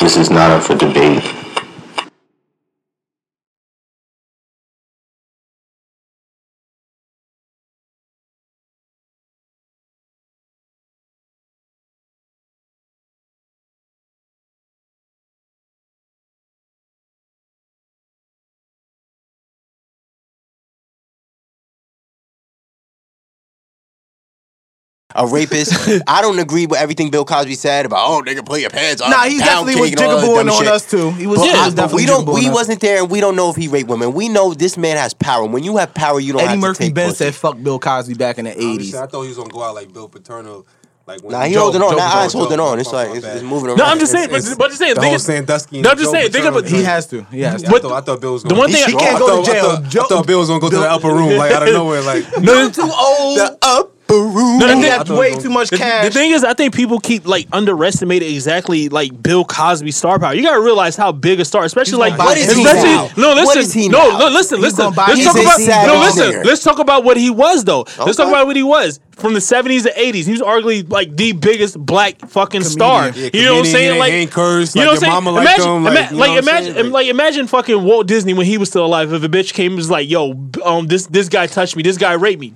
This is not up for debate. A rapist. I don't agree with everything Bill Cosby said about oh nigga put your pants on. Nah, he down definitely was kick and all that dumb diggable on shit. us too. He was, But, he I- was but definitely we don't. diggable We on us. wasn't there, and we don't know if he raped women. We know this man has power. When you have power, you don't. have Eddie to Murphy take Ben pussy. said fuck Bill Cosby back in the Obviously, eighties. I thought he was gonna go out like Bill Paterno. Like when Nah, he Joe- holding on. Joe- Nah, Joe- eyes holding Joe- on. It's my like bad. it's, it's moving around. No, I'm just saying. It's- But, but just saying. the think whole of- Sandusky and No, I'm just Joe saying. Think Paterno about. thing. He has to. He has to. Yeah, I, What thought, the- I thought Bill was the gonna. one thing- I He thought- can't I go to thought- jail. I thought, Joe- I thought Bill was gonna go to the upper room, like out of nowhere, like No, too old. the upper room. No, the He thing- had way too much The, cash. the thing is, I think people keep like underestimating exactly like Bill Cosby's star power. You gotta realize how big a star, especially like gonna buy his especially- seat now. no, listen, What is he no, now? no, listen, He's listen. gonna buy Let's his talk seat. about He's a no, savage listen. nigga. Let's talk about what he was though. Let's talk Okay. about what he was from the seventies to eighties. He was arguably like the biggest black fucking star. Yeah, you know what I'm comedian, saying? he Like ain't cursed, You like know your what I'm mama saying? liked Imagine, him, ima- like, you know like what I'm imagine, saying? like like imagine fucking Walt Disney when he was still alive. If a bitch came and was like, "Yo, b- um, this this guy touched me. This guy raped me."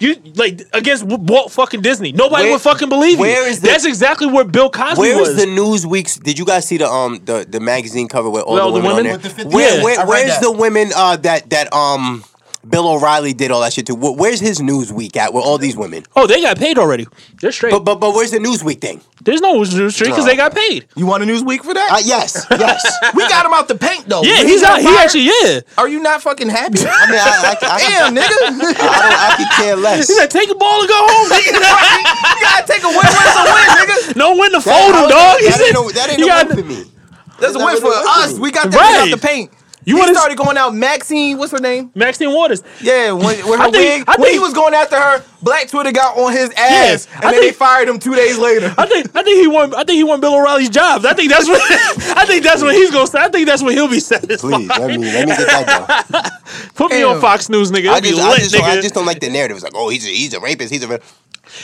You like against W- Walt fucking Disney? Nobody Where- would fucking believe you. where is the- That's exactly where Bill Cosby Where was. is the Newsweek's? Did you guys see the um the, the magazine cover with all Well, the women, on there? Where, Yeah, where- I read where's that. the women uh, that that um Bill O'Reilly did all that shit to? Where- Where's his Newsweek at with all these women? oh, they got paid already. They're straight. But but but where's the Newsweek thing? There's no street because they got paid. You want a news week for that? Uh, yes, yes. we got him out the paint though. Yeah, When he's got out. He fired, actually yeah. Are you not fucking happy? I mean, I, I, I, Damn, nigga. I, don't, I could care less. He said, "Take a ball and go home." you gotta take a win. Win's a win, nigga. no win to fold him, dog. He That said, ain't no, that ain't you no got- win for me. That's That a win was for a win for us. me. We got that Right. out the paint. You You he wanna- started going out. Maxine, what's her name? Maxine Waters. Yeah, when, with I her think- wig. I when he think- was going after her, Black Twitter got on his ass, Yeah, and I then think- they fired him two days later. I think I think he won. I think he won Bill O'Reilly's jobs. I think that's what I think that's what he's gonna. say. I think that's what he'll be satisfied. Please, let me let me get that done. Put me Damn. on Fox News, nigga. I It'll be just, lit, I, just don't, nigga. I just don't like the narrative. It's like, oh, he's a, he's a rapist. He's a rapist.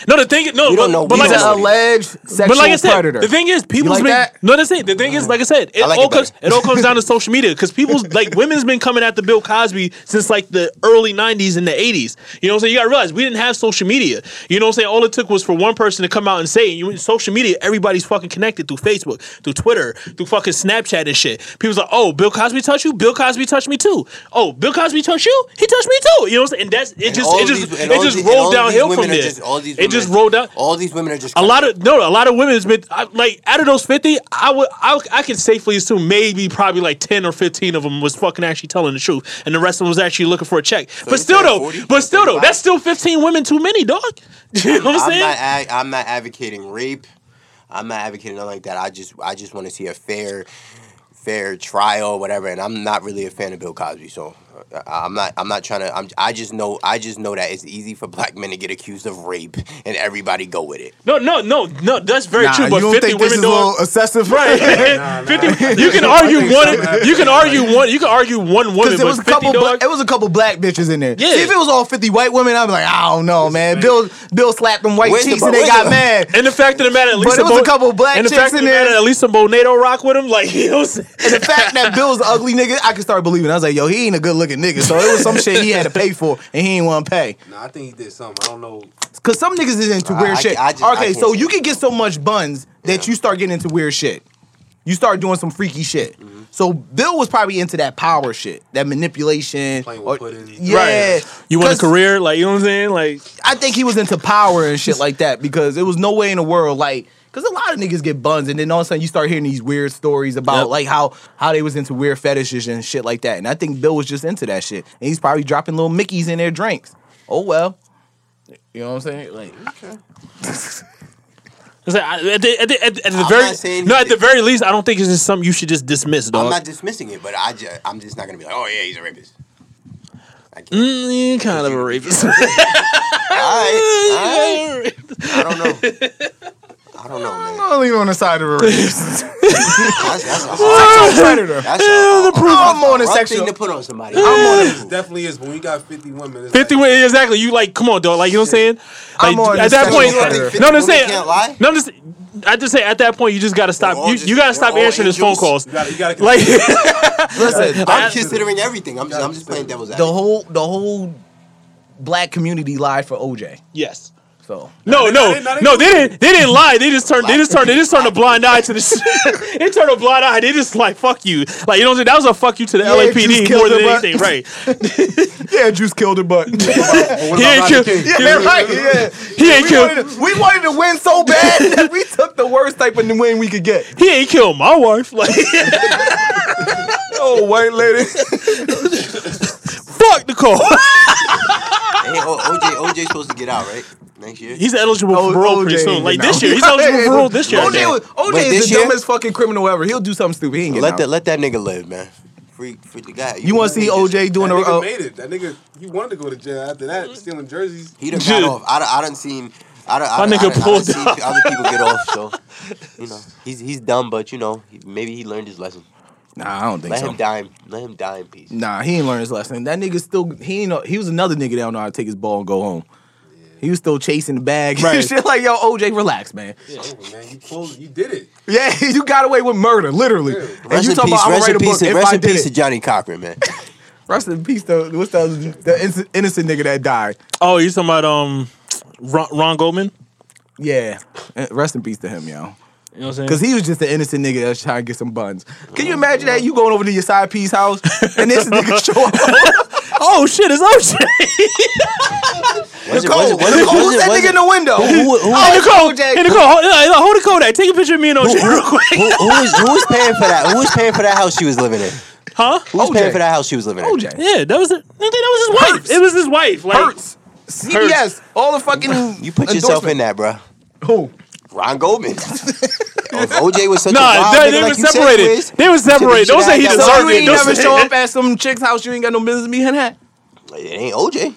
no, the thing, no, We but, don't know. but We like don't I know what said, alleged sexual But like I said, predator. the thing is, people's like been that? no. That's it. The thing is, like I said, it Mm-hmm. like all it comes. It better. all comes down to social media because people's like women's been coming after Bill Cosby since like the early '90s and the '80s. You know, what I'm saying you got to realize we didn't have social media. You know, what I'm saying all it took was for one person to come out and say, it. you social media, everybody's fucking connected through Facebook, through Twitter, through fucking Snapchat and shit. People's like, oh, Bill Cosby touched you. Bill Cosby touched me too. Oh, Bill Cosby touched you. He touched me too. You know, what I'm saying and that's it. And just all it these- just and all it these- just and all rolled these downhill women from are there. just- all these It just women- rolled down. All these women are just A lot of no, a lot of women's been I, like out of those fifty, I would I, I can safely assume maybe probably like ten or fifteen of them was fucking actually telling the truth, and the rest of them was actually looking for a check. but you still said though, 40? but still though, 35? that's still fifteen women too many, dog. you know what I'm I'm saying? not. Ag- I'm not advocating rape. I'm not advocating nothing like that. I just. I just want to see a fair, fair trial, whatever. And I'm not really a fan of Bill Cosby, so uh, I'm not. I'm not trying to. I'm, I just know. I just know that it's easy for black men to get accused of rape, and everybody go with it. no, no, no, no. That's very Nah, true. But you don't fifty think this is women a don't. little excessive, right? Fifty. You can argue think one. something happened. You can argue one. You can argue one woman, Because there was a but fifty couple, dog. bla- it was a couple black bitches in there. Yeah. See, if it was all fifty white women, I'd be like, I don't know, man. Bill, Bill slapped them white Where's the cheeks bu- and they where's got the- mad. And the fact of the matter, at But least it was a couple black And the chicks fact of in the there. matter, at least some Bonato rock with him. Like you know, what I'm saying? And the fact that Bill's an ugly nigga, I could start believing. I was like, yo, he ain't a good looking nigga. So it was some shit he had to pay for and he ain't want to pay. Nah, I think he did something. I don't know. Cause some niggas is into I- weird I- shit. I just- I okay, can't so say you that. can get so much buns that you start getting into weird shit. You start doing some freaky shit. Mm-hmm. So Bill was probably into that power shit, that manipulation. Playing with or- pudding. Yeah, You want a 'Cause career? Like you know what I'm saying? Like I think he was into power and shit like that because it was no way in the world like because a lot of niggas get buns and then all of a sudden you start hearing these weird stories about Yep. like how how they was into weird fetishes and shit like that and I think Bill was just into that shit and he's probably dropping little Mickey's in their drinks. Oh well, you know what I'm saying? Like It's like, I- at the, at the, at the, at the I'm very not saying no, he at the did. very least, I don't think it's just something you should just dismiss, I'm dog. not dismissing it, but I. Just, I'm just not gonna be like, oh yeah, he's a rapist. I can't. Mm, you're kind of a rapist. All right, all right. You're a rapist. I don't know. I I don't know, man. I'll leave it on the side of the room. That's, that's a hard. predator. That's a, a, proof. I'm on a a rough sexual- thing to put on somebody. I'm on it. Definitely is. When you got 50 women, it's 50 like, women, exactly. You like, come on, dog. Like, you know what I'm saying? Like, I'm on at this that sexual point, predator. no, I'm just Women saying. can't lie? No, I'm just, I just say at that point, you just gotta stop. We're all You, just- you gotta we're stop all answering his phone angels. calls. You gotta, you gotta Like, Listen, I'm I- considering everything. I'm just, I'm just playing devil's the advocate. whole the whole black community lied for OJ. yes. So No, No, no, they- no, they- no. They didn't. They didn't lie. They just turned. They just turned. They just turned a blind eye to the. shit. they turned a blind eye. They just like fuck you. Like you know, what I'm saying? that was a fuck you to the Yeah, just LAPD killed more than her, but- anything, right? yeah, Juice killed her, but But what He about ain't Rodney killed- King? yeah, they're right. Yeah, He ain't we killed. Wanted to, we wanted to win so bad that we took the worst type of win we could get. He ain't killed my wife. Like Oh, white lady. fuck the call. Hey, O- OJ, OJ supposed to get out right next year. He's eligible for Oh, O- parole pretty soon. Like this year, he's eligible for parole this year. I OJ, think. was- OJ Wait, is this the year? dumbest fucking criminal ever. He'll do something stupid. He ain't getting let out. that let that nigga live, man. Free, free the guy. You want to see OJ That doing a? nigga Uh, made it. That nigga, you wanted to go to jail after that, stealing jerseys. He done got Dude. off. I done, I done seen. I done, I My done, nigga I done, pulled I done up. seen other people get off. So, you know, he's he's dumb, but you know, he, maybe he learned his lesson. nah, I don't think Let so. him die. in- Let him die in peace. Nah, he ain't learned his lesson. That nigga still he ain't know, he was another nigga that don't know how to take his ball and go home. He was still chasing the bag. Right. Shit like yo, OJ, relax, man. It's over, Oh, man. You pulled. You did it. Yeah, you got away with murder, literally. Yeah. And Rest you in talking peace. about I'm Rest in gonna write a book peace. if Rest I in did peace to it. Johnny Cochran, man. Rest in peace to what's the the inno- innocent nigga that died. Oh, you talking about um Ron, Ron Goldman? Yeah, Uh, rest in peace to him, yo. You know what I'm saying? Cause he was just an innocent nigga that's trying to get some buns. Can you imagine that? You going over to your side piece house and this nigga show up. Oh shit, it's OJ. Was it- was Nicole, it- was it- Nicole, was who's it- that was nigga it- in the window? Oh, who- who- Hey, Nicole, OJ. hey, Nicole, hold, hey, hold a Kodak. Take a picture of me and OJ real quick. Who who was who was paying for that? Who was paying for that house she was living in? Huh? Who was OJ. paying for that house she was living in? OJ. Yeah, that was it. That was his wife. Hurts. It was his wife. Like, Hurts. CBS. All the fucking. You put yourself in that, bro. that. Who? Ron Goldman. if OJ was such a Nah, wild they, nigga they, like were you said he separated. is, They were separated. should've Don't say he had that deserved So you it. ain't Don't never say- show up at some chick's house. You ain't got no business being at. It ain't OJ.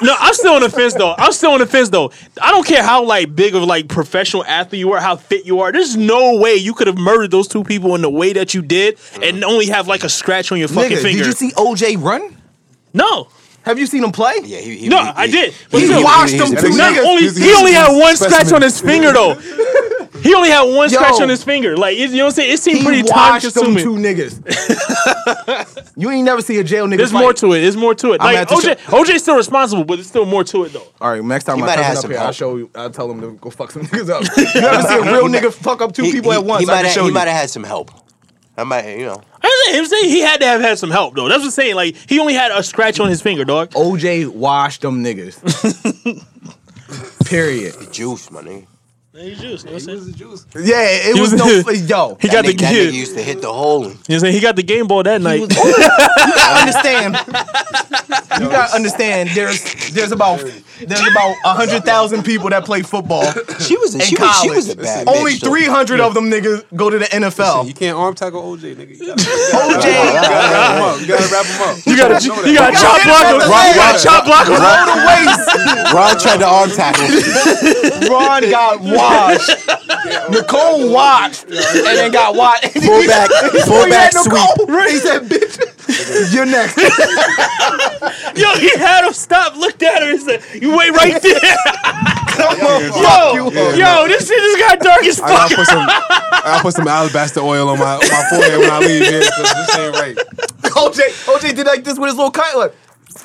No, I'm still on the fence though. I'm still on the fence though. I don't care how like big of like professional athlete you are, how fit you are. There's no way you could have murdered those two people in the way that you did, and only have like a scratch on your fucking Nigga, finger. did you see OJ run? no, Have you seen him play? Yeah, he. he no, he- I he- did. But He still, washed he- them he- two he- Not niggas. only he's- he he's only a had one specimen. scratch on his finger though. He only had one Yo. scratch on his finger. Like it, you know what I'm saying? It seemed He pretty time washed them two consuming. niggas. you ain't never see a jail nigga. There's fight. more to it. There's more to it. I'm Like at the OJ, OJ's still responsible, but there's still more to it though. All right, next time He my might have cousin had up some here, help. I'll show you. I'll tell him to go fuck some niggas up. you never see a real nigga fuck up two he- people he- at once. He I might can have. show He you. might have had some help. I might. You know. I'm saying, I'm saying he had to have had some help though. That's what I'm saying. Like he only had a scratch on his finger, dog. OJ washed them niggas. Period. Juice, my nigga. He juice, you know what I'm He saying? was the juice. Yeah, it He was, was- no yo. He That, got the nigga, that kid. nigga used to hit the hole. and- You know what I'm saying? He got the game ball that night. was- you gotta understand. You gotta understand. There's there's about there's about hundred thousand people that play football. She was. A, In she, was she was a college. bad. Only bitch, so- three hundred of them niggas go to the NFL. You can't arm tackle OJ, nigga. You gotta, you OJ, gotta wrap him up. You gotta wrap him up. you got to know you got that. to hit chop block him him. with the You Ron leg. blow the waist. got to chop block him. tried to arm tackle. him. Ron got washed. Nicole watched and then got washed. Oh, Full back. Full back sweep. sweep. He said, "Bitch, you're next." Yo, he had him stop, looked at her, and said, "You wait right there." Come on, fuck yo, you. Yeah. yo, this shit just got dark as I fuck. gotta put some. I gotta put some alabaster oil on my, on my forehead when I leave here because this ain't right. OJ, OJ did like this with his little kite, like.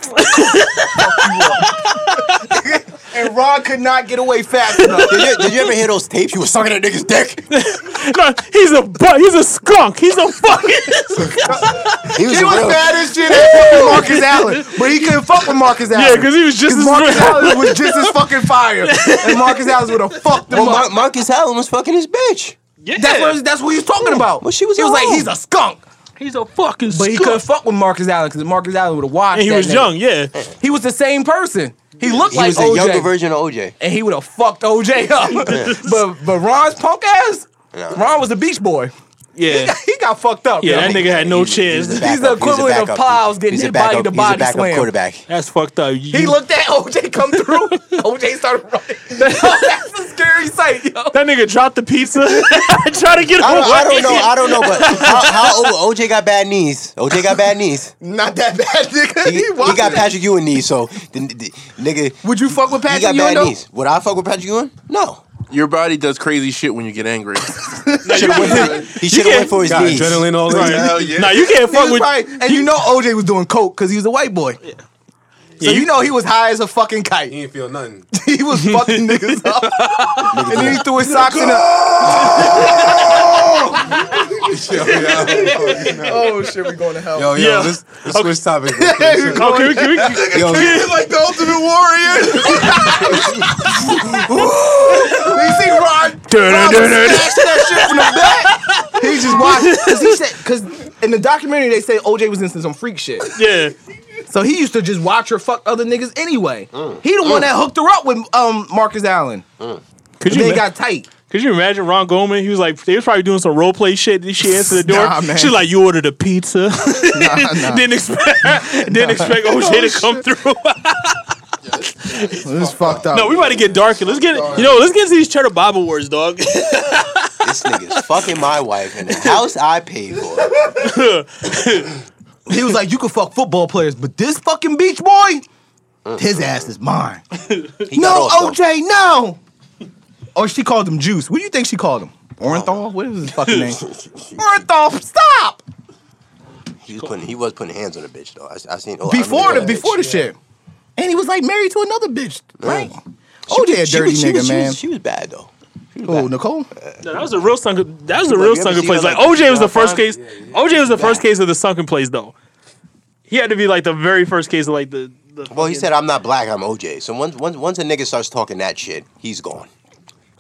and Ron could not get away fast enough. Did you, did you ever hear those tapes? You was sucking that nigga's dick. No, he's a bu- he's a skunk. He's a fucking He was, He was real. bad as shit at fucking Marcus Allen, but he couldn't fuck with Marcus Allen. yeah, because he was just as Marcus Allen was just as fucking fire, and Marcus Allen would have fucked him Well, Mar- up. Marcus Allen was fucking his bitch. yeah. that's what that's what he was talking about. Well, she was he was like alone. he's a skunk, he's a fucking but skunk. he couldn't fuck with Marcus Allen because Marcus Allen would have watched. and he that was nigga. young, yeah. He was the same person. He looked He like was a OJ. younger version of OJ. and he would have fucked OJ up. but but Ron's punk ass, Yeah. Ron was a beach boy. He Yeah. got, he got fucked up. Yeah, yo. that nigga had no He- he was chance. a backup. He's the He was a equivalent of backup. Piles getting He's a hit body backup- to he's a body backup slam. quarterback. That's fucked up. He You- looked at OJ come through. OJ started running. That's a scary right, yo. That nigga dropped the pizza. Try to get I don't, I away. don't know. I don't know. But how, how oh, OJ got bad knees? OJ got bad knees. Not that bad, nigga. He, He, he walking. got Patrick Ewing knees. So the, the nigga, Would you fuck with he Patrick got Ewing bad though? knees. Would I fuck with Patrick Ewing? No. Your body does crazy shit when you get angry. He should have can't- went for his Got knees. adrenaline all in. you. Hell yeah. Nah, you can't He fuck was with. probably- and you know OJ was doing coke because he was a white boy. So Yeah, you, you- know he was high as a fucking He kite. ain't feel nothing. He was fucking niggas up, and then he threw his socks in the. Yo, yo, Oh shit, we going to hell. yo, yo Yeah. let's, let's switch topics. real quick. Oh, can we, can we, Yo, like the Ultimate Warrior. you see Ron? Ron snatched that shit from the back. He just watched because he said because in the documentary they say OJ was into some freak shit, yeah. so he used to just watch her fuck other niggas anyway. He the one that hooked her up with um Marcus Allen. Could you, They ma- got tight. could you imagine Ron Goldman? He was like, they was probably doing some role play shit. Then she answered the door. Nah, man. She's like, you ordered a pizza. didn't expect, didn't expect OJ to come through. This is fucked up. no, we about to get dark. here. Let's get, you know, let's get into these cheddar Bob awards, dog. This nigga's fucking my wife in the house I paid for. he was like, you could fuck football players, but this fucking beach boy, his ass is mine. Uh-huh. He got No, off, though. OJ, no. Or she called him Juice. What do you think she called him? Orenthal? What is his fucking name? Orenthal, stop! He was putting he was putting hands on the bitch though. I, I seen oh, I Before remember the that before bitch. the shit. And he was like married to another bitch. Right. She OJ Oh, a was- she dirty was- she was- nigga, she was- man. She was bad though. Oh, Nicole? No, that was a real sunken. That was a Bro, real you ever sunken seen place. her, Like like, OJ was the John first Fine? case. OJ was the first case of the sunken place, though. He had to be like the very first case of like the. the Well, he fucking- said I'm not black. I'm OJ. So once once once a nigga starts talking that shit, he's gone.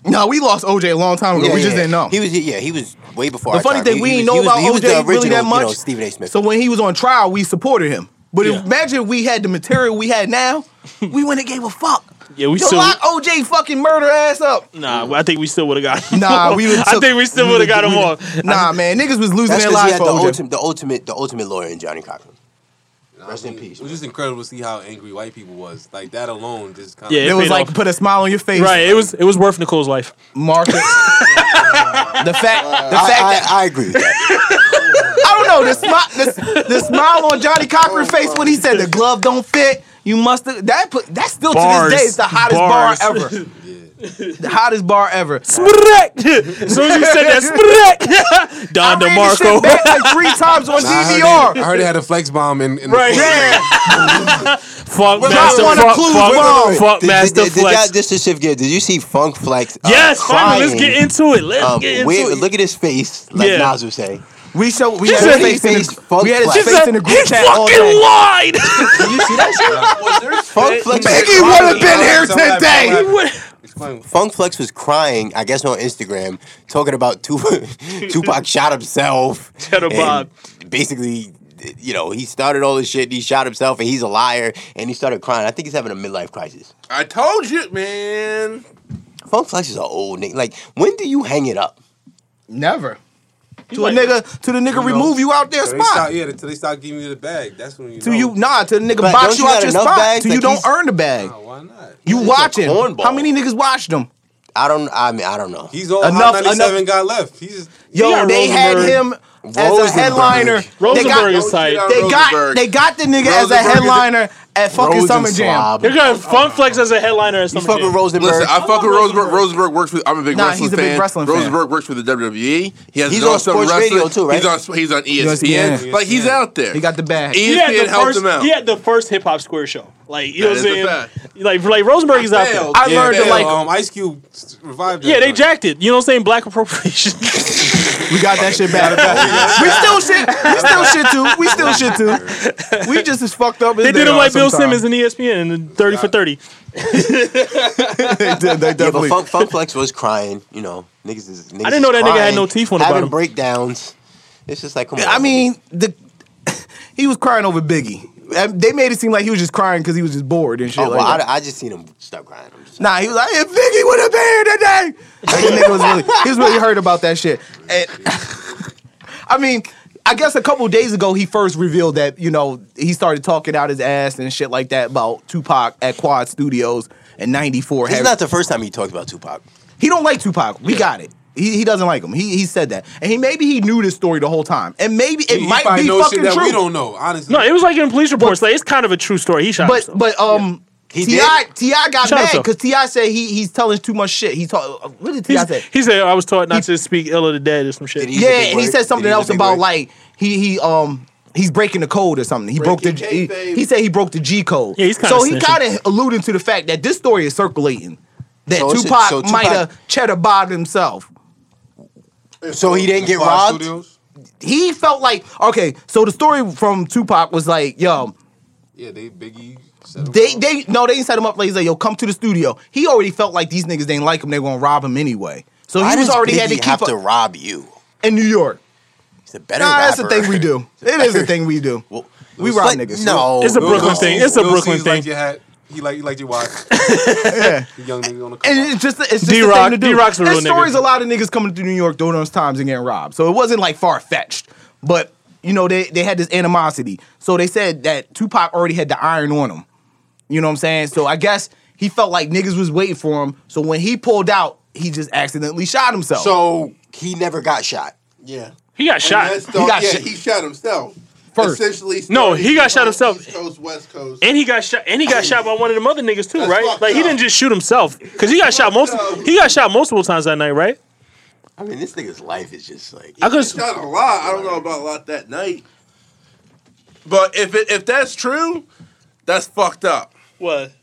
No, we lost OJ a long time ago. we just didn't know. He was yeah he was way before. the our funny time. thing, He- we he didn't was- know he was- about he was the OJ really original, that much. You know, Stephen A. Smith. So when he was on trial, we supported him. But Yeah. imagine if we had the material we had now, we wouldn't have gave a fuck. Yeah, we Yo, still- lock OJ fucking murder ass up. "Nah, I think we still would have got." Him Nah, we would've I took- think we still we would have got him would've- off. Nah, man, niggas was losing that's their because he lives had for the OJ. ultimate, the ultimate the ultimate lawyer in Johnny Cochran. Rest in peace. It was just incredible to see how angry white people was. Like that alone, just kind of. Yeah, It was paid like off. put a smile on your face, Right, it was it was worth Nicole's life. Market. the fact, I, the fact I, that I agree. With that. I don't know the smile, the, the smile on Johnny Cochran's face when he said the glove don't fit. You must have that put that still to Bars. this day is the hottest Bars. bar ever. The hottest bar ever. Smack! as soon as you said that, smack! Don I ran this shit DeMarco. back like three times on I heard, DVR. They, I heard they had a flex bomb in, in Right. the corner. Funk master, not one of funk, Clue's funk, wrong. funk Did- did- master did y'all- flex. Just to shift gear, did you see Funk Flex? uh, Yes, finally, let's crying, get into it. Let's Uh, um, get into weird- it. Look at his face, like Yeah. Nas would say. We show we She had said his he face in faced the, funk we had his flex. She face said, in the he group chat all fucking day. lied. Did you see that shit? Funk Flex. Biggie would have been here Somebody- today. somebody- What- Explain. Funk Flex was crying, I guess, on Instagram, talking about Tupac, Tupac shot himself. Cheddar and Bob. Basically, you know, he started all this shit. and He shot himself, and he's a liar. And he started crying. I think he's having a midlife crisis. I told you, man. Funk Flex is an old nigga. Like, when do you hang it up? Never. To a like- nigga, to the nigga remove you out their Till they stop, spot. yeah, till they stop giving you the bag. That's when you. To know. you, nah, to the nigga But box don't you you out got your enough spot. bags? To you Like, don't he's- earn the bag. Nah, why not? You watching? cornball. How many niggas watched him? I don't. I mean, I don't know. He's all Enough- enough, 97 got left. He's just, Yo, got they had Rosenberg. him as a Rosenberg. headliner. They Rosenberg got, is tight. they got Rosenberg. they got the nigga as a Rosenberg is- headliner at fucking Summer Jam. Rosenslab. They're gonna fun flex as a headliner or You something. fuck with Rosenberg. Listen, I fuck with Rosenberg. Rosenberg works for. I'm a big Nah, wrestling he's a big fan. wrestling fan. Rosenberg works for the WWE. He has He's his own on stuff in sports wrestling. radio too, right? He's on. He's on E ESPN. ESPN. Like he's out there. E He got the ESPN bag. he had the helped first, him out. He had the first hip hop square show. Like you That know what I'm is a saying? Like like Rosenberg is out there. Failed. I Yeah, learned to Hell, like. um, Ice Cube s- revived. that Yeah, they joint. jacked it. You know what I'm saying? Black appropriation. We got that shit back. we still shit. We still shit too. We still shit too. We just as fucked up. As they did him are like Bill sometimes. Simmons in E ESPN in 30 for 30. they did. They Yeah, but definitely. Funk, Funk Flex was crying. You know, niggas is. Niggas I didn't know is that nigga had crying, no teeth on the having bottom. breakdowns. It's just like, come on. I mean, the he was crying over Biggie. Uh, They made it seem like he was just crying because he was just bored and shit. oh, well, like that. I, I just seen him stop crying. I'm just, Nah, he was like, if Biggie would have been here today, like, the nigga was really, he was really hurt about that shit. And I mean, I guess a couple days ago he first revealed that you know he started talking out his ass and shit like that about Tupac at Quad Studios in '94. This is not the first time he talked about Tupac. He don't like Tupac. We got it. He, he doesn't like him. He he said that, and he maybe he knew this story the whole time, and maybe it He might probably be knows fucking shit that true. we don't know, honestly. No, it was like in police reports. like it's kind of a true story. He shot. But himself. but um. He Ti did? Ti got Shut up, mad sir. because Ti said he he's telling too much shit. He talk. uh, What did Ti He's- say? he said I was taught not to speak ill of the dead or some shit. Did he- He's a yeah, big and he word. said something He's a else big about word. like he he um he's breaking the code or something. He broke the Breaking he, kayfabe. he said he broke the G code. Yeah, he's kinda so he snitching. kind of alluding to the fact that this story is circulating that So it's a- Tupac, so Tupac- might have cheddar bobbed himself. So he didn't get Five robbed? Studios? He felt like okay, so the story from Tupac was like, yo, Yeah, they Biggie. set him they up. they no, they didn't set him up. Like, he's like, yo, come to the studio. He already felt like these niggas didn't like him. They were gonna rob him anyway. So Why he was does already had Biggie to keep have up to rob you. in New York. He's a better Nah, rapper. that's the thing we do. It is the thing we do. Well, We rob but niggas. No, It's a Lil Brooklyn C's- thing. It's a Lil Brooklyn C's thing. Like your hat. He like you like your watch. The young nigga on the And cover. it's just it's just D-Rock- the thing to do. D-Rock's a real There's nigga. stories a lot of niggas coming through New York during those times and getting robbed. So it wasn't like far fetched, but you know they they had this animosity. So they said that Tupac already had the iron on him. You know what I'm saying? So I guess he felt like niggas was waiting for him. So when he pulled out, he just accidentally shot himself. So he never got shot. Yeah. he got shot. And that's the- He got yeah, shot. he shot himself. First. Essentially, No, he got shot started himself. East Coast, West Coast. And he got shot. And he got shot by one of them other niggas too, That's right? fucked Like he up. didn't just shoot himself because he got shot most. up. He got shot multiple times that night, right? I mean, this nigga's life is just like. I could. shot a lot. I don't know about a lot that night. But if it, if that's true, that's fucked up. What?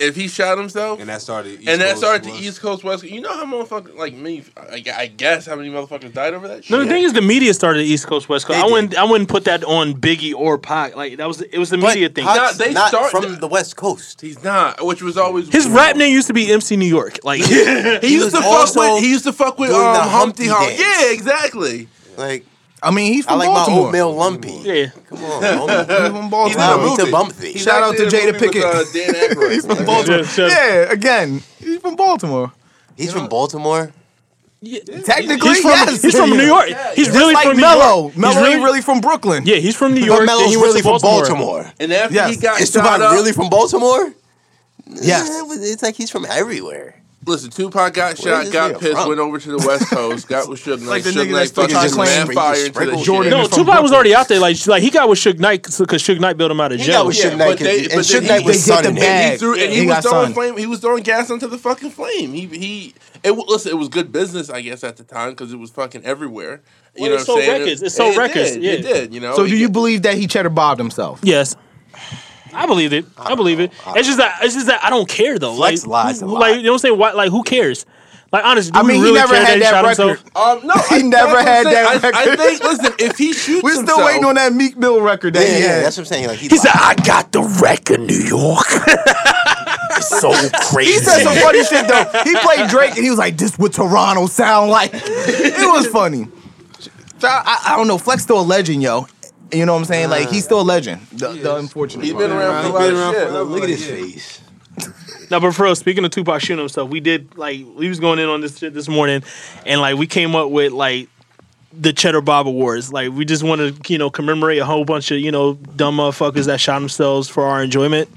If he shot himself, And that started. East and that Coast started the was- East Coast West. Coast. You know how motherfuckers like me? I, I guess how many motherfuckers died over that shit. No, the thing is, the media started the East Coast West Coast. They I did. wouldn't. I wouldn't put that on Biggie or Pac. Like that was. It was the But media thing. Pac's Nah, they not start- from the West Coast. he's not, which was always His rap name used to be MC New York. Like He, used was to fuck also with. He used to fuck with um, doing the Humpty Humpty Hump. dance. Yeah, exactly. Like I mean, he's I from like my Baltimore. oatmeal lumpy. yeah. Come on, homie. He's from Baltimore. not a Nah, we movie. to bump thee. He's Shout out actually to in a Jada movie with, Pinkett. uh, Dan Aykroyd. He's from Like, Baltimore. Shut- shut- Yeah, again, he's from Baltimore. He's from Baltimore. Technically, He's from, yes. he's from New York. He's Just really like from New Mello. York. Mello he's really, really, really from Brooklyn. yeah, he's from New But York. then Melo's he went really to from Baltimore. Baltimore. And after he Yes. got Is shot Tupac up, really from Baltimore? Yes. Nah, It's like he's from everywhere. listen, Tupac got Where is shot, this got nigga pissed, from? went over to the West Coast, got with Suge Knight. Like the Suge nigga Knight that's fucking thinking just just ran sprinkle- fire into the sprinkle shit. shit. No, He's from Tupac was already out there. Like, like he got with Suge Knight because Suge Knight built him out of He jail. got with Yeah, Suge but Knight, they- 'cause- but and then Suge he- Knight they was get the sunning him. bag. He threw, and He he, was got throwing signed. flame. He was throwing gas onto the fucking flame. He he. It wa- listen. It was good business, I guess, at the time because it was fucking everywhere. You know Well, it what I'm sold saying? records. It sold records, Did, yeah. It did. You Oh, know. So It do you did. believe that he cheddar bobbed himself? Yes. I believe it. I, believe it. It's just that it's just that I don't care though. Flex like, lies who- a lot. like you know what I'm saying? Why, like who cares? Like honestly, do I mean, we he really never care had he that shot record. himself? Um, no, He I, never that's what I'm had saying. that I, I record. think. Listen, if he shoots, We're still himself- waiting on that Meek Mill record that Yeah, he yeah, had. that's what I'm saying. Like he, He said, lied. "I got the record." It's so crazy. he said some funny shit though. He played Drake and he was like, "This what Toronto sound like." It was funny. So I, I don't know. Flex still a legend, yo. You know what I'm saying? Like he's still a legend. The, the unfortunate. He's part. been around for a He lot been of around shit. for a Look at his face. No, but for real, speaking of Tupac shooting himself, we did like we was going in on this shit this morning, and like we came up with like the Cheddar Bob Awards. Like we just want to you know commemorate a whole bunch of you know dumb motherfuckers that shot themselves for our enjoyment.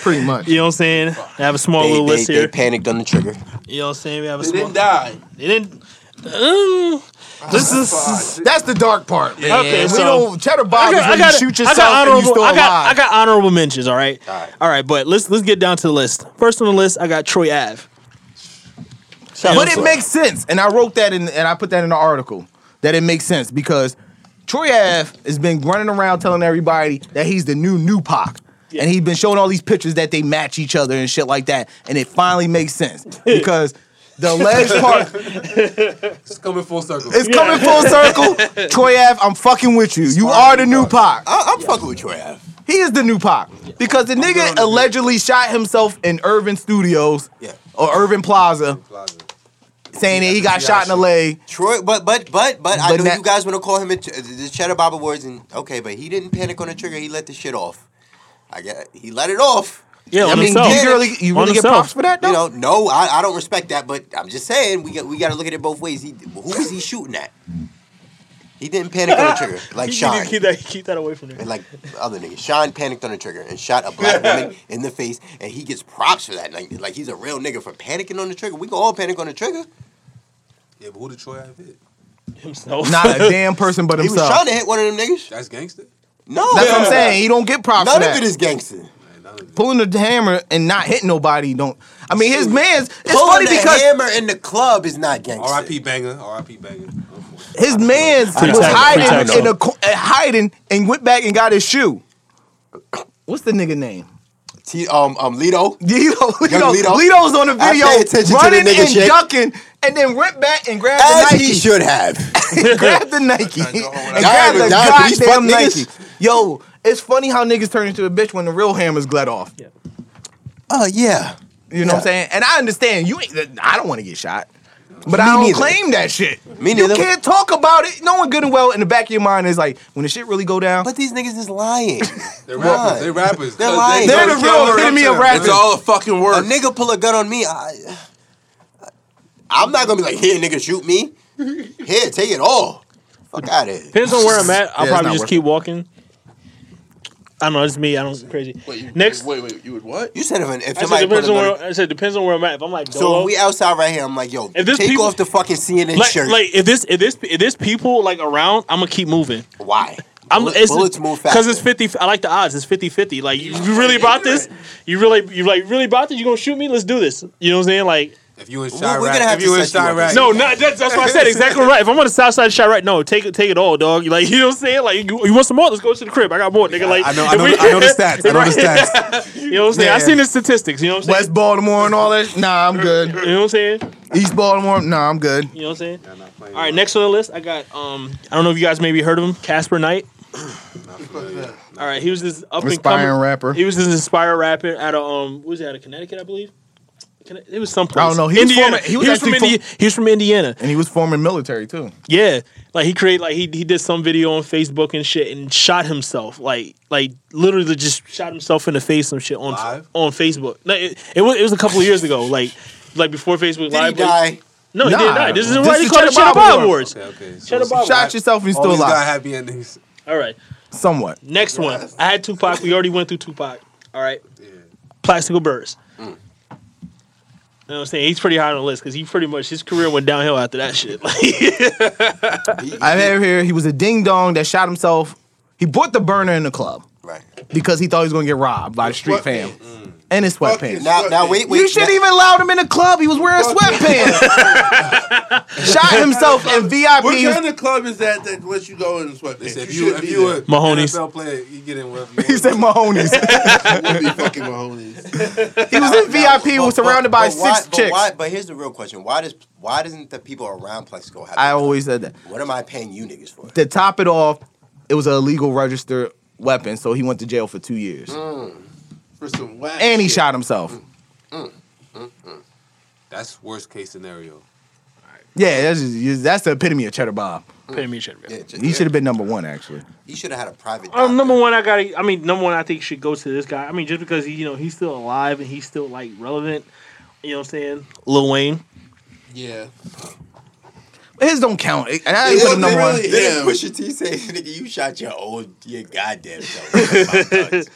pretty much. You know what I'm saying? I have a small They, little they, list they here. panicked on the trigger. you know what I'm saying? We have a They small. didn't die. They didn't. Um, this is. That's the dark part. man. Okay, we so- don't cheddar bob is when you shoot yourself and you still I got, alive. I got honorable mentions. All right, all right. right, but let's let's get down to the list. First on the list, I got Troy Ave. but it makes sense. And I wrote that in, and I put that in the article that it makes sense because Troy Ave has been running around telling everybody that he's the new new Pac. And he's been showing all these pictures that they match each other and shit like that. And it finally makes sense because the legs part It's coming full circle. is coming full circle. Troy Ave, I'm fucking with you. You are the new Pac. I, I'm fucking with Troy Ave. He is the new Pac because the nigga allegedly shot himself in Irvin Studios Yeah. or Irvin Plaza, Plaza. saying that he got Yeah, shot in the sure. leg. Troy, but but but but I But know that- you guys want to call him a ch- the Cheddar Bob Awards, and okay, but he didn't panic on the trigger. He let the shit off. I get he let it off. Yeah, I on mean, himself. do you really, you On really get himself. props for that though? You know, no, I, I don't respect that, but I'm just saying we got we got to look at it both ways. He, who is he shooting at? He didn't panic on the trigger like You need Sean. to keep that, keep that away from there. And like other niggas, Sean panicked on the trigger and shot a black woman in the face, and he gets props for that. Like, like he's a real nigga for panicking on the trigger. We can all panic on the trigger. Yeah, but who did Troy have hit? Himself. Not a damn person but He was himself. trying to hit one of them niggas. That's gangster. No, That's what I'm saying. He don't get props None for that. of it is gangster. Man, none of it. pulling the hammer and not hitting nobody. Don't. I mean, his man's. It's Pulling funny the because hammer in the club is not gangster. R.I.P. Banger. R.I.P. Banger. Unfortunately. his man's Free was tackle, free hiding tackle. in a co- uh, hiding and went back and got his shoe. What's the nigga name? T- um, um, Lito. Lito, Lito, Young Lito. Lito's on the I video pay attention to the running nigga and shit. ducking, and then went back and grabbed As the he Nike. should have. grabbed the Nike and go home grabbed the Y'all ever died for these goddamn fuck Nike. niggas? Yo, it's funny how niggas turn into a bitch when the real hammer's glad off. Oh Uh, yeah. You know what I'm saying? And I understand you ain't. I don't want to get shot, but I don't neither. claim that shit. Me you neither. can't talk about it. Knowing good and well in the back of your mind is like when the shit really go down. But these niggas is lying. They're Why? rappers. They're rappers. They're lying. They're the real epitome of It's rapping. all a fucking a word. nigga pull a gun on me, I, I'm not gonna be like, here, nigga, shoot me. Here, take it all. Fuck out of here. Depends on where I'm at. I'll Yeah, it's probably not just worth keep walking. I don't know. It's me. I don't. It's crazy. Wait, you- Next. Wait, wait, you would what? You said if, an, if I said somebody pull a depends gun on on where. I said depends on where I'm at. If I'm like So dolo, if we outside right here, I'm like, yo, If this take people- off the fucking CNN like, shirt. like if this if this if this people like around, I'm gonna keep moving. Why? I'm Bullet- it's, bullets move faster. because it's fifty. I like the odds. It's 50-50. Like you, you really bought this? You really you like really bought this? You gonna shoot me? Let's do this. You know what I'm saying? Like If you in gonna Chirac, have if to you in set you up. Chirac, no, not that's, that's what I said. Exactly right. If I'm on the south side of shot right, no, take it take it all, dog. You Like you know what I'm saying? Like you, you want some more? Let's go to the crib. I got more, nigga. Like I know, I know, I know the stats. I know the stats. You know what I'm saying? I Yeah. seen the statistics. You know what I'm saying? West Baltimore and all that. Nah, I'm good. You know what I'm saying? East Baltimore. Nah, I'm good. You know what I'm saying? I'm not playing. All right, next on the list, I got um I don't know if you guys maybe heard of him, Casper Knight. Not familiar. All right, he was this up and coming Inspiring rapper. He was this inspired rapper out of um, what was it out of Connecticut, I believe. Conne- It was someplace. I don't know. He was Indiana. former- he he was, was from actually Indiana. He was from Indiana. And he was former military too. Yeah, like he created like he he did some video on Facebook and shit and shot himself like like literally just shot himself in the face some shit on Live? on Facebook. No, it, it was it was a couple of years ago, like like before Facebook Did he Live. but- die? No, he Nah. didn't die. This is This why is he called it Cheddar Bob Cheddar Bob Award. Awards. Okay, okay. So Shut up, it's- Bob. Shot yourself Oh, and you All still these got alive. happy endings. All right. Somewhat. Next one. I had Tupac. We already went through Tupac. All right. Plastical Birds. You know what I'm saying? He's pretty high on the list because he pretty much his career went downhill after that shit. Like, I have here. He was a ding dong that shot himself. He bought the burner in the club Right. Mm. because he thought he was gonna get robbed by the street fam and his sweatpants. Now, now wait, wait. you should now- not even allowed him in the club. He was wearing sweatpants. Shot himself in What kind VIP. of club is that that lets you go in sweatpants? They said if you you, should if be you there. a Mahoney's. NFL player, you get in wherever you He want. said Mahoney's. would be fucking Mahoney's. He was in VIP. Was surrounded by But why- six But, why, chicks. but here's the real question: Why does why doesn't the people around Plexico have? I always said that. what am I paying you niggas for? To top it off, it was an illegal registered weapon, so he went to jail for two years. Mm. For some whack And he shit. shot himself. That's worst case scenario. Yeah, that's just, that's the epitome of Cheddar Bob. pay me a shit. Yeah, just- He should have been number one, actually. He should have had a private. doctor. Um, number one, I got. to I mean, number one, I think should go to this guy. I mean, just because he, you know he's still alive and he's still like relevant. You know what I'm saying? Lil Wayne. Yeah. His don't count. And I It put wasn't him number one. really- Then Damn. Pusha T say, "Nigga, you shot your old, your goddamn self." That's my thoughts.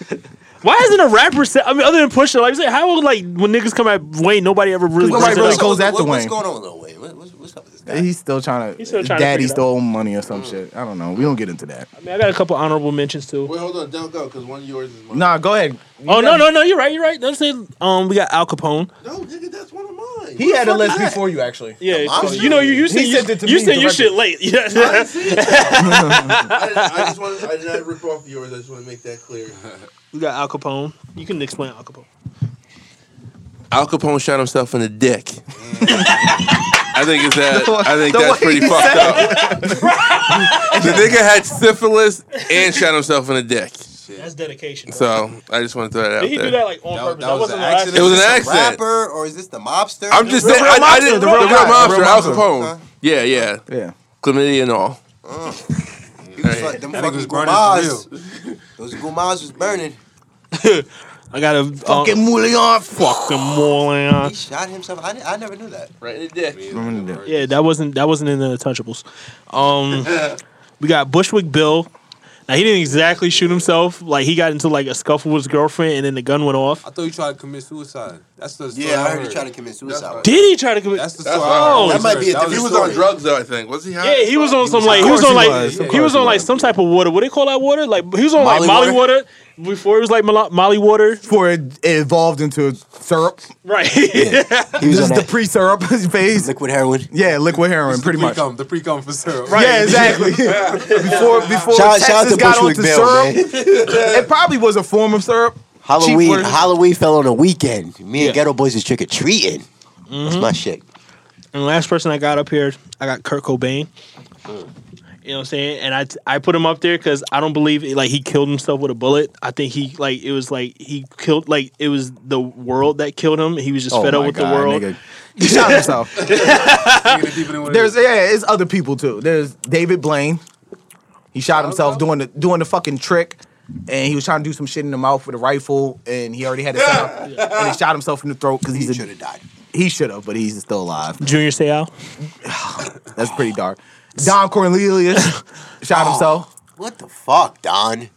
Why isn't a rapper? Say, I mean, other than Pusha, like, say, how would like when niggas come at Wayne, nobody ever really. Nobody brings it really up? goes What- after what- What's Wayne. going on with Lil Wayne? What- what's, what's up with this guy? He's still trying to. Hell still trying to Daddy figure it stole money or some shit. I don't know. We don't get into that. I mean, I got a couple honorable mentions too. Wait, hold on. Don't go because one of yours is mine. Nah, go ahead. Oh no, no, no! You're right. You're right. That's it. Um, we got Al Capone. No, nigga, that's one of mine. He had a list before you, actually. Yeah, 'cause you know you you He send sent it to you, you me send your directly. shit late. Yeah. I, didn't- I just want. I did not rip off yours. I just want to make that clear. we got Al Capone. You can explain Al Capone. Al Capone shot himself in the dick. I think it's that. The- I think the that's way pretty he fucked up. the nigga had syphilis and shot himself in the dick. That's dedication. So I just want to throw that out Did he there. do that like on That- purpose? that That was wasn't an an accident. accident. It was an Is this a accident. rapper or is this the mobster? I'm just The saying. real I, I mobster, didn't. the The real real, guy, the mobster, real Al mobster. Capone. Yeah, yeah. Yeah. Chlamydia and all. He was fuck- them That nigga fucking was burning for gumas. Those gumas was burning. I got a uh, Fucking Moulion. fucking Moulin. He shot himself. I, di- I never knew that. Right in the dick. Yeah, that wasn't that wasn't in the Untouchables. Um, We got Bushwick Bill. Now he didn't exactly shoot himself. Like he got into like a scuffle with his girlfriend, and then the gun went off. I thought you tried to commit suicide. That's the story Yeah, I heard heard he tried to commit suicide. Did he try to commit? That's the That's story. what I Oh, I that heard. might be a That different was the He was story. on drugs though, I think. Was he high? Yeah, he was on some like he was on course like he was, of he was on like some type of water. What they call that water? Like he was on like Molly Molly water, before it was like Mol- Molly water. Before it, it evolved into syrup. Right. He This was is on the that pre syrup phase. liquid heroin. Yeah, liquid heroin, pretty the much. Pre-cum, the pre-cum for syrup. Yeah, exactly. before before Shout, Texas shout out to got Bushwick onto Bill, syrup, man. it probably was a form of syrup. Halloween, version. Halloween fell on a weekend. Me and Yeah. Ghetto Boys is trick or treating. That's my shit. And the last person I got up here, I got Kurt Cobain. You know what I'm saying? And I I put him up there because I don't believe like he killed himself with a bullet. I think he like it was like he killed like it was the world that killed him. He was just Oh fed up with the world. Oh nigga. He shot himself. There's yeah, it's other people too. There's David Blaine. He shot himself doing the doing the fucking trick, and he was trying to do some shit in the mouth with a rifle, and he already had it set up, and he shot himself in the throat because He he's should a, have died. he should have, but he's still alive. Junior Seau. That's pretty dark. Don Cornelius shot himself. What the fuck, Don?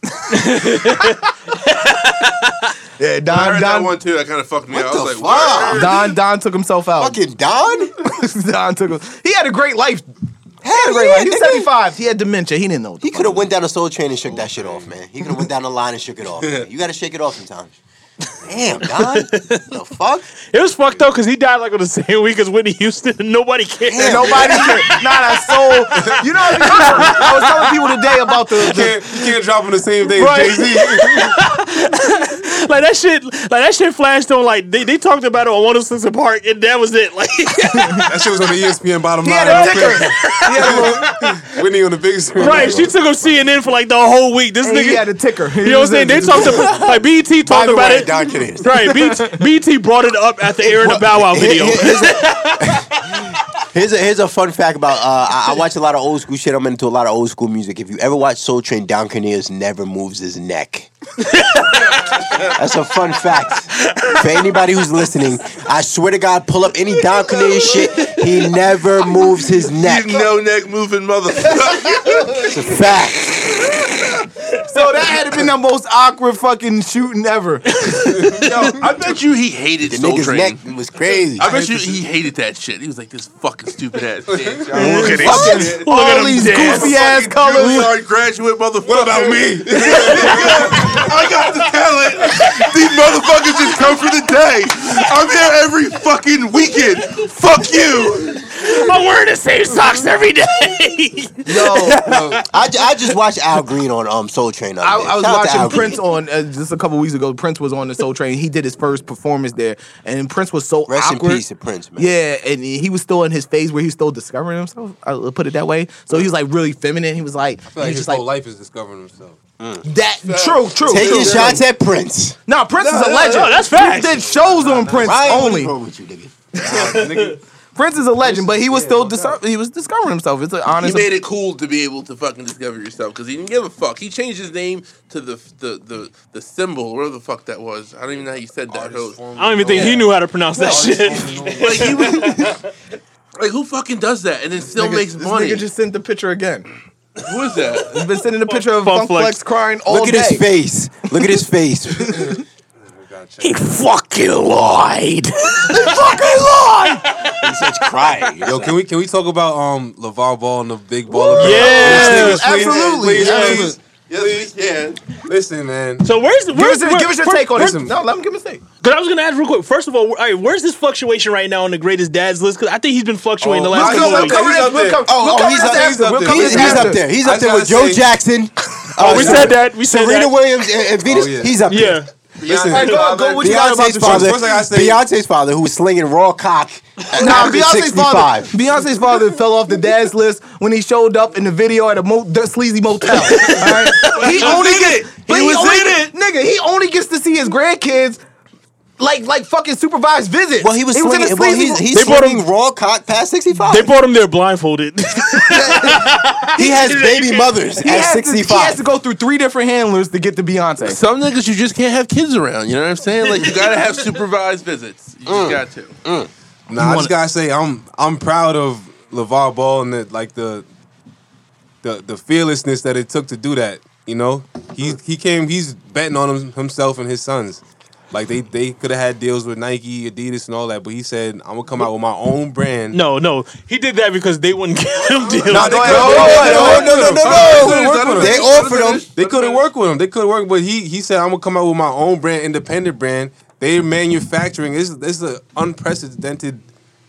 Yeah, I Don heard that Don, one too. That kind of fucked me. What up. the I was like, fuck? what? Don Don took himself out. Fucking Don? Don took him. He had a great life. Hell Great yeah, life. He was nigga. 75. He had dementia. He didn't know. what the He fuck could have went down a soul train and shook that shit off, man. He could have went down the line and shook it off. You got to shake it off sometimes. Damn, Don. What the fuck? It was fucked up because he died like on the same week as Whitney Houston. And nobody cared. And nobody cared. Not a soul. You know what I mean? I was telling people today about the. You the can't, you can't drop on the same day Right. as Jay Z. Like that shit. Like that shit flashed on. Like they, they talked about it on 106 and Park, and that was it. Like That shit was on the E ESPN bottom he line. had a ticker. Whitney on the big screen. right, she took him CNN for like the whole week. This And nigga. he had a ticker. you know what I'm saying? They talked about like BT By talked the about way, it. Don Cornelius. Right, BT, BT brought it up after airing the Bow Wow video. Here's a here's a fun fact about uh, I, I watch a lot of old school shit. I'm into a lot of old school music. If you ever watch Soul Train, Don Cornelius never moves his neck. That's a fun fact for anybody who's listening. I swear to God, pull up any Don Cornelius shit. He never moves his neck. You no neck moving motherfucker. It's a fact. So that had to been the most awkward fucking shooting ever. I bet you he hated The Soul nigga's Train. neck was crazy. I bet you he hated that shit. He was like, this fucking stupid ass shit. Look at Fucking all these goofy ass colors. Juilliard graduate motherfucker. What about me? I got the talent. These motherfuckers just come for the day. I'm here every fucking weekend. Fuck you. I'm wearing the same socks every day. I, ju- I just watched Al Green on um Soul Train. the other I, day. I was Shout out to Al watching Green. Prince on uh, just a couple weeks ago. Prince was on the Soul Train. He did his first performance there, and Prince was so Rest awkward. in peace to Prince, man. Yeah, and he was still in his phase where he was still discovering himself. I'll put it that way. So he was like really feminine. He was like, he Like was his just whole like life is discovering himself. that. True, true. true, Taking true. shots at Prince. No, Prince is a no, legend. no, that's We facts. Did shows on Prince Ryan, what only. is wrong with you, nigga? Prince is a legend, but he was Yeah, still no discer- he was discovering himself. It's an He honest. made it cool to be able to fucking discover yourself because he didn't give a fuck. He changed his name to the the the, the symbol, whatever the fuck that was. I don't even know how you said that. host. I don't even think he knew how to pronounce that shit. Like, he was, like who fucking does that and then still Nigga, makes this money? nigga just sent the picture again. who is that? He's been sending the picture of Fun Funk flex. Flex crying all Look at day. his face. Look at his face. Fucking lied. He's such crying. Yo, can we can we talk about um LeVar Ball and the big ball? of- Yeah. Absolutely. Please, Absolutely. please. Yes, we can. Listen, man. So where's Give where's us, your- give us your take on this. listen. No, let him give us a take. Because I was gonna ask real quick. First of all, all right, where's this fluctuation right now on the greatest dads list? Because I think he's been fluctuating the last Oh, let's couple go, of We'll let's weeks. cover this. We'll he's up there. cover Oh, we'll oh, cover he's this up- after. he's up We'll there. cover He's, this he's after. up there. He's I up there with gotta Joe say- Jackson, uh, Oh, we Ser- said that. We said Serena that. Oh, Williams, and, and Venus. yeah. He's up there. Yeah. Listen, Hey, go, go. What you got about Beyonce's the father, show? First thing I say- Beyonce's father, who was slinging raw cock. at Nah, after Beyonce's 65. father. Beyonce's father fell off the dad's list when he showed up in the video at a mo- the sleazy motel. All right? He only gets, but he was only, in it. nigga. He only gets to see his grandkids. Like, like fucking supervised visits. Well, he was in slinging. a well, sleazy he's, mo- he's They brought slinging raw cock past sixty-five. They brought him there blindfolded. he has baby mothers he at has to- he has sixty-five. to go through three different handlers to get to Beyonce. Some niggas you just can't have kids around. You know what I'm saying? Like you gotta have supervised visits. You just got to. Nah, I just gotta say I'm I'm proud of LeVar Ball and the, like the the the fearlessness that it took to do that. You know, he he came. He's betting on him, himself and his sons. Like they they could have had deals with Nike, Adidas, and all that, but he said, "I'm gonna come out with my own brand." No, no, he did that because they wouldn't give him deals. Nah, they No, could've- no, they no, could've no, no, worked no, with him. They could've worked with They him. offered him. They couldn't work with him. They couldn't work. But he he said, "I'm gonna come out with my own brand, independent brand." They're manufacturing. This this is an unprecedented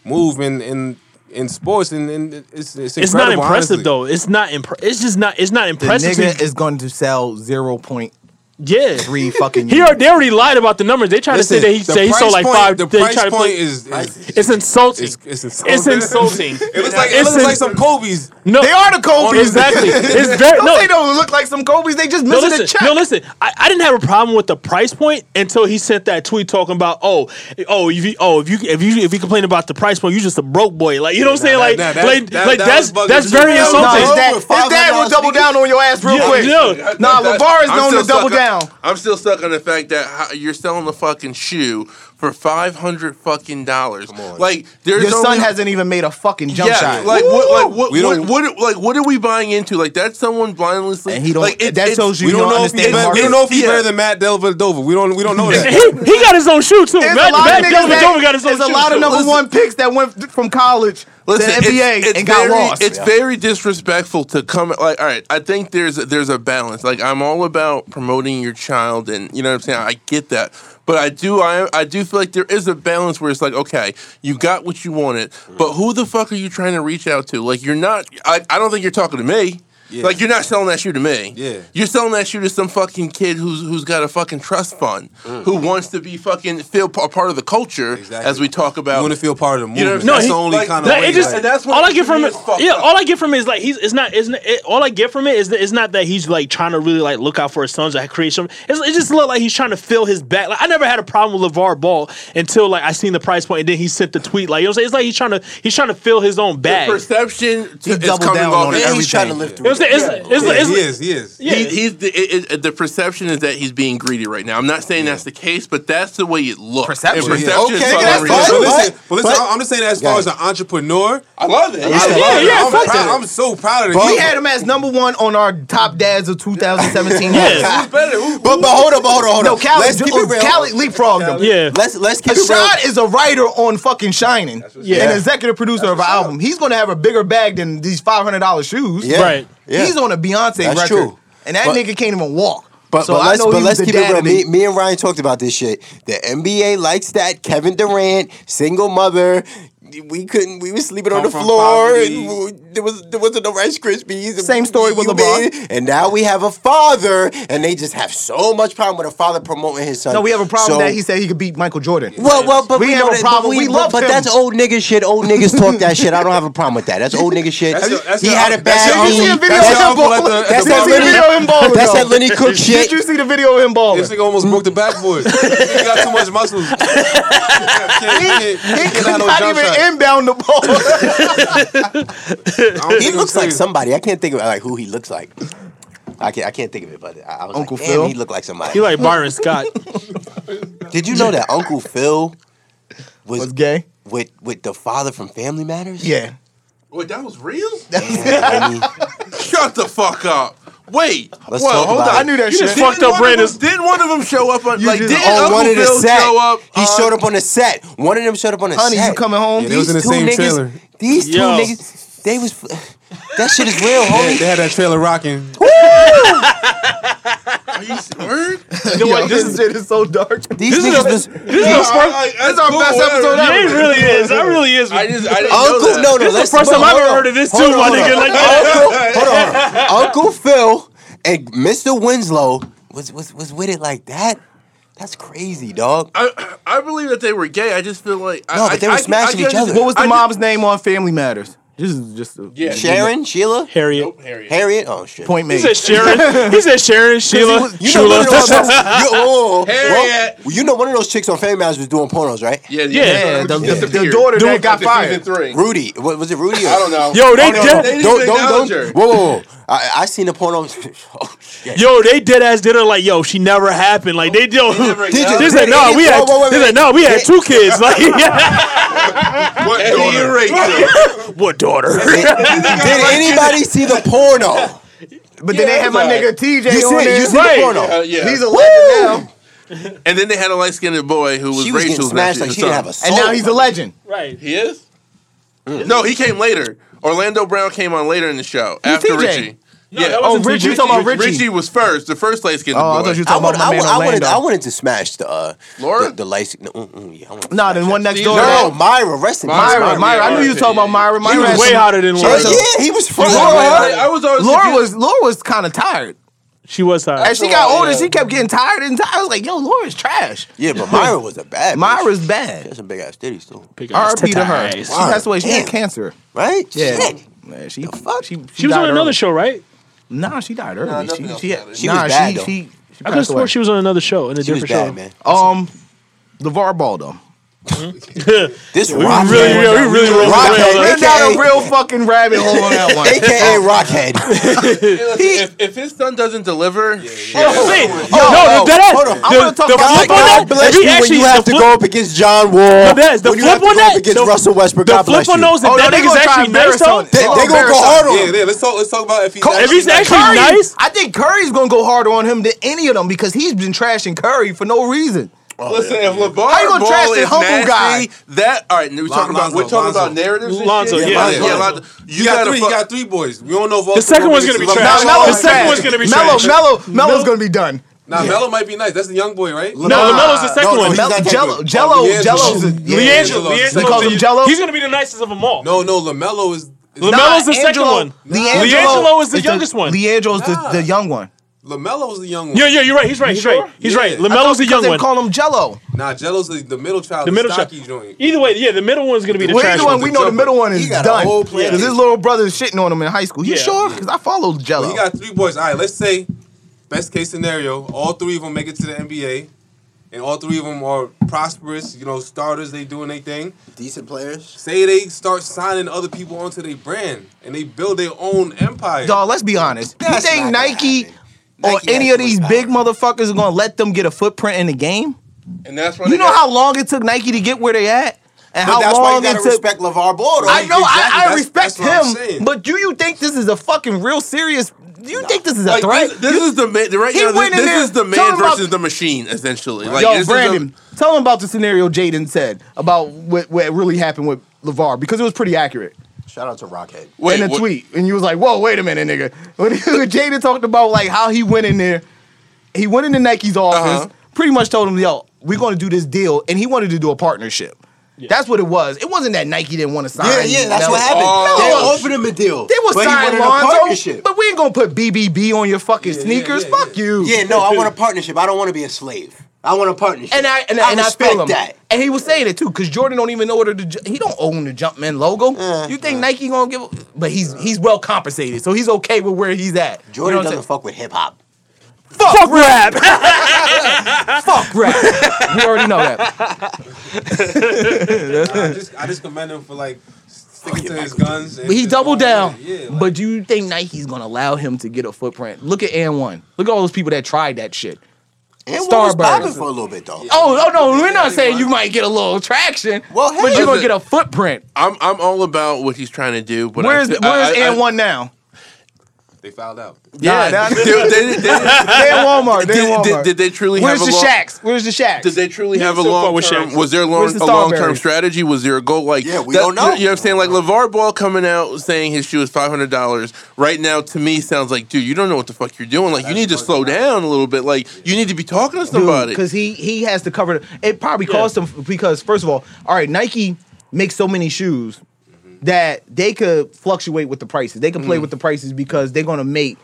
move in in in sports, and, and it's it's incredible. it's not impressive honestly. though. It's not impre- It's just not. It's not The impressive. nigga to- is going to sell zero point yeah. three fucking. He already, they already lied about the numbers. They tried Listen, to say that he the said he price sold like point- five. The they price tried to point put- is, is it's insulting. it's, it's insulting. It's insulting. it looks like it It's looks like ins- some Kobe's. No, Oh, They are the Kobe's. exactly. It's very Don't no. say they don't look like some Kobe's. They just No missing a listen, check. no, listen. I, I didn't have a problem with the price point until he sent that tweet talking about oh, oh, if you, oh, if you if you if you complain about the price point, you just a broke boy. Like you know what I'm saying? Nah, like, nah, that- like, that- like that that's was bugging. that's very Hell no, insulting. his Over dad, his dad will $500 double down on your ass real Yeah, quick. yeah. Nah, LeVar is I'm known still to double stuck on- down. I'm still stuck on the fact that how, you're selling a fucking shoe for five hundred fucking dollars. Like there's Your son only- hasn't even made a fucking jump yeah, shot. like what, like what, We what, don't- what, like what are we buying into? Like that's someone blindly. and he don't. Like, it- that it's- shows you We he don't, know if he's understand better, we marketing. don't know if he's Yeah. better than Matt Delvedova. We don't we don't know that. And he, he got his own shoe too. There's Matt, a lot Matt of niggas Delvedova that, got his own there's a shoe lot too. of number one picks that went th- from college Listen, to the NBA it's, it's and got very, lost. It's very disrespectful to come like all right, I think there's there's a balance. Like I'm all about promoting your child and you know what I'm saying? I get that. But I do I I do feel like there is a balance where it's like, okay, you got what you wanted, Mm. but who the fuck are you trying to reach out to? Like you're not I, I don't think you're talking to me. Like you're not selling that shoe to me. Yeah. You're selling that shoe to some fucking kid who's who's got a fucking trust fund, who wants to be fucking feel a part of the culture Mm. Exactly. as we talk about. You want to feel part of the movement. know what I'm That's saying? the No, only like- kind of Like, way. it just, like- that's what all I get to from me it, is fucked yeah. up. All I get from it is like he's. It's not. Isn't it, all I get from it is that it's not that he's like trying to really like look out for his sons or create some. It's, it just looked like he's trying to fill his back. Like I never had a problem with Levar Ball until like I seen the price point and then he sent the tweet. Like you know, what I'm saying? it's like he's trying to he's trying to fill his own bag. You know perception to, is doubled coming down off on of it. And he's everything. trying to lift what I'm saying? It's, it's, yeah, it's, he is. He is. yeah. He, he's the, it, it, the perception is that he's being greedy right now. I'm not saying that's the case, but that's the way it looks. Perception. And perception Okay, is nigga, fucking that's But, fine. ridiculous. listen, But- listen, but listen, but- I'm just saying as far as an entrepreneur, I love it. I love it. yeah, I'm, fuck proud, that. I'm so proud of the we kid. had him as number one on our top dads of 2017. Yeah. Who's better? Who, But but hold up, but hold up, hold No, up. Cali, Let's keep it real. Cali leapfrogged him. yeah. Let's let's keep it real. Ashad is a writer on fucking Shining Yeah. and executive producer of an album. He's going to have a bigger bag than these $500 shoes. Yeah, Right. Yeah. He's on a Beyonce That's record. true. And that But- nigga can't even walk. But, so but I let's, know but he let's was the keep it dad real. of the- Me, me and Ryan talked about this shit. The NBA likes that. Kevin Durant, single mother. We couldn't. We were sleeping on the Come from floor, poverty. and w- there was there wasn't no Rice Krispies. and Same story with you LeBron. made it. And now we have a father, and they just have so much problem with a father promoting his son. No, we have a problem So- that he said he could beat Michael Jordan. Well, well, but We we, have know a that, problem. But, We but- love but him. that's old nigga shit. Old niggas talk that shit. I don't have a problem with that. That's old nigga shit. That's your- that's he your- had a that's bad. your- Did you see a um, video of that's your him uncle at ball? the- at the Did That's you that see a Lenny. video of him balling? That's though? that Lenny Cook shit. Did you see the video of him balling? This nigga almost broke the backboard. he got too much muscle. He can't- He can't could have no not jump even shot. inbound the ball. I don't he looks think I'm like serious. somebody. I can't think of like who he looks like. I can't. I can't think of it, but I, I was Uncle like, damn, Phil? he looked like somebody. He like Byron Scott. Did you know that Uncle Phil was, Was gay? with with the father from Family Matters? Yeah. wait, that was real? Damn, homie. Shut the fuck up. Wait. Let's Whoa, talk hold about on. it. I knew that You shit. just fucked up one of Brandon's. them, didn't one of them show up on You like just- didn't on Uncle one of the Phil set, show up? uh, he on- showed up on the set. One of them showed up on the Honey, set. you coming home? Yeah, they was in the two same niggas, trailer. These two Yo. niggas, they was. That shit is real, They, homie. they had that trailer rocking. Are you word? You know what? This is shit is so dark. These this is niggas a- was. this is the first. this is our best episode Yeah, it really is. That really is. I just I didn't know Uncle, that. no, no, This is let's- the first but time I've hold ever on. heard of this too, Hold on, my hold nigga. on. Like, Hold on, hold on. Uncle Phil and Mr. Winslow was was was with it like that. That's crazy, dog. I, I believe that they were gay. I just feel like No, I, but they I- were I- I smashing guess each other. What was the I did- mom's name on Family Matters? This is just a Yeah. Sharon, Sheila, Harriet. Nope, Harriet. Harriet. Oh shit. point He made. said Sharon. He said Sharon, Sheila, was- You know, Shula. one of those, you, oh, oh, oh. Harriet. Well, you know one of those chicks on Family Matters was doing pornos, right? Yeah, Yeah, the, the, the Disappeared. daughter that Dude, got After season fired. Three. Rudy, what was it? Rudy? Or? I don't know. Yo, Oh, they no, dead. no, They no. didn't Don't, even don't, acknowledge don't. her. Whoa, whoa, whoa. I, I seen the porno. Oh shit. Yo, they dead ass did her like, yo, she never happened. Like they do. never They Did you- said, no, we had. Whoa, whoa, wait, They wait. said, no, we had two kids. Like, yeah. What daughter? What daughter? Did anybody see the porno? But then they had my Right. nigga TJ You see on it? there. You see Right. the porno? Uh, yeah. He's a legend now, and then they had a light skinned boy who was She was getting Rachel's smashed nephew, like she so- didn't have a soul. and now he's a legend. right. He is? Mm. No, he came later. Orlando Brown came on later in the show after TJ. Richie. yeah. that Oh, wasn't Rich, you TJ. talking about Richie. Richie? was first, the first light skinned Oh, boy. I thought you were I talking would, about my I, man would, I, wanted, I Orlando. wanted to smash the uh, Laura? the, the lights. No, mm, mm, yeah, I wanted to Nah, smash then that. one next See, door. No, Myra, rest in peace, Myra, Myra, Myra. I knew you was talking about Myra. Myra He had was way some- hotter than She Laura. had Yeah, some- he was from I, I was always Laura confused. was Laura was kind of tired. She was hot. As she got older, she kept getting tired and tired. I was like, yo, Laura's trash. Yeah, but Myra was a bad. Myra's Myra's bad. that's a big ass titty still, RP to her. She Wow. passed away. She Damn. had cancer. right? Yeah. Shit. Man, she, she, She was died on another early. show, right? Nah, she died early. Nah, nothing she else she, matters. She nah, was bad, she, though. she, she I could passed away. swore she was on another show in a She was different bad, show. man. Um, LeVar Ball, though. This We rockhead, really, yeah, we really rode the Rockhead. rails on We're that. Rockhead. down a real fucking rabbit hole on that one. aka Rockhead. if, if his son doesn't deliver, Oh, wait. Yo, no, yo, the deadass. hold on. I'm The- gonna talk the about- flip God, on that. God bless He you when actually- you have the to flip- go up against John Wall. But that's the when you flip have to on go that- up against the- Russell Westbrook. The God bless flip on you. those Oh, that they nigga's gonna try actually and nice embarrass though. on- They, Oh, they gonna go embarrassing. hard on Yeah, him. yeah, let's talk. Let's talk about if he's If actually he's nice. actually nice, I think Curry's gonna go harder on him than any of them because he's been trashing Curry for no reason. listen, if LeBron How you gonna Ball trash the is humble nasty, guy? that all right. We're talking about Lonzo, we're talking about Lonzo. narratives. and Lonzo, shit? yeah, Lonzo. Lonzo. Lonzo. You He got gotta three. He fuck- got three boys. We don't know if the second one's gonna be trash. Melo The was second trash. one's gonna be Melo, trash. Melo, Melo's gonna be done. Nah, Melo might be nice. That's the young boy, right? No, Lamelo's the no, second no, one. he's Melo, not that Jello, good. Jello, Oh, Jello's. a- Leangelo's- yeah. Leangelo. Leangelo's the They call Leangelo. second him Jello. He's gonna be the nicest of them all. No, no, Lamelo is Lamelo's the Angelo- second one. Leangelo, Leangelo is the youngest one. Leangelo's Nah. the, the young one. Lamelo's the young one. Yeah, yeah, you're right. He's right. He's right. He's Yeah. right. I thought Lamelo's the Because young they one. call him Jello. Nah, Jello's the, the middle child, The middle stocky child. joint. Either way, yeah, the middle one's gonna be the Well, trash either one, one. we know the jumper. middle one is He got a done. whole Because plan. his little brother is shitting on him in high school. You Yeah. sure? Because I followed Jello. He got three boys. All right, let's say best case scenario, all three of them make it to the NBA, and all three of them are prosperous. You know, starters. They doing their thing. Decent players. Say they start signing other people onto their brand, and they build their own empire. Dog, let's be honest. You That's think not gonna Nike happen. or Nike any has of these big horsepower. motherfuckers are going to let them get a footprint in the game? And that's why You they know got- how long it took Nike to get where they at? And But how that's why you long it gotta took. respect LeVar Ball. though. I know, Exactly, I, I that's- respect that's what I'm him, saying. but do you think this is a fucking real serious? Do you think this is a Like, threat? This, this is the man. Right He now, this, went in this there is the man talking about- versus the machine, essentially. Like, this Yo, is a- Brandon, tell him about the scenario Jaden said about what, what really happened with LeVar because it was pretty accurate. Shout out to Rockhead. wait, in a what- tweet, and you was like, "Whoa, wait a minute, nigga." When Jada talked about like how he went in there, he went into Nike's office, Uh-huh. pretty much told him, "Yo, we're going to do this deal," and he wanted to do a partnership. That's what it was. It wasn't that Nike didn't want to sign. Yeah, yeah, that's Melo. what happened. Oh. They offered him a deal. They was but he signing wanted a Lonzo, partnership. but we ain't gonna put BBB on your fucking Yeah, yeah, sneakers. yeah, Fuck you. Yeah, no, I want a partnership. I don't want to be a slave. I want a partnership. And I and I, and I respect feel him. that. And he was saying it too, because Jordan don't even know order to. He don't own the Jumpman logo. Uh, you think Nike gonna give? a- But he's he's well compensated, so he's okay with where he's at. You know Jordan what I'm doesn't fuck with hip hop. Fuck, rap. Fuck rap. We already know that. Uh, I just, I just commend him for like Oh, sticking to his guns. and But he just doubled going down. with it. Yeah, like, but do you think Nike's gonna allow him to get a footprint? Look at and one. Look at all those people that tried that shit. And what was Starburst. popping for a little bit though. Oh, oh no, we're not saying you might get a little traction. Well, but hey. you're gonna get a footprint. I'm I'm all about what he's trying to do, but Where's I, thi- I- where's I- and one now? they fouled out. Yeah, Nah, nah. they, they, they, They at Walmart. They did, at did, Walmart. did they truly Where's have the a long, shacks? Where's the shacks? Did they truly have a so far long with term? Shaq. Was there long, Where's the a long term strawberries? strategy? Was there a goal like Yeah, we don't know. You know what I'm saying? Like LeVar Ball coming out saying his shoe is five hundred dollars right now to me sounds like, dude, you don't know what the fuck you're doing. Like you need to slow down a little bit. Like you need to be talking to somebody. because he he has to cover. the- It probably cost him because first of all, all right, Nike makes so many shoes that they could fluctuate with the prices. They can Mm. play with the prices because they're gonna make.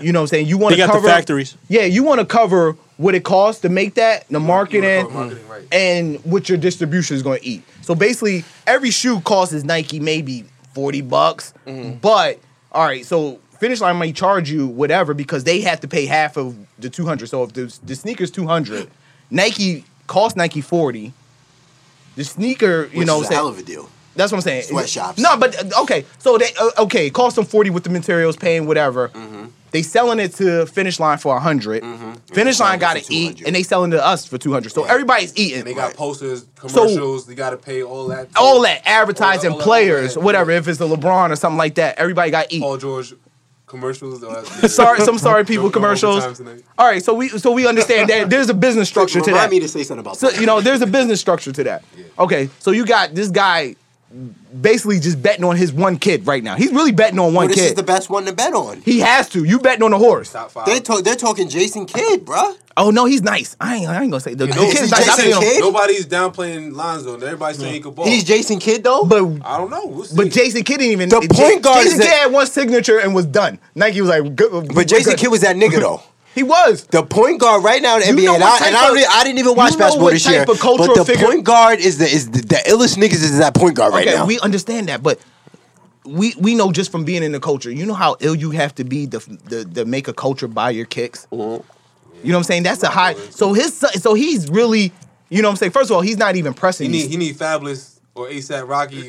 You know what I'm saying? You want They to got the cover factories. Yeah, you want to cover what it costs to make that, the market wanna cover and marketing, right. and what your distribution is going to eat. So basically, every shoe costs is Nike maybe forty bucks, Mm-hmm. but all right, so Finish Line might charge you whatever because they have to pay half of the two hundred. So if the, the sneaker's two hundred, Nike costs Nike forty. The sneaker, you Which know, is what a I'm hell of saying, a deal. that's what I'm saying. Sweatshops. Mm-hmm. No, but uh, okay, so they uh, okay, it costs them forty with the materials, paying whatever. They selling it to Finish Line for 100. Finish Line got to For eat, 200. and they selling to us for 200. So everybody's eating. They got posters, commercials. they got to pay all that. all that advertising All that- all that- players, all that. whatever. If it's a LeBron or something like that, everybody got to eat. Oh. Paul George commercials. all that- Sorry, some sorry Don't people go commercials. overtime tonight. All right, so we so we understand that there's a business structure to that. Remind me to say something about So that. you know, there's a business structure to that. Okay, so you got this guy basically just betting on his one kid right now. He's really betting on one Well, Oh, this is kid. the best one to bet on. he has to. You betting on a horse? Top five. They talk, they're talking Jason Kidd, bruh. Oh no, he's nice. I ain't, I ain't gonna say the, the Is he kid's nice. I Jason mean, Kidd? Nobody's downplaying Lonzo. and Everybody's saying he could ball. He's Jason Kidd though. Oh. but I don't know. We'll see. but Jason Kidd didn't even. The point guard Jason is that- Kidd had one signature and was done. Nike was like, good, we're but Jason good. Kidd was that nigga though. He was. The point guard right now in the You NBA, know and, what I, and type I, of- don't, really- I didn't even watch you know basketball what this type year. of cultural but the figure- point guard is the is the, the illest niggas is that point guard right okay, now. we understand that, but we we know just from being in the culture, you know how ill you have to be to to, to make a culture buy your kicks. Mm-hmm. You know what I'm saying? That's a high. So his son, so he's really, you know what I'm saying. First of all, he's not even pressing. he need these- he need Fabulous or ASAP Rocky. he,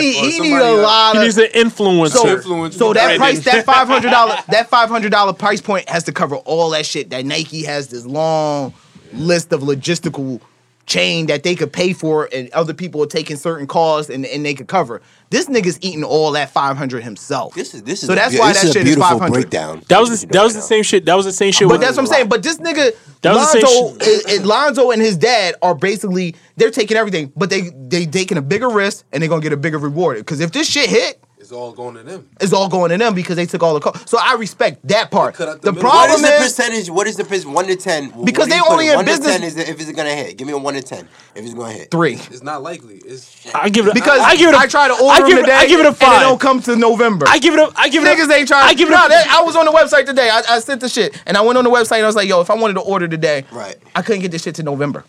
need, or he somebody need a else. lot He of. needs an influencer. so, influencer. so that Right. price, that five hundred dollar, that five hundred dollar price point has to cover all that shit. That Nike has this long list of logistical chain that they could pay for, and other people are taking certain calls and, and they could cover. This nigga's eating all that five hundred himself. this is this is so that's a, why this that is a shit is beautiful five hundred. breakdown. that was You know that was right the now. same shit. That was the same shit. But with- that's what I'm saying. But this nigga That was the same Lonzo, and- and Lonzo and his dad are basically they're taking everything, but they they taking a bigger risk and they're gonna get a bigger reward. Because if this shit hit, It's all going to them. it's all going to them because they took all the cost. So I respect that part. They cut out The the middle. What is problem the is percentage? What is the percentage? One to ten. What Because do you they put only it? in one business- To 10 is if it's gonna hit. Give me a one to ten. If it's gonna hit. three. It's not likely. It's I give it Because I give it. A, I try to order I give them it. today. I give it a And it five. don't come to November. I give it a. I give it. Niggas a, ain't trying. I give it. Nah, a, that- I was on the website today. I, I sent the shit, and I went on the website and I was like, "Yo, if I wanted to order today, Right. I couldn't get this shit to November."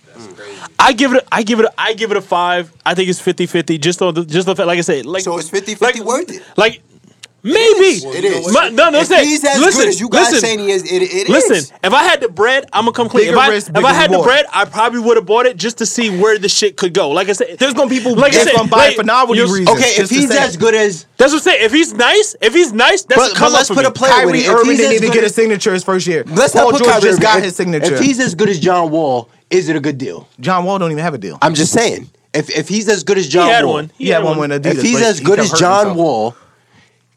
I give it. A, I give it. A, I give it a five. I think it's 50-50 Just on the. Just the fact, like I said, like So it's 50-50 worth it. Like maybe It is. My- no, no, If say- he's as listen, good as you guys listen. saying he is, it, it is. Listen, if I had the bread, I'm gonna come clean. Bigger If I, risk, if I bigger had the reward. bread, I probably would have bought it just to see where the shit could go. Like I said, There's gonna be people Like I that's said, gonna buy it like, for novelty you're- reasons. Okay, if just to he's say. as good as, that's what I'm saying. If he's nice, if he's nice, that's but, a come but let's up put for a me. player with Kyrie it. If Irving he's didn't as even good get a as- signature his first year. Let's Paul not put George Kyrie just Irving. got if, his signature. If he's as good as John Wall, is it a good deal? John Wall don't even have a deal. I'm just saying. If if he's as good as He John had Wall, one. He had one with Adidas. if he's but as he good kept as hurting John himself. Wall,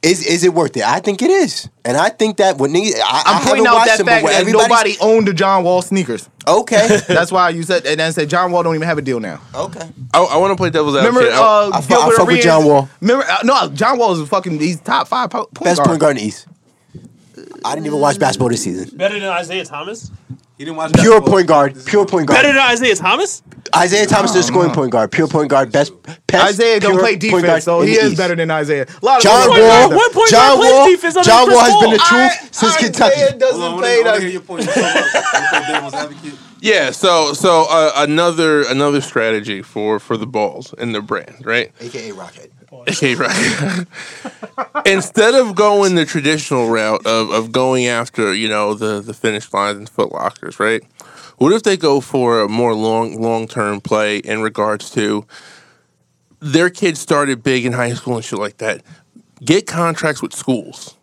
is is it worth it? I think it is, and I think that when he, I, I I'm haven't pointing out watched that him, but fact when that everybody's- nobody owned the John Wall sneakers. Okay, That's why you said and then said John Wall don't even have a deal now. okay. I, I want to play devil's advocate. Remember, I- uh, I fu- I Gilbert fuck with Arenas- John Wall. Remember, uh, no, John Wall is fucking. He's top five po- point Best guard. point guard in the East. I didn't even watch basketball this season. Better than Isaiah Thomas. he didn't watch Pure basketball. point guard. This is- Pure point Better than guard. Isaiah Thomas. Isaiah Thomas is scoring point guard. Pure point guard. Best. best Isaiah don't pure play point guard defense, so in he the is East. better than Isaiah. A lot of John people don't Wall. play What point John guard plays Wall. defense other John than Wall Chris has been the Paul? defense. truth since Isaiah Kentucky. doesn't Hold on, I wanna- I play wanna that. hear your point. You play devil's advocate. yeah. So so uh, another another strategy for for the balls and their brand, right? AKA Rocket. Okay, right. Instead of going the traditional route of, of going after, you know, the, the finish lines and foot lockers, right? What if they go for a more long long term play in regards to their kids started big in high school and shit like that? Get contracts with schools.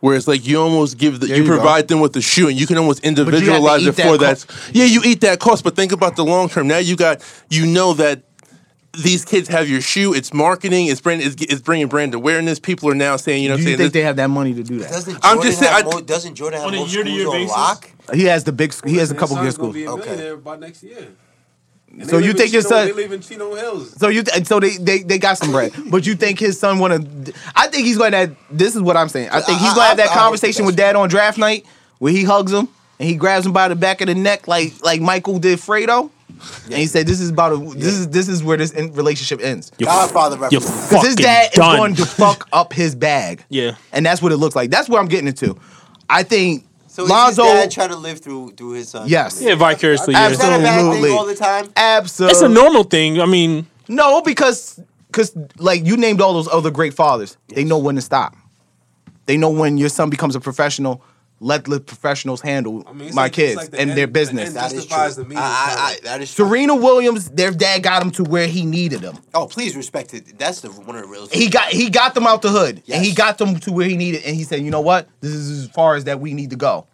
Where it's like you almost give the, you, you go. provide them with the shoe and you can almost to individualize eat it that for co- that. Yeah, you eat that cost, but think about the long term. Now you got you know that these kids have your shoe. It's marketing. It's brand. It's, it's bringing brand awareness. People are now saying, you know, Do what I'm you saying think this- they have that money to do that? Doesn't Jordan I'm just saying, Have I- mo- doesn't Jordan have On a more year-to-year schools on basis? lock? He has the big. He has a His couple son's good gonna schools. be a Okay. millionaire by next year. And So they you live think in your Chino- son- They live in Chino Hills. So you th- so they, they they got some bread, but you think his son want to? I think he's going to. This is what I'm saying. I think he's going to have I- I- that I hope conversation that's with dad on draft night where he hugs him and he grabs him by the back of the neck like like Michael did Fredo, and he said, "This is about a, this is this is where this in- relationship ends." Godfather You're reference. fucking his dad done. is going to fuck up his bag. Yeah. and that's what it looks like. That's what I'm getting into. I think So Lonzo. is his dad trying to live through through his son? Yes. yeah, vicariously. Is that Yeah. a bad Absolutely. thing all the time? absolutely. It's a normal thing. I mean, No, because because like you named all those other great fathers. They know when to stop. They know when your son becomes a professional. let the professionals handle I mean, it's my like- it's kids like the and end- their the business. end That is true. justifies the I, means, I, I, though. that is true. Serena Williams, their dad got him to where he needed him. Oh, please respect it. That's the one of the real. He got he got them out the hood, and he Yes. got them to where he needed. And he said, "You know what? This is as far as that we need to go."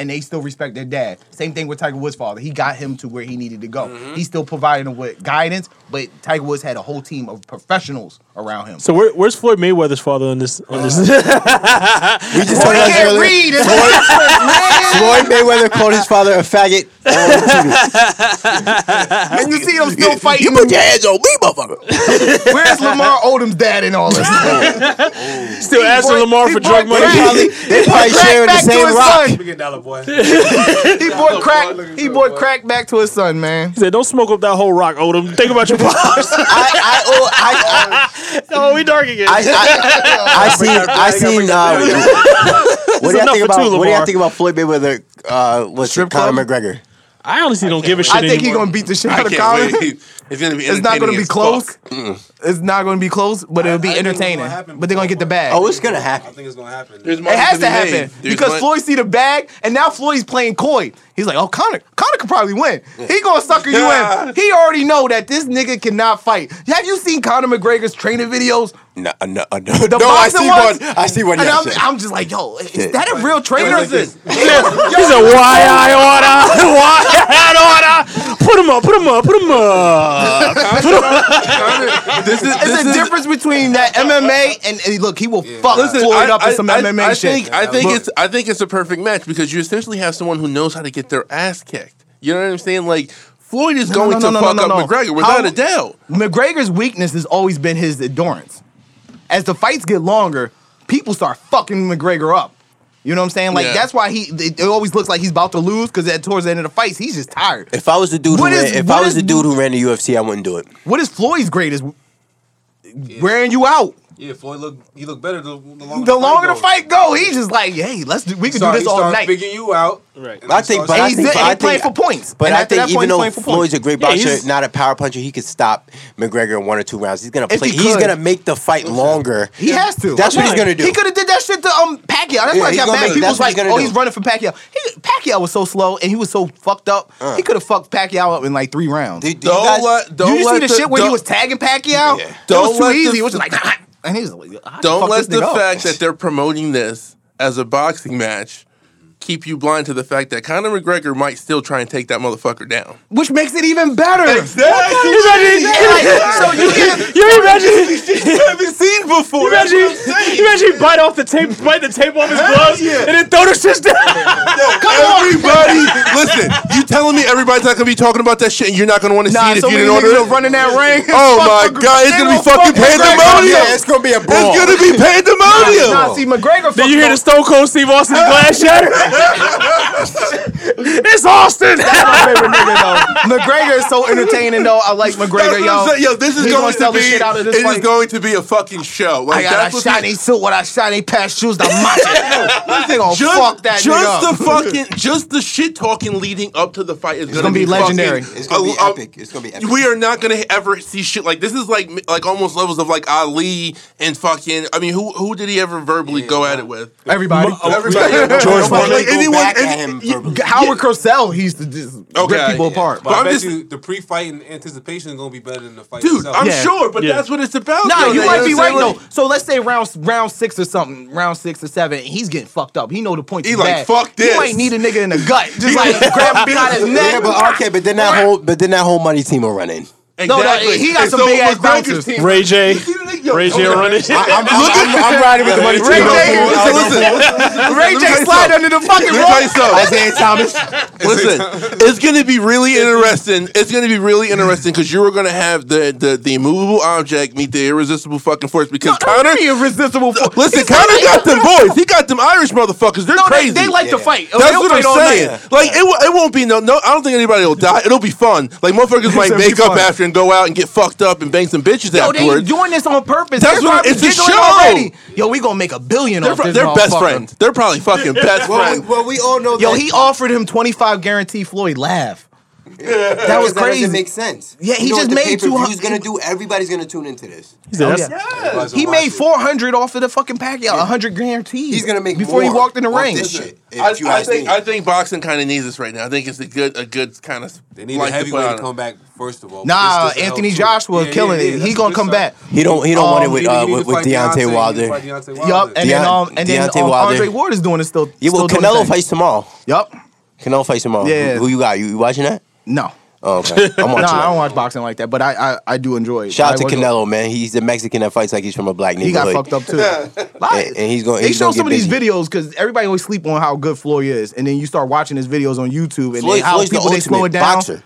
And they still respect their dad. Same thing with Tiger Woods' father. He got him to where he needed to go. Mm-hmm. He still provided him with guidance, but Tiger Woods had a whole team of professionals around him. So where, where's Floyd Mayweather's father on this? On this? We just Boy, he can't read. It's Floyd Mayweather called his father a faggot. and you see them still fighting. put your hands on me, motherfucker. Where's Lamar Odom's dad in all this? Still asking Lamar for drug money. probably- they probably sharing the same rock. Big and dollar boy. He bought crack. He bought crack back to his son, man. He said, "Don't smoke up that whole rock, Odom. Think about your pops." I, I, oh, I, oh, we dark again. I, I, I, I seen, I seen. Uh, what do you enough think for about? two, what do you Lamar. think about Floyd Mayweather? Uh, what's it, Conor McGregor? I honestly don't give a shit I think he's anymore. gonna beat the shit I out of can't Colin. wait. It's gonna be. It's not gonna going to be close. It's not gonna be close, but it'll be I think what's gonna entertaining. happen But they're gonna get the bag. Oh, it's gonna I happen. think it's gonna happen. It has to happen because Floyd see the bag, and now Floyd's playing coy. He's like, "Oh, Connor, Connor could probably win. He gonna sucker you in. He already know that this nigga cannot fight. Have you seen Conor McGregor's training videos? No, uh, no, no. no I boxing see ones? one. I see one. And I'm, yesterday. I'm just like, yo, is that a real trainer? like this. He's a why I order, why I order. Put him up, put him up, put him up. this is It's this the is difference between that MMA and, and look, he will fuck Floyd up in some MMA I shit. Think, I think it's I think it's a perfect match because you essentially have someone who knows how to get their ass kicked. You know what I'm saying? Like Floyd is going no, to no, no, fuck no, up no. McGregor without How- a doubt. McGregor's weakness has always been his endurance. As the fights get longer, people start fucking McGregor up. You know what I'm saying? Like Yeah. that's why he it, it always looks like he's about to lose because at towards the end of the fights he's just tired. If I was the dude, who What ran, is- if what I was is- the dude who ran the UFC, I wouldn't do it. What is Floyd's greatest? Wearing you out. Yeah, Floyd look he looked better the, the longer The longer the goes. fight go, he's just like, hey, let's do, we He can start- do he this all start night. figuring you out. Right. And I he think, starts- but And I he's, think, and but I he's playing think, for points. But and I after think that even point, he's though playing for Floyd's a points. great Yeah, boxer, he's- not a power puncher, he could stop McGregor in one or two rounds. He's gonna If play. he he's could. gonna make the fight longer. He has to. That's what he's gonna do. He could have did that shit to um Pacquiao. That's Yeah, why I he's got gonna mad. make- People that's what was like, he's gonna oh, do. he's running for Pacquiao. He, Pacquiao was so slow and he was so fucked up. He could have fucked Pacquiao up in like three rounds. Do- Did do you Don't guys- let you don't see let the, shit where he don't- was tagging Pacquiao? Yeah. That was Don't let too easy. the- it was just like, and he was like, how the Don't fuck let this the nigga up? fact that they're promoting this as a boxing match keep you blind to the fact that Conor McGregor might still try and take that motherfucker down. which makes it even better. Imagine, So you can you imagine, haven't seen before. imagine, you imagine bite off the tape, bite the tape off his gloves, and then throw the shit down. Everybody, listen. You telling me everybody's not gonna be talking about that shit, and you're not gonna want to Nah, see it so if you many didn't order niggas it? will run in that ring. Oh my Fuck god, it's they gonna be will fucking fuck McGregor. pandemonium. Yeah, it's gonna be a brawl. It's gonna be pandemonium. Nah, see McGregor. Then you hear the fucked Stone Cold Steve Austin's glass shatter. it's Austin. my favorite nigga though. McGregor is so entertaining though. I like That's McGregor, what I'm yo. saying. Yo, this is He going gonna sell to the be. shit out of It this is fight. going to be a fucking show. Like, I got that's a what shiny we- suit with a shiny past shoes. The match. They gonna Just, fuck that nigga just up. the fucking, just the shit talking leading up to the fight is going to gonna be legendary. It's gonna be uh, uh, epic. It's gonna be epic. We are not going to ever see shit like this. Is like like almost levels of like Ali and fucking. I mean, who who did he ever verbally go at it with? Everybody. George Like, Foreman go anyone- back any- at him verbally. Howard Cosell, he used to just rip Okay. people apart. But I'm I bet just- you the pre-fight and anticipation is gonna be better than the fight. Dude, itself. I'm Yeah. sure, but Yeah. that's what it's about. Nah, though. you know might what be I'm right saying? though. So let's say round round six or something, round six or seven, and he's getting fucked up. He know the points. He is like, bad. fuck this. You might need a nigga in the gut, just like grab him behind his neck. Yeah, but okay, but then that whole, but then that whole money team will run in. No, no, Exactly. he got And some so big ass McGregor's bouncers. team- Ray J, Ray J running. I, I'm, I'm, I'm, I'm riding with the money Ray team. J, So listen, Ray tell J you slide something. under the fucking let me tell you rope. something. Isaiah Thomas. Listen, it's gonna be really interesting. It's gonna be really interesting because you are gonna have the, the the immovable object meet the irresistible fucking force because Connor. Be irresistible. for- Listen, Connor got them boys. He got them Irish motherfuckers. They're No, they, crazy. they like to fight. That's They'll what I'm fight all night. saying. Like it, w- it won't be no no. I don't think anybody will die. It'll be fun. Like motherfuckers might It'll be make up fun. after and go out and get fucked up and bang some bitches Yo, they afterwards. doing this on purpose. That's they're what- probably it's a giggling show. already. Yo, we gonna make a billion They're, off pro- this they're best motherfucker. friends. They're probably fucking best Well, we, friends. well, we all know Yo, that. he offered him 25 guarantee Floyd laugh. That was crazy. It makes sense. Yeah, he You know what just the made 200 pay-per-view's gonna do. Everybody's gonna tune into this. He said, Oh, that's- yeah. Everybody's He gonna watch made it. four hundred off of the fucking pack. Yeah, hundred guaranteed. He's gonna make before he more walked in the off ring. This shit. If I, you I guys think need- I think boxing kind of needs this right now. I think it's a good a good kind of They need a heavyweight to come back first of all. Nah, This doesn't Anthony help, too. Joshua Yeah, killing yeah, yeah, it. that's He a gonna good come sign. back. He don't. He don't Um, want it with uh, He need with, to with fight Deontay, He need to Wilder. fight Deontay Yup, Wilder. and then Deon- um, and then Deontay um, Wilder. Andre Ward is doing it still. Yeah, well, still doing Canelo his thing. fights tomorrow. Yup. Canelo fights tomorrow. Yeah. Who, who you got? You, you watching that? No, Oh, okay. I'm no, watching. I don't that. watch boxing like that, but I I, I do enjoy it. Shout I out to was- Canelo, man. He's the Mexican that fights like he's from a black He got neighborhood. fucked up too. Like, And, and he's going. they he's show gonna some of get these busy. videos because everybody always sleep on how good Floyd is, and then you start watching his videos on YouTube, and Floyd- then how Floyd's the people they slow ultimate it down, boxer.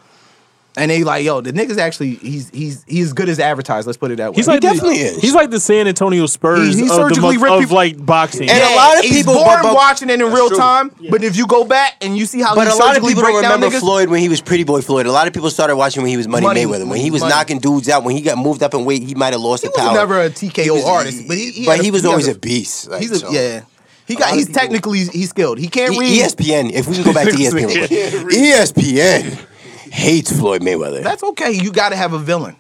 and they like, yo, the niggas actually he's he's he's as good as advertised. Let's put it that way. He's like definitely the, is. He's like the San Antonio Spurs He- he of, the, surgically mo- ripped of people- like boxing. And- a lot of he's people- boring but- but- watching it in real true. time, but if you go back and you see how But he a lot of surgically people break don't down remember niggas, Floyd when he was Pretty Boy Floyd. A lot of people started watching when he was Money, Money- Mayweather. When he was Money. knocking dudes out, when he got moved up in weight, he might have lost he the was power. never a TKO artist, but he, he had a- was he has always a- a, beast. like, He's a so. yeah. He lot got. of He's people- technically he's skilled. He can't E- read. ESPN. If we can go back to E ESPN, real quick. ESPN hates Floyd Mayweather. Uh, That's okay. You got to have a villain.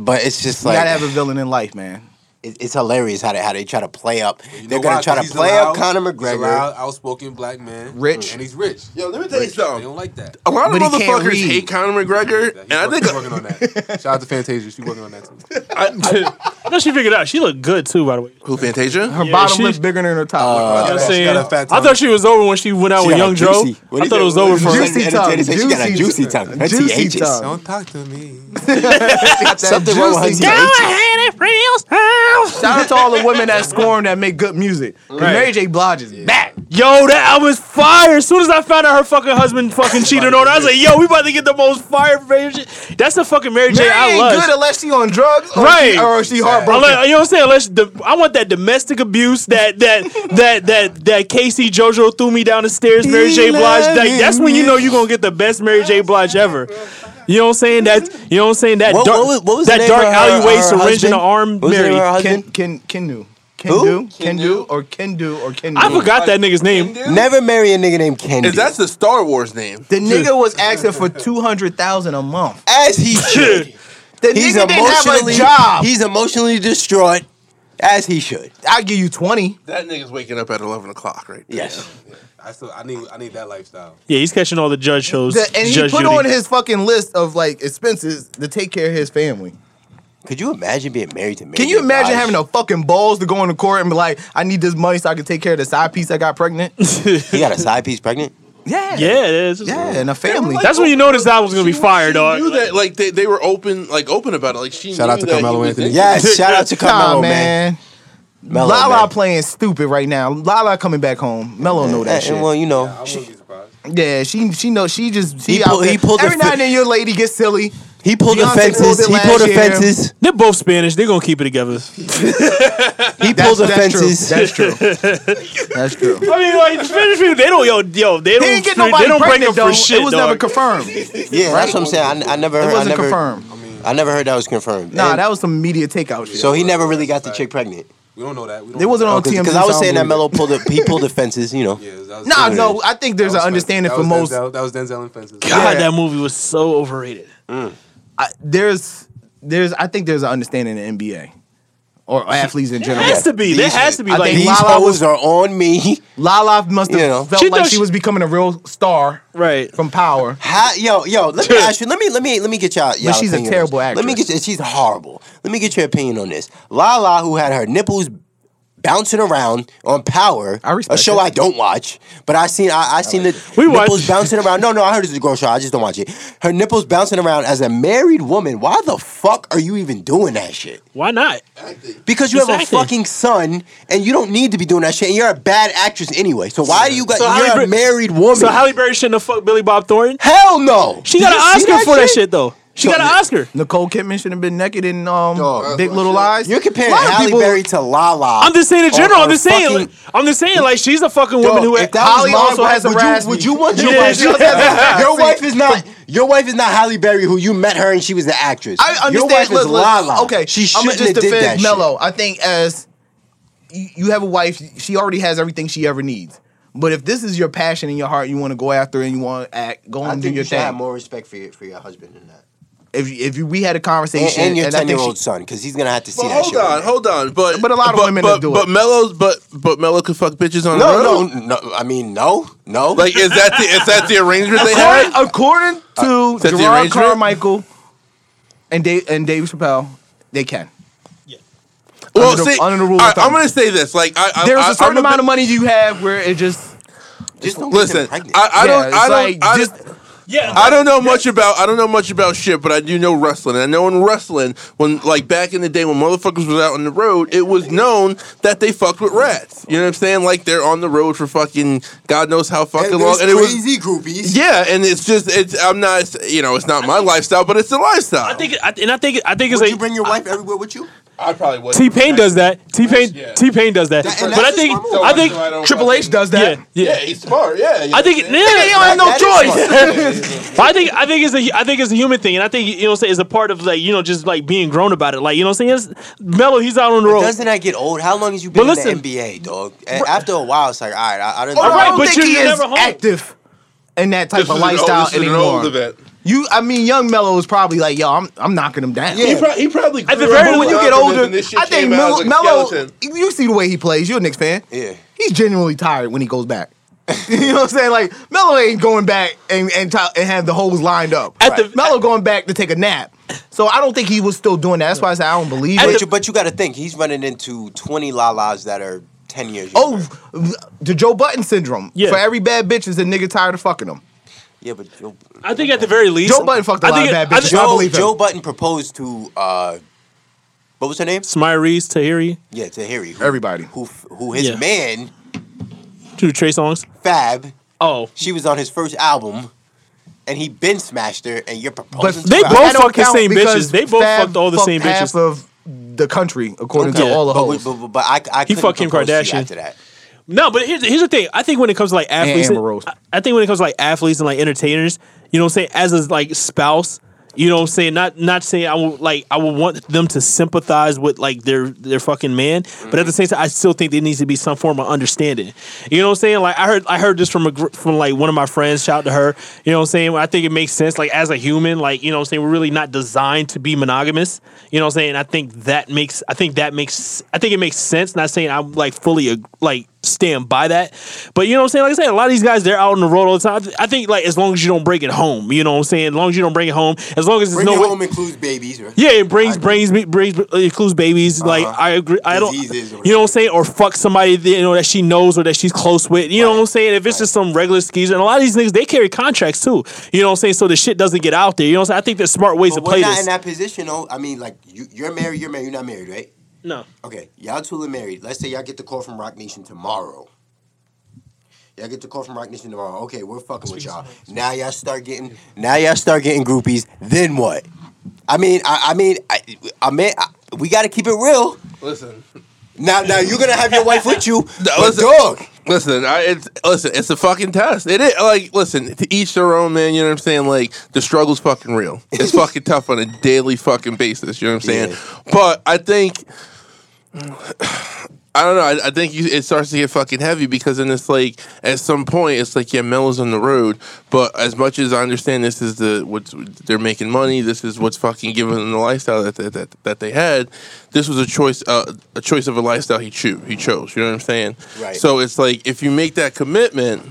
but it's just You like got to have a villain in life, man. it- it's hilarious how they how they try to play up. You They're know gonna why? try to 'Cause he's play up allowed- Conor He's a McGregor. loud, outspoken black man. Rich. And he's rich. Yo, let me tell you They something. don't like that. A lot of But he can't motherfuckers read. hate Conor McGregor, and I think He's working on that. Shout out to Fantasia. She's working on that too. I know she figured it out. She looked good too, by the way. who Fantasia. Her Yeah, bottom she- lip bigger than her top. lip. You know what I'm She saying? got a fat I tongue. thought she was over when she went out with Young Joe. I thought it was over for her. Juicy tongue, Uh, She got a juicy juicy tongue. tongue. Her Juicy THs. tongue. Don't talk to me. Got that Something wrong with her juicy teeth. tongue. it real style. Shout out to all the women that scorn that make good music. 'Cause Right. Mary J. Blige is back. Yo, that album is fire. As soon as I found out her fucking husband fucking cheated on her, I was like, yo, we about to get the most fire version. That's the fucking Mary J. Mary I ain't love. good unless she on drugs or Right. she, or she I heartbroken. like- you know what I'm saying? Unless the, I want that domestic abuse, that that that that that Casey JoJo threw me down the stairs, Mary J. Blige. Like, that's when you know you're gonna get the best Mary J. Blige ever. You know what I'm saying? That you know what I'm saying? That What- dark, what was- what was the that name dark of her- alleyway her syringe in husband? the arm, What was the name Mary. of her Ken, husband? Ken, Kendu. Who? Kendu? Kendu or Kendu or Kendu. I forgot that nigga's name. Never marry a nigga named Candy. Is that's the Star Wars name? The nigga was asking for 200000 a month. as he should? The He's nigga didn't have a emotionally job. He's emotionally distraught, as he should. I'll give you 20. That nigga's waking up at eleven o'clock, right? there. Yes. I still I need I need that lifestyle. Yeah, he's catching all the judge shows. The- and he Judge put Judy. on his fucking list of like expenses to take care of his family. Could you imagine being married to Mary? Can you imagine having the fucking balls to go into court and be like, I need this money so I can take care of the side piece I got pregnant? He got a side piece pregnant. yeah. Yeah, it is. Yeah, and a family. That's when you know this album's gonna be fire, dog. She knew that, like they, they were open, like open about it. Like she Shout knew out to that he Carmelo was Anthony. in- Yes. Shout out to Nah, Carmelo, man. Mello, Lala man. playing stupid right now. Lala coming back home. Mello know that And- shit. and, Well, you know, I wouldn't be surprised. yeah, she she know she just she He out pull- he there. pulled a Every now fi- and then your lady gets silly. he pulled the Beyonce pulled fences. it He pulled last the year. fences. They're both Spanish. They're gonna keep it together. He pulled the that's fences. True. That's true. That's true. I mean, like the Spanish people, they don't yo yo they He don't didn't get they nobody don't break pregnant up though. for shit. it was dog. never confirmed. It Yeah, that's what I'm saying. I, I never heard. I wasn't never, confirmed. I never heard that was confirmed. Nah, And that was some media takeout shit. so he never really got the chick pregnant. We don't know that. We don't It wasn't know on that. TMZ. Because I was so saying that believe it. Mello pulled the he pulled the fences. You know, Yeah, that was Nah, Denzel. no, I think That there's was an understanding Denzel. for That was most. Denzel- that was Denzel and fences. God, Yeah. that movie was so overrated. I, there's there's I think there's an understanding in the NBA or athletes in It general. has to be. There These- has to be I like think these Lala hoes are on me. Lala must have You know. felt She like does- she was becoming a real star right. from Power. How, yo, yo, let me ask you. Let me, let me, let me get y'all. y'all she's a opinion on terrible this. Let me actress. get. She's horrible. Let me get your opinion on this. Lala, who had her nipples bouncing around on Power, I respect a show it. I don't watch, but I seen, I, I seen the We watch- nipples bouncing around. No, no, I heard it's a girl show. I just don't watch it. Her nipples bouncing around as a married woman. Why the fuck are you even doing that shit? Why not? Because you have a Exactly. fucking son, and you don't need to be doing that shit. And you're a bad actress anyway. So why do you got? So Halle you're a Berry- married woman. So Halle Berry shouldn't have fucked Billy Bob Thornton. Hell no. She Did got you an see Oscar for that shit though. She No, got an the- Oscar. Nicole Kidman should have been naked in um, Dog. Big Little Lies. You're comparing A lot of Halle people- Berry to Lala. I'm just saying in or- general. I'm or just saying. fucking- Like, I'm just saying like she's a fucking woman Yo, who. if that was Holly my also wife, has a would raspy- you, would you want your Yeah, wife? she also your wife is not. Your wife is not Halle Berry, who you met her and she was the actress. I understand. Your wife look, is look, Lala. Okay, she I'm shouldn't gonna have just did that defend shit. Mello. I think as you, you have a wife, she already has everything she ever needs. But if this is your passion in your heart, you want to go after and you want to act, go I and do think you your should have thing. more respect for your for your husband than that, If you- if you, we had a and, conversation and your I ten think year she- old son, because he's gonna have to see But that. hold shit one on, day. hold on. But But a lot of but, women but, do it. But Mello's but but Mello could fuck bitches on the road. No, no, no. I mean, no, no. Like is that the is that the arrangement they According, had? according Uh, to that the Gerard arrangement? Carmichael and Dave and Dave Chappelle, they can. Well, under the- see, under the rule of I, I'm thumb. gonna say this. Like I, I, There's I, a certain I'm amount bit- of money you have where it just just don't get them Listen, I, pregnant. I yeah, don't, it's I don't, like I, just Yeah, I don't know much about I don't know much about shit, but I do know wrestling. And I know in wrestling, when like back in the day when motherfuckers was out on the road, it was known that they fucked with rats. You know what I'm saying? Like they're on the road for fucking God knows how fucking and long. there's And it was crazy groupies. yeah, and it's just it's I'm not you know it's not my lifestyle, but it's a lifestyle. I think, I, and I think, I think it's Would you like bring your wife everywhere with you? I probably would. T Pain does that. T Pain, Yeah. T Pain does that. That- and but I that's think, just normal. I think, Triple H does yeah, that. yeah. he's smart. Yeah, I think, yeah, have no But I think I think it's a I think it's a human thing, and I think you know what I'm saying it's a part of like you know just like being grown about it. Like you know what I'm saying, it's, Mello he's out on the road. Doesn't that get old? How long has you But been listen- in the NBA, dog? And after a while, it's like, all right, I, I don't But know. All I right, don't but think you're- he you're is never home. active in that type This of is an old- lifestyle this is an anymore. old event. You, I mean, young Mello is probably like, yo, I'm, I'm knocking him down. He, pro- he probably At the grew very least- up when you with get confidence older, and this shit I think came out Mel- as a Melo, skeleton. you see the way he plays. You're a Knicks fan. Yeah. He's genuinely tired when he goes back. you know what I'm saying? Like Melo ain't going back and and, t- and have the holes lined up. At the- Melo going back to take a nap. So I don't think he was still doing that. That's why I said I don't believe But it. you, but you got to think he's running into twenty lalas that are ten years. Oh, younger. the Joe Button syndrome. Yeah. For every bad bitch is a nigga tired of fucking him. yeah, but Joe, I think at the very least, Joe Budden fucked a I lot think of it- bad I bitches. think- I Joe, believe him. Joe Button proposed to uh, what was her name? Smiley Reese, Tahiri, Yeah, to Harry. Who, Everybody. who who his Yeah. man two Trey songs. Fab. Oh, She was on his first album, and he been smashed her, and you're proposing. They to her. both That don't fuck the count same because bitches. They both Fab fucked all the same half bitches. of the country, according Okay. to all the But, hoes. but, but, but I, I He couldn't fucked Kim propose to you Kardashian. after that. No, but here's here's the thing. I think when it comes to like athletes, Amber Rose. I, I think when it comes to like athletes and like entertainers, you know what I'm saying, as a like spouse, you know what I'm saying, not not saying I will like I would want them to sympathize with like their their fucking man, but at the same time, I still think there needs to be some form of understanding. You know what I'm saying? Like I heard I heard this from a gr- from like one of my friends. Shout out to her. You know what I'm saying? I think it makes sense. Like as a human, like you know what I'm saying, we're really not designed to be monogamous. You know what I'm saying? I think that makes I think that makes I think it makes sense. Not saying I'm like fully ag- like stand by that. But you know what I'm saying? Like I said, a lot of these guys they're out on the road all the time. I th- I think like as long as you don't bring it home, you know what I'm saying? As long as you don't bring it home, as long as there's Bring no It way- Home includes babies. Right? yeah, it brings brings me brings uh, includes babies. Like I agree. I don't. Uh-huh. Diseases or You know what I'm saying? Or fuck somebody that, you know that she knows or that she's close with. You know what I'm saying? If it's just some regular skeezer, and a lot of these niggas they carry contracts too. You know what I'm saying? So the shit doesn't get out there. You know what I'm saying? I think there's smart ways But to we're play not this. in that position, though. I mean, like you, you're married. You're married. You're not married, right? no. Okay, y'all two are married. Let's say y'all get the call from Rock Nation tomorrow. Y'all get the call from Rock Nation tomorrow. Okay, we're fucking with y'all. Now y'all start getting. Now y'all start getting groupies. Then what? I mean, I, I mean, I, I mean, I, we got to keep it real. Listen, Now, now you're gonna have your wife with you. No, but listen. dog. Listen, I it's, listen. It's a fucking test. It is like listen to each their own, man. You know what I'm saying? Like the struggle's fucking real. It's fucking tough on a daily fucking basis. You know what I'm saying? But I think I don't know. I, I think you, it starts to get fucking heavy because then it's like at some point it's like yeah, Melo's on the road, but as much as I understand, this is the what's they're making money. This is what's fucking giving them the lifestyle that that, that, that they had. This was a choice, uh, a choice of a lifestyle he chose. He chose. You know what I'm saying? Right. So it's like if you make that commitment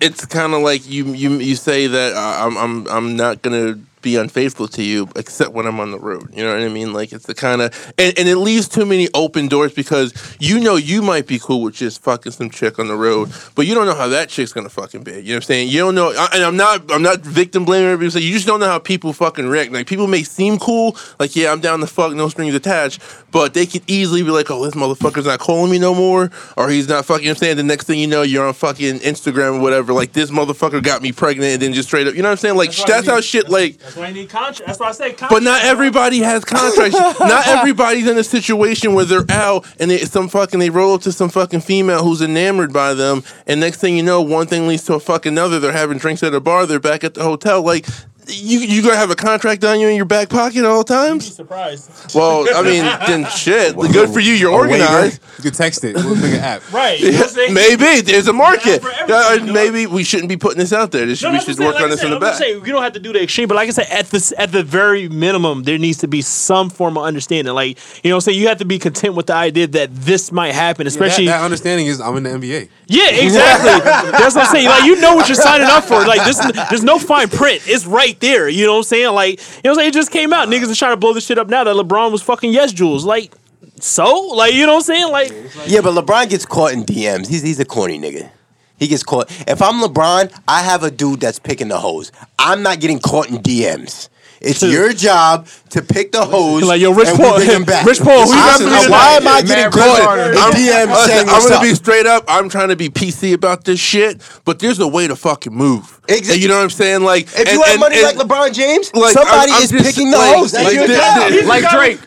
it's kind of like you you you say that uh, I'm I'm I'm not gonna be unfaithful to you except when I'm on the road. You know what I mean? Like it's the kind of and, and it leaves too many open doors because you know you might be cool with just fucking some chick on the road, but you don't know how that chick's gonna fucking be. You know what I'm saying? You don't know. I- And I'm not I'm not victim blaming everybody. saying you just don't know how people fucking react. Like people may seem cool, like yeah I'm down the fuck no strings attached, but they could easily be like oh this motherfucker's not calling me no more or he's not fucking. You know what I'm saying? The next thing you know you're on fucking Instagram or whatever. Like this motherfucker got me pregnant and then just straight up. You know what I'm saying? Like why that's, I need- how shit like. That's why I need contract. That's why I say contract. But not everybody has contracts. not everybody's in a situation where they're out and they, some fucking they roll up to some fucking female who's enamored by them, and next thing you know, one thing leads to a fucking another. They're having drinks at a bar. They're back at the hotel. Like you you gonna have a contract on you in your back pocket all times? Surprised. Well, I mean, then shit. Good for you. You're organized. You can text it. We'll make an app. Right. You know what I'm saying? Maybe there's a market. for everything, Uh, maybe we shouldn't be putting this out there. This- No, we that's should what I'm work saying. Like I on this in said, the I'm just back. saying, you don't have to do the extreme, but like I said, at the at the very minimum, there needs to be some form of understanding. Like you know, what I'm saying you have to be content with the idea that this might happen, That, especially. that understanding is I'm in the NBA. Yeah, exactly. That's what I'm saying. Like you know what you're signing up for. Like this, there's no fine print. It's right there. You know what I'm saying? Like you know, what I'm saying it just came out. Niggas are trying to blow this shit up now that LeBron was fucking yes jewels. Like so, like you know what I'm saying? Like Yeah, but LeBron gets caught in DMs. He's he's a corny nigga. He gets caught. If I'm LeBron, I have a dude that's picking the hoes. I'm not getting caught in DMs. It's your job to pick the hoes. Like, yo, Rich and we Paul- bring them back. Rich Paul, who you got Listen, for me tonight? why am I getting caught in I'm, DMs listen, saying I'm what's gonna up? be straight up. I'm trying to be PC about this shit, but there's a way to fucking move. Exactly. And you know what I'm saying? Like, If and- you have and- money like and- LeBron James, like, somebody I'm- I'm is just- picking the like- hoes. That's like your this- job. this- Like Drake.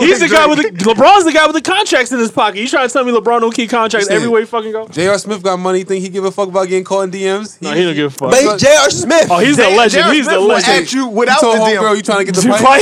he's the guy with the LeBron's the guy with the contracts in his pocket. You trying to tell me LeBron don't keep contracts Listen. everywhere he fucking go? J.R. Smith got money. Think he give a fuck about getting caught in DMs? He, No, he don't give a fuck. But J.R. Smith. Oh, he's a legend. Jared he's Smith the will legend. At you without the told deal. homegirl you trying to get the You fight. play-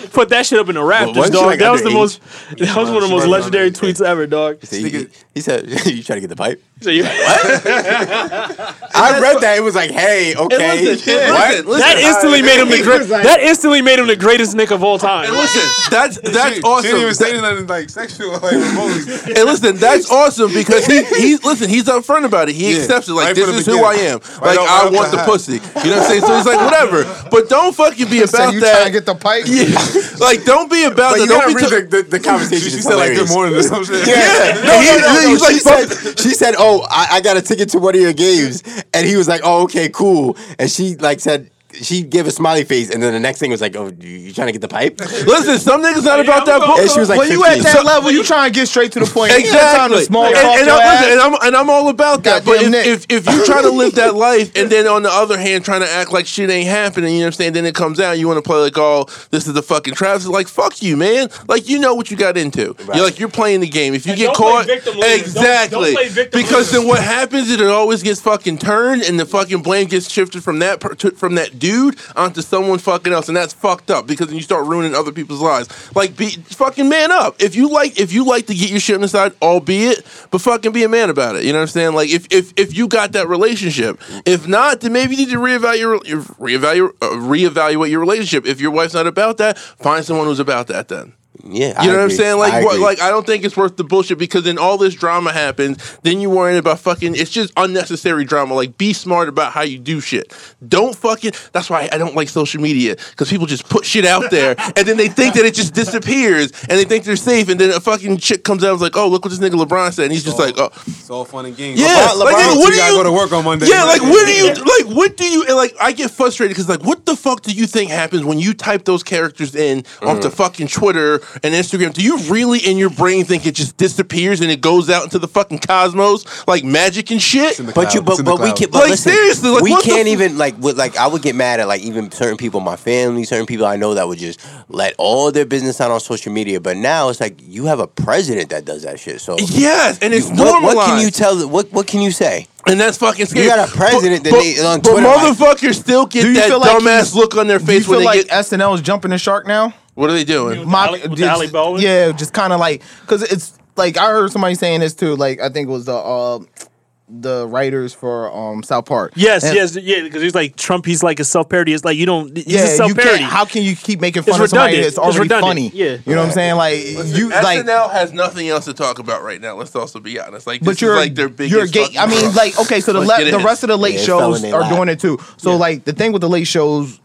Put that shit up in the Raptors, wasn't she, dog. like, that was the underage? most. That was one of the most wasn't legendary underage, tweets ever, dog. he, he said, "You trying to get the pipe?" So you- I read that. It was like, "Hey, okay, listen, listen, listen. that instantly made him the great. That instantly made him the greatest Nick of all time. And listen, that's that's She awesome. didn't even say nothing like sexual. Like, remotely. And listen, that's awesome because he he's listen, he's upfront about it. He Yeah, accepts it. Like right this from the is who I beginning. am. Right Like off- I right want off the the hot. pussy. You know what I'm saying? So he's like, whatever. But don't fucking be So about you trying to that. get the pipe? Yeah. like don't be about But you that. Don't gotta be read t- the, the, the conversation. she It's said like hilarious. good morning or some shit. Yeah, No, And he- no, no, he- no, he's like, she said, she said, "Oh, I, I got a ticket to one of your games," and he was like, "Oh, okay, cool." And she like said she gave a smiley face, and then the next thing was like, "Oh, you, you trying to get the pipe?" listen, some niggas not about that And bullshit. she was like, when you at 15. that level, you trying to get straight to the point. You ain't got time to Exactly. small and, talk and your I'm, ass. listen, and I'm and I'm all about that. But Goddamn if, if if you try to live that life and then on the other hand trying to act like shit ain't happening, you know what I'm saying? Then it comes out, you want to play like, oh, this is the fucking Travis. Like, fuck you, man. Like you know what you got into. You're like you're playing the game. If you And get don't play caught, victim losers. Don't- exactly. don't play victim because losers. then what happens is it always gets fucking turned and the fucking blame gets shifted from that per- to, from that dude onto someone fucking else, and that's fucked up because then you start ruining other people's lives. Like, be fucking man up. If you like, if you like to get your shit on the side, albeit, but fucking be a man about it. You know what I'm saying? Like, if if if you got that relationship, if not, then maybe you need to reevaluate your- reevaluate uh, reevaluate your relationship. If your wife's not about that, find someone who's about that. Then. yeah, You I know what I'm agree. saying? Like, I what, agree. like I don't think it's worth the bullshit because then all this drama happens. Then you worrying about fucking. It's just unnecessary drama. Like, be smart about how you do shit. Don't fucking. That's why I don't like social media because people just put shit out there and then they think that it just disappears and they think they're safe and then a fucking chick comes out and is like, oh look what this nigga LeBron said and he's just like, oh It's all fun and games. yeah, LeBron- like, nigga, LeBron what you do gotta you go to work on Monday. yeah, like what do you like? What do you and like? I get frustrated because like, what the fuck do you think happens when you type those characters in onto fucking Twitter and Instagram? Do you really in your brain think it just disappears and it goes out into the fucking cosmos like magic and shit? the But you, clouds. It's but, in the but we clouds. can, but Like, listen, seriously, like, we what the can't fu- even like, with, like I would get mad at like even certain people, in my family, certain people I know that would just let all their business out on social media. But now it's like you have a president that does that shit. So Yes, and it's what, normalized. what can you tell? What what can you say? And that's fucking scary. got a president but, that they- on but Twitter, like- motherfuckers still Do get you that feel like dumbass look on their Do you face when feel they like get. SNL is jumping the shark now? What are they doing? Molly- with the Alec Baldwin? Yeah, just kind of like because it's like I heard somebody saying this too. Like I think it was the uh, the writers for um South Park. Yes, And- yes, yeah. Because he's like Trump. He's like a self parody. It's like you don't. He's Yeah, a self you can't. parody. How can you keep making It's fun of somebody redundant. that's It's already redundant. funny? Yeah. you know what I'm saying. Like you, like, SNL has nothing else to talk about right now. Let's also be honest. Like, this but you're is like their biggest. You're gay. fucking I mean, problem. like okay, so the Let's le- get the in. rell rest of the late Yeah, it fell shows in their are lap. doing it too. So like the thing with the late shows,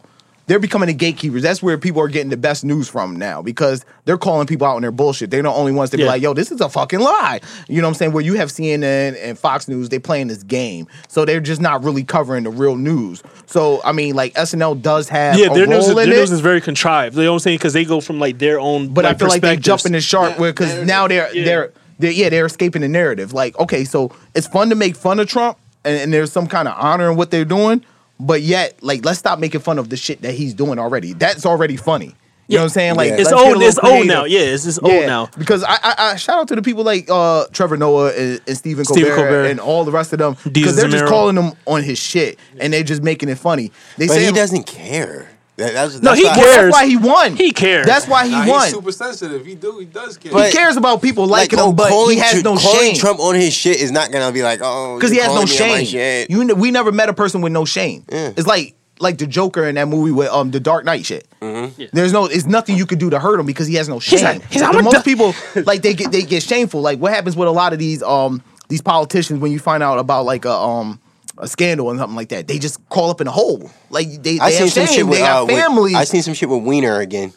they're becoming the gatekeepers. That's where people are getting the best news from now because they're calling people out on their bullshit. They're the only ones to be Yeah. like, "Yo, this is a fucking lie." You know what I'm saying? Where you have CNN and Fox News, they playing this game, so they're just not really covering the real news. So I mean, like SNL does have yeah, a their role news, is, their in news it. is very contrived. You know what I'm saying? Because they go from like their own. But I feel like they're perspectives. jumping the shark because now they're, Yeah. they're they're yeah they're escaping the narrative. Like okay, so it's fun to make fun of Trump and, and there's some kind of honor in what they're doing, but yet like let's stop making fun of the shit that he's doing already. That's already funny. You know what I'm saying? Like It's let's get a old. little It's old creative. now. Yeah, it's, it's old now. Because I, I, I shout out to the people like uh, Trevor Noah and, and Stephen, Stephen Colbert, Colbert. and all the rest of them Deez because they're just Zamiro. calling him on his shit and they're just making it funny. They But say he doesn't care. That, that's, No, that's he why- cares. That's why he won. He cares. That's why he Nah, won. he's super sensitive. He do. He does care. But- he cares about people liking oh, him, but calling he has Tr- no calling shame Trump on his shit is not gonna be like, oh, because he you're has no calling me on my shame. shit. You, n- we never met a person with no shame. It's like like the Joker in that movie with um the Dark Knight shit. Mm-hmm. There's no, it's nothing you could do to hurt him because he has no shame. like- he's like, The I'm a most du- people like they get they get shameful. Like what happens with a lot of these um these politicians when you find out about like a um. A scandal and something like that. They just call up in a hole. Like they, they I seen have some shame. shit with, they uh, have with- families. I seen some shit with Wiener again.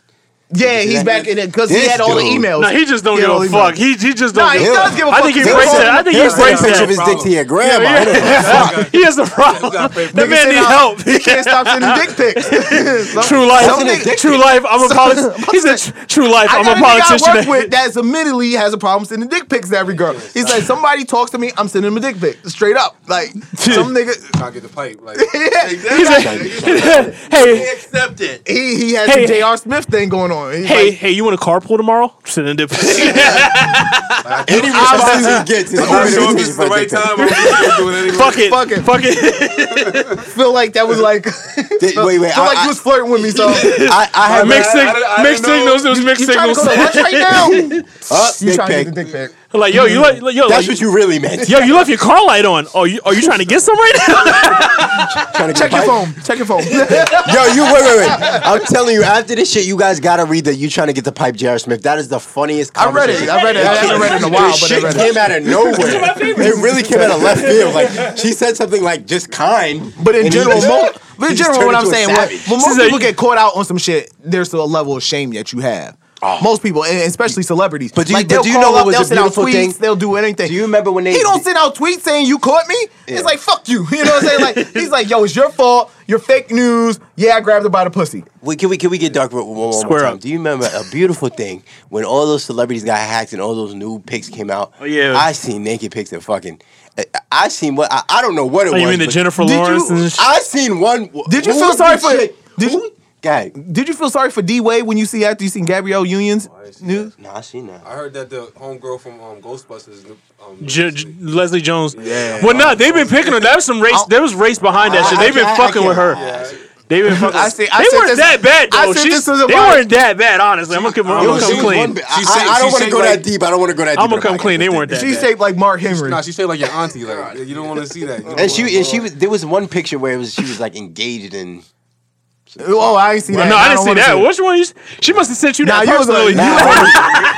yeah, see that? he's back in it because he This had all the dude. emails. No, he just don't He had give all a the fuck. emails. He, he just Nah, don't. he give a does give a I fuck. think he He'll breaks call that. I him. think he Here's a breaks picture of his that. dick to your grandma. He has a problem. That Nigga man said, need "Nah, help. He can't stop sending dick pics. Some- True some life. nigga- True life. I'm a politician. He's a tr- true life. I I'm got a a nigga I work politician. with that's admittedly has a problem sending dick pics to every girl. He's like, somebody talks to me, I'm sending him a dick pic. Straight up. Like, some nigga, I get the pipe. Like He's a- Hey, Accept it. he, he has Hey. the J.R. Smith thing going on. He's hey, like, hey! You want a carpool tomorrow? Send a dip. Any response he gets is I'm over not sure the dick if this is the for right dick pic. time. I'm just doing it anyway. Fuck it. Fuck it. Fuck it. I feel like that was like, Did- Wait, wait. feel like I- you was flirting with me, so. you I I have Mixed I- I didn't- I mixed didn't know. signals. It was mixed trying to go signals. to lunch right now? you Up, uh, dick trying to get pic. the dick pic. Like yo, you let- yo, That's like- what you really meant. yo, you left your car light on. Oh, you are you trying to get some right now? Trying to get Check your bite. phone. Check your phone. That's Yo, you wait, wait, wait. I'm telling you, after this shit, you guys gotta read that you trying to get the pipe, J.R. Smith. That is the funniest. I read it. conversation. I read it. I haven't read it in a while, This but I shit read it. came out of nowhere. it really came out of left field. Like she said something like just kind, But in and he general, just- mo- but he in just turned general, what I'm into a saying, when, savage. when She's most like- people get caught out on some shit, there's a level of shame that you have. Oh. Most people, and especially celebrities. But do you- like, but they'll do you call know what up, was they'll a send out beautiful tweets, thing? they'll do anything. Do you remember when they- He don't send out tweets saying you caught me. Yeah. It's like fuck you. You know what I'm saying? Like he's like, yo, it's your fault. You're fake news. Yeah, I grabbed her by the pussy. Wait, can we can we get dark for one, one Square more time? up. Do you remember a beautiful thing when all those celebrities got hacked and all those new pics came out? Oh, yeah. I seen naked pics of fucking. I, I seen what I, I don't know what it Oh, was. you mean the but Jennifer Did you- Lawrence? and sh- I seen one. Did you who feel was sorry the for- chick? did Who- you- guy? Did you feel sorry for D Wade when you see after you seen Gabrielle Union's news? No, Oh, I seen that. I heard that the homegirl from um, Ghostbusters. Um, J- J- Leslie Jones. Yeah. Well, no, they've been picking her. There was some race. There was race behind that shit. They've been I- I- I fucking with her. can't- They've been fucking. I see- I they said weren't this- that bad I though. said She's, this was they about- weren't that bad, honestly. I'm gonna, come- I'm It gonna was- come it was clean. One bit- I, She say- I- I she don't want say to go like- that deep. I don't want to go that deep. I'm gonna in the come podcast. clean. They weren't that. She's bad. shaped like Mark Henry. Nah, she shaped like your auntie. Like you don't want to see that. You don't And she wanna- and she was there was one picture where it was she was like engaged in. oh, I ain't seen that. No, I don't didn't see wanna that. it. Which one? You, she must have sent you Nah, that you was a- personally. nah, you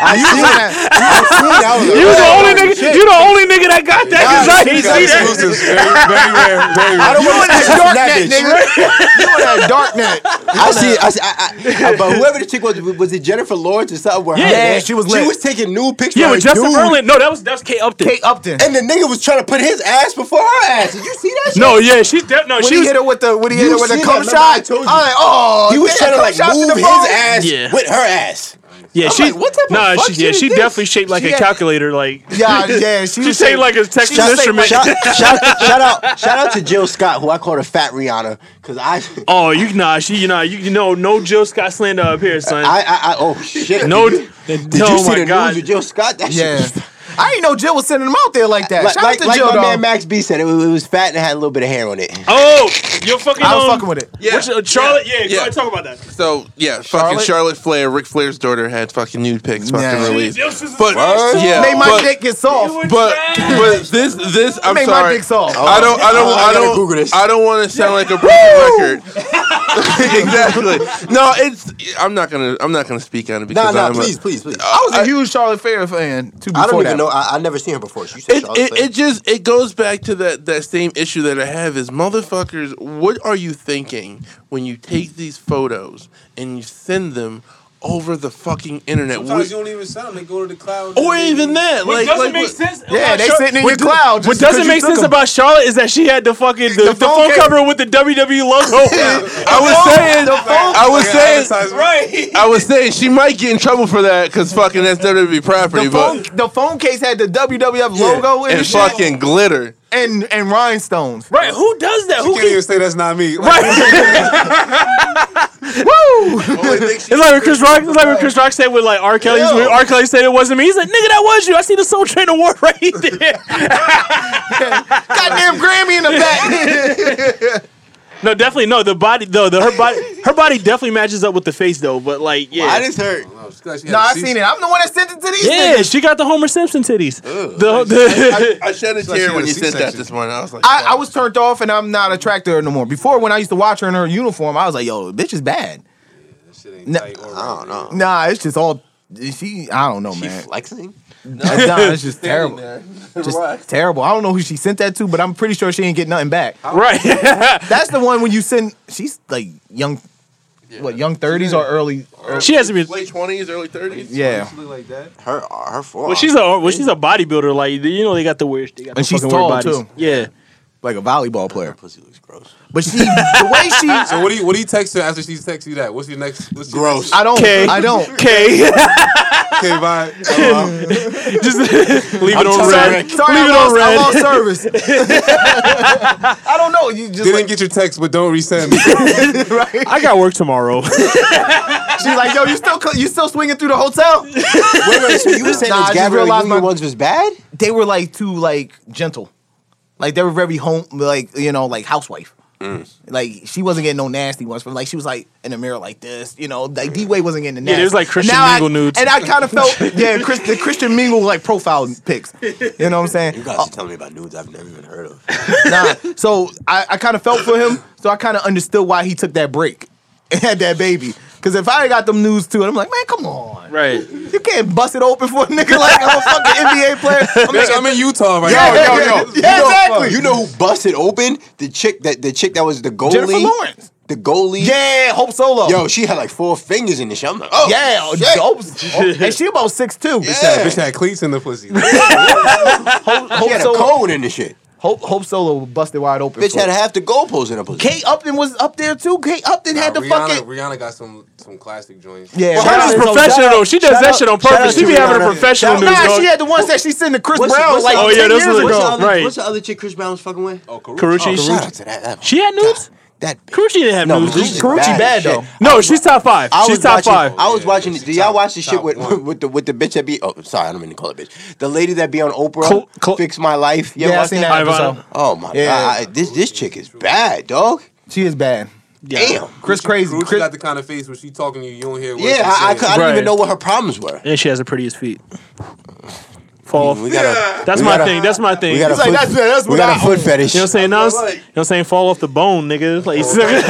I You seen seen that. that. I seen that. I was like, you the oh, only nigga. You the only nigga that got that. Nah, Cause I she didn't got see it. that. Exclusives, very, very rare, very rare. I don't You in want to that dark snap net, that bitch. nigga. You in that dark net. I see. I see. I, I, I, but whoever the chick was, was it Jennifer Lawrence or something? Where Yeah, her, yeah, she was She lit. was taking nude pictures. Yeah, of with her Justin dude, Verlin. No, that was that was Kate Upton. Kate Upton. and the nigga was trying to put his ass before her ass. Did you see that? Shit? No, yeah, she de- no, when she he was. hit her with the when he hit You her with seen the cum that? Remember I shot, I'm told like, you. oh, he was damn, trying to cum like shots in move the his phone. ass Yeah. with her ass. Yeah, I'm she. like, what type of nah, fuck she, yeah, shit she is this? definitely shaped like She a had- calculator. Like Yeah, yeah, she she was shaped like a Texas shaped instrument. Shout, shout, shout out, shout out to Jill Scott, who I call the Fat Rihanna, because I, Oh, you nah, she you know you, you know no Jill Scott slander up here, son. I, I, I, oh shit. no, did you, did did oh you see my the God. news with Jill Scott? That shit yeah. was- I didn't know Jill was sending them out there like that. Like, Shout like, out to like Jill, my dog. man Max B said, it, was- it was fat and it had a little bit of hair on it. Oh, you're fucking. I was um, fucking with it. what's your- Charlotte, yeah, Yeah. go ahead, talk about that. So yeah, fucking Charlotte? Charlotte Flair, Ric Flair's daughter had fucking nude pics fucking Yeah. released. Yo, she's a But trash yeah, Made my but, dick get soft. But but this this I'm Made my sorry. dick soft. I don't I don't Oh, I I gotta don't Google this. I don't want to sound like a broken record. exactly. No, it's I'm not gonna I'm not gonna speak on it Nah, because nah, I'm please, a, please, please. I was a huge Charlotte Fair fan too. Uh, Before I don't even that. know. I, I've never seen her before. She said It, Charlotte it, Flair. it just it goes back to that that same issue that I have is motherfuckers what are you thinking when you take these photos and you send them over the fucking internet Sometimes you What- don't even send them. They go to the cloud. or even that What like, doesn't like make what- sense? Yeah, about they Char- sitting in what your do- cloud just What because doesn't you make took sense them. about Charlotte is that she had the fucking the, The the, phone, phone case. cover with the WWE logo. I was saying I was saying right. I was saying she might get in trouble for that because fucking that's WWE E property The but phone, the phone case had the WWF logo in and it. fucking glitter and and rhinestones. Right? Who does that? Who You can't can, even say that's not me. it's like when Chris Rock. It's like when Chris Rock said with like R. Kelly. When R. Kelly said it wasn't me. He's like, nigga, that was you. I see the Soul Train Award right there. Goddamn Grammy in the back. no, definitely no. The body though, the her body, her body definitely matches up with the face though. But like, yeah, I just hurt. no, I seen it. I'm the one that sent it to these yeah, niggas. she got the Homer Simpson titties. The, the, I shed a she tear had when a you said that C-section. this morning. I was like, I, I was turned off and I'm not attracted to her no more. Before when I used to watch her in her uniform, I was like, yo, bitch is bad. I don't know. Nah, it's just all she I don't know, She man. flexing? Nah, it's just terrible. Just Relax. terrible. I don't know who she sent that to, but I'm pretty sure she ain't get nothing back. right. That's the one when you send. She's like young, what young thirties or early. early- she hasn't been. late twenties, early thirties. yeah, like that. Her uh, her forearm. Well, she's a well, she's a bodybuilder. Like you know, they got the weird. They got the And she's fucking weird tall, bodies. Yeah. like a volleyball player. pussy looks gross. But she, the way she, So what do you what do you text her after she texts you that? What's your next? What's your Gross. I don't, Okay. I don't. Okay. Okay, bye. Oh, wow. Just leave it on Sorry, red. sorry, leave I it on lost, I red. lost service. I don't know. You just Didn't like, get your text, but don't resend me. I got work tomorrow. she's like, yo, you still cl- you still swinging through the hotel? Wait, wait, so you were saying Nah, I those just Gabrielle realized Union my- ones was bad? They were like too like gentle, like they were very home, like you know, like housewife. Mm. Like she wasn't getting no nasty ones from like she was like in the mirror like this, you know. Like D Way wasn't getting the nasty. there's, like, And Christian now I- Mingle nudes. and I kind of felt yeah, Chris, the Christian Mingle like profile pics. You know what I'm saying? You guys are telling me about nudes I've never even heard of. nah. So I, I kind of felt for him. So I kind of understood why he took that break and had that baby. Because if I had got them news too, I'm like, man, come on. right. You can't bust it open for a nigga like a fucking NBA player. I'm like, Bitch, I'm in Utah right Yo, now. yo, yo. Yeah, exactly. You know who busted open? The chick that the chick that was the goalie. Jennifer Lawrence. The goalie. Yeah, Hope Solo. Yo, she had like four fingers in this shit. I'm like, oh yeah, shit. Hope, Hope- and she about six two. That bitch had cleats in the pussy. Hope, She Hope had a Solo, cone in this shit. Hope, Hope Solo busted wide open. Bitch for- had half the goalpost in her pussy. Kate Upton was up there too. Kate Upton had the Rihanna, fucking Rihanna got some some classic joints. yeah. Well, shout Hers is out- so professional shout though. out- She does shout that out- shit on shout purpose. out She to be having Rihanna. a professional Nah, news. dog. she had the ones that she sent to Chris What's- Brown what's like the- Oh, yeah, 10 those years are ago. the- What's the other, right. what's the other chick Chris Brown was fucking with? Oh, Karuchi. Karuchi. Shout out to that. that she had nudes. that bitch. Karuchi didn't have No, nudes. Karuchi- Karuchi- Bad Gucci bad shit. though. No, she's top five. I was She's top watching, five. I was Yeah, watching. she's Do y'all top- watch the shit top with, one. with the with the bitch that be? Oh, sorry, I don't mean to call it bitch. The lady that be on Oprah, Cl- cl- fix my life. You ever Yeah, I watch seen that? that Ivana. episode. Oh my Yeah. god, I- this this chick is bad, dog. She is bad. Damn. Chris crazy. Karuchi Chris, got the kind of face where she talking to you, you don't hear what Yeah, she's I, I, cou- I saying. didn't Right. even know what her problems were. And she has the prettiest feet. Fall. We got a, That's we my got a- thing. That's my thing. we You got know a He's like, foot, that's- that's we what got I- a foot fetish. what I'm saying? Now, it's- you know what I'm saying? Fall off the bone, nigga. Like, nigga, nigga, sit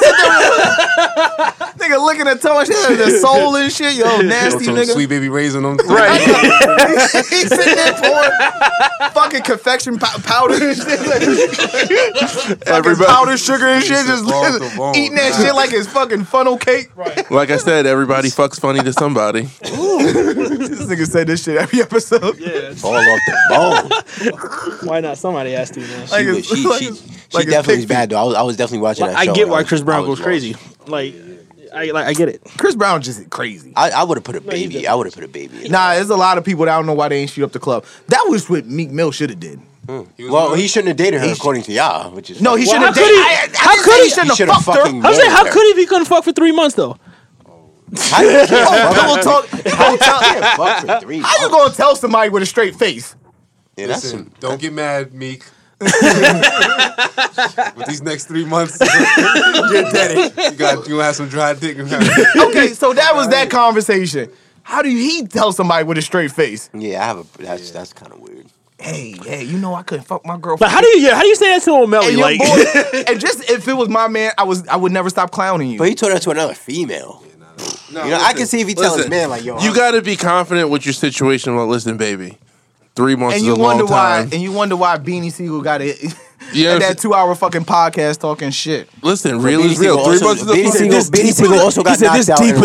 there with- nigga looking at toe and shit, the soul and shit. Yo, nasty Some nigga. Sweet baby raising them. right. He's sitting there pouring fucking confection pow- powder and shit. Like, fucking powder, sugar and shit. Just Off the bone. eating that shit like it's fucking funnel cake. Like I said, everybody fucks funny to somebody. This nigga say this shit every episode. Fall off the bone. Why not? Somebody has to, man. Like She, was- it's- she, like she, it's- she like it's definitely pig is bad though. I was, I was definitely watching that I show. get and why was- Chris Brown I was goes crazy. lost. Like, I like I get it. Chris Brown just crazy. I, I would have put a baby. doesn't. I would have put a baby. In. Nah, there's a lot of people that I don't know why they ain't shoot up the club. That was what Meek Mill should have did. Mm. Well, he shouldn't have dated her according to y'all, which is No, he Well, should have how could dated. he- I- I how didn't say could he- he shouldn't should have have fucked her? fucking. I was like, married how her. could he if he couldn't fuck for three months though? How you can't fuck- Oh, pillow talk. how you can't fuck for three? How you gonna tell somebody with a straight face? Yeah, that's Listen, some- don't get mad, Meek. With these next three months, you're dead. You got you gonna have some dry dick. in there. Okay, so that was that conversation. How do he tell somebody with a straight face? yeah, I have a. That's that's kind of weird. Hey, hey, you know I couldn't fuck my Like, girlfriend. how do you? Yeah, how do you say that to O'Malley? and your Like, boy, and just if it was my man, I was I would never stop clowning you. But he told that to another female. No, You know, I can see if he tells his listen, man like, yo, You got to be confident with your situation. Well, listen, baby, three months and is you a long wonder why time. and you wonder why Beanie Siegel got it Yeah, and that two hour fucking podcast talking shit. Listen, real is real. Three months is Benny a Siegel, Benny Siegel also got knocked out. in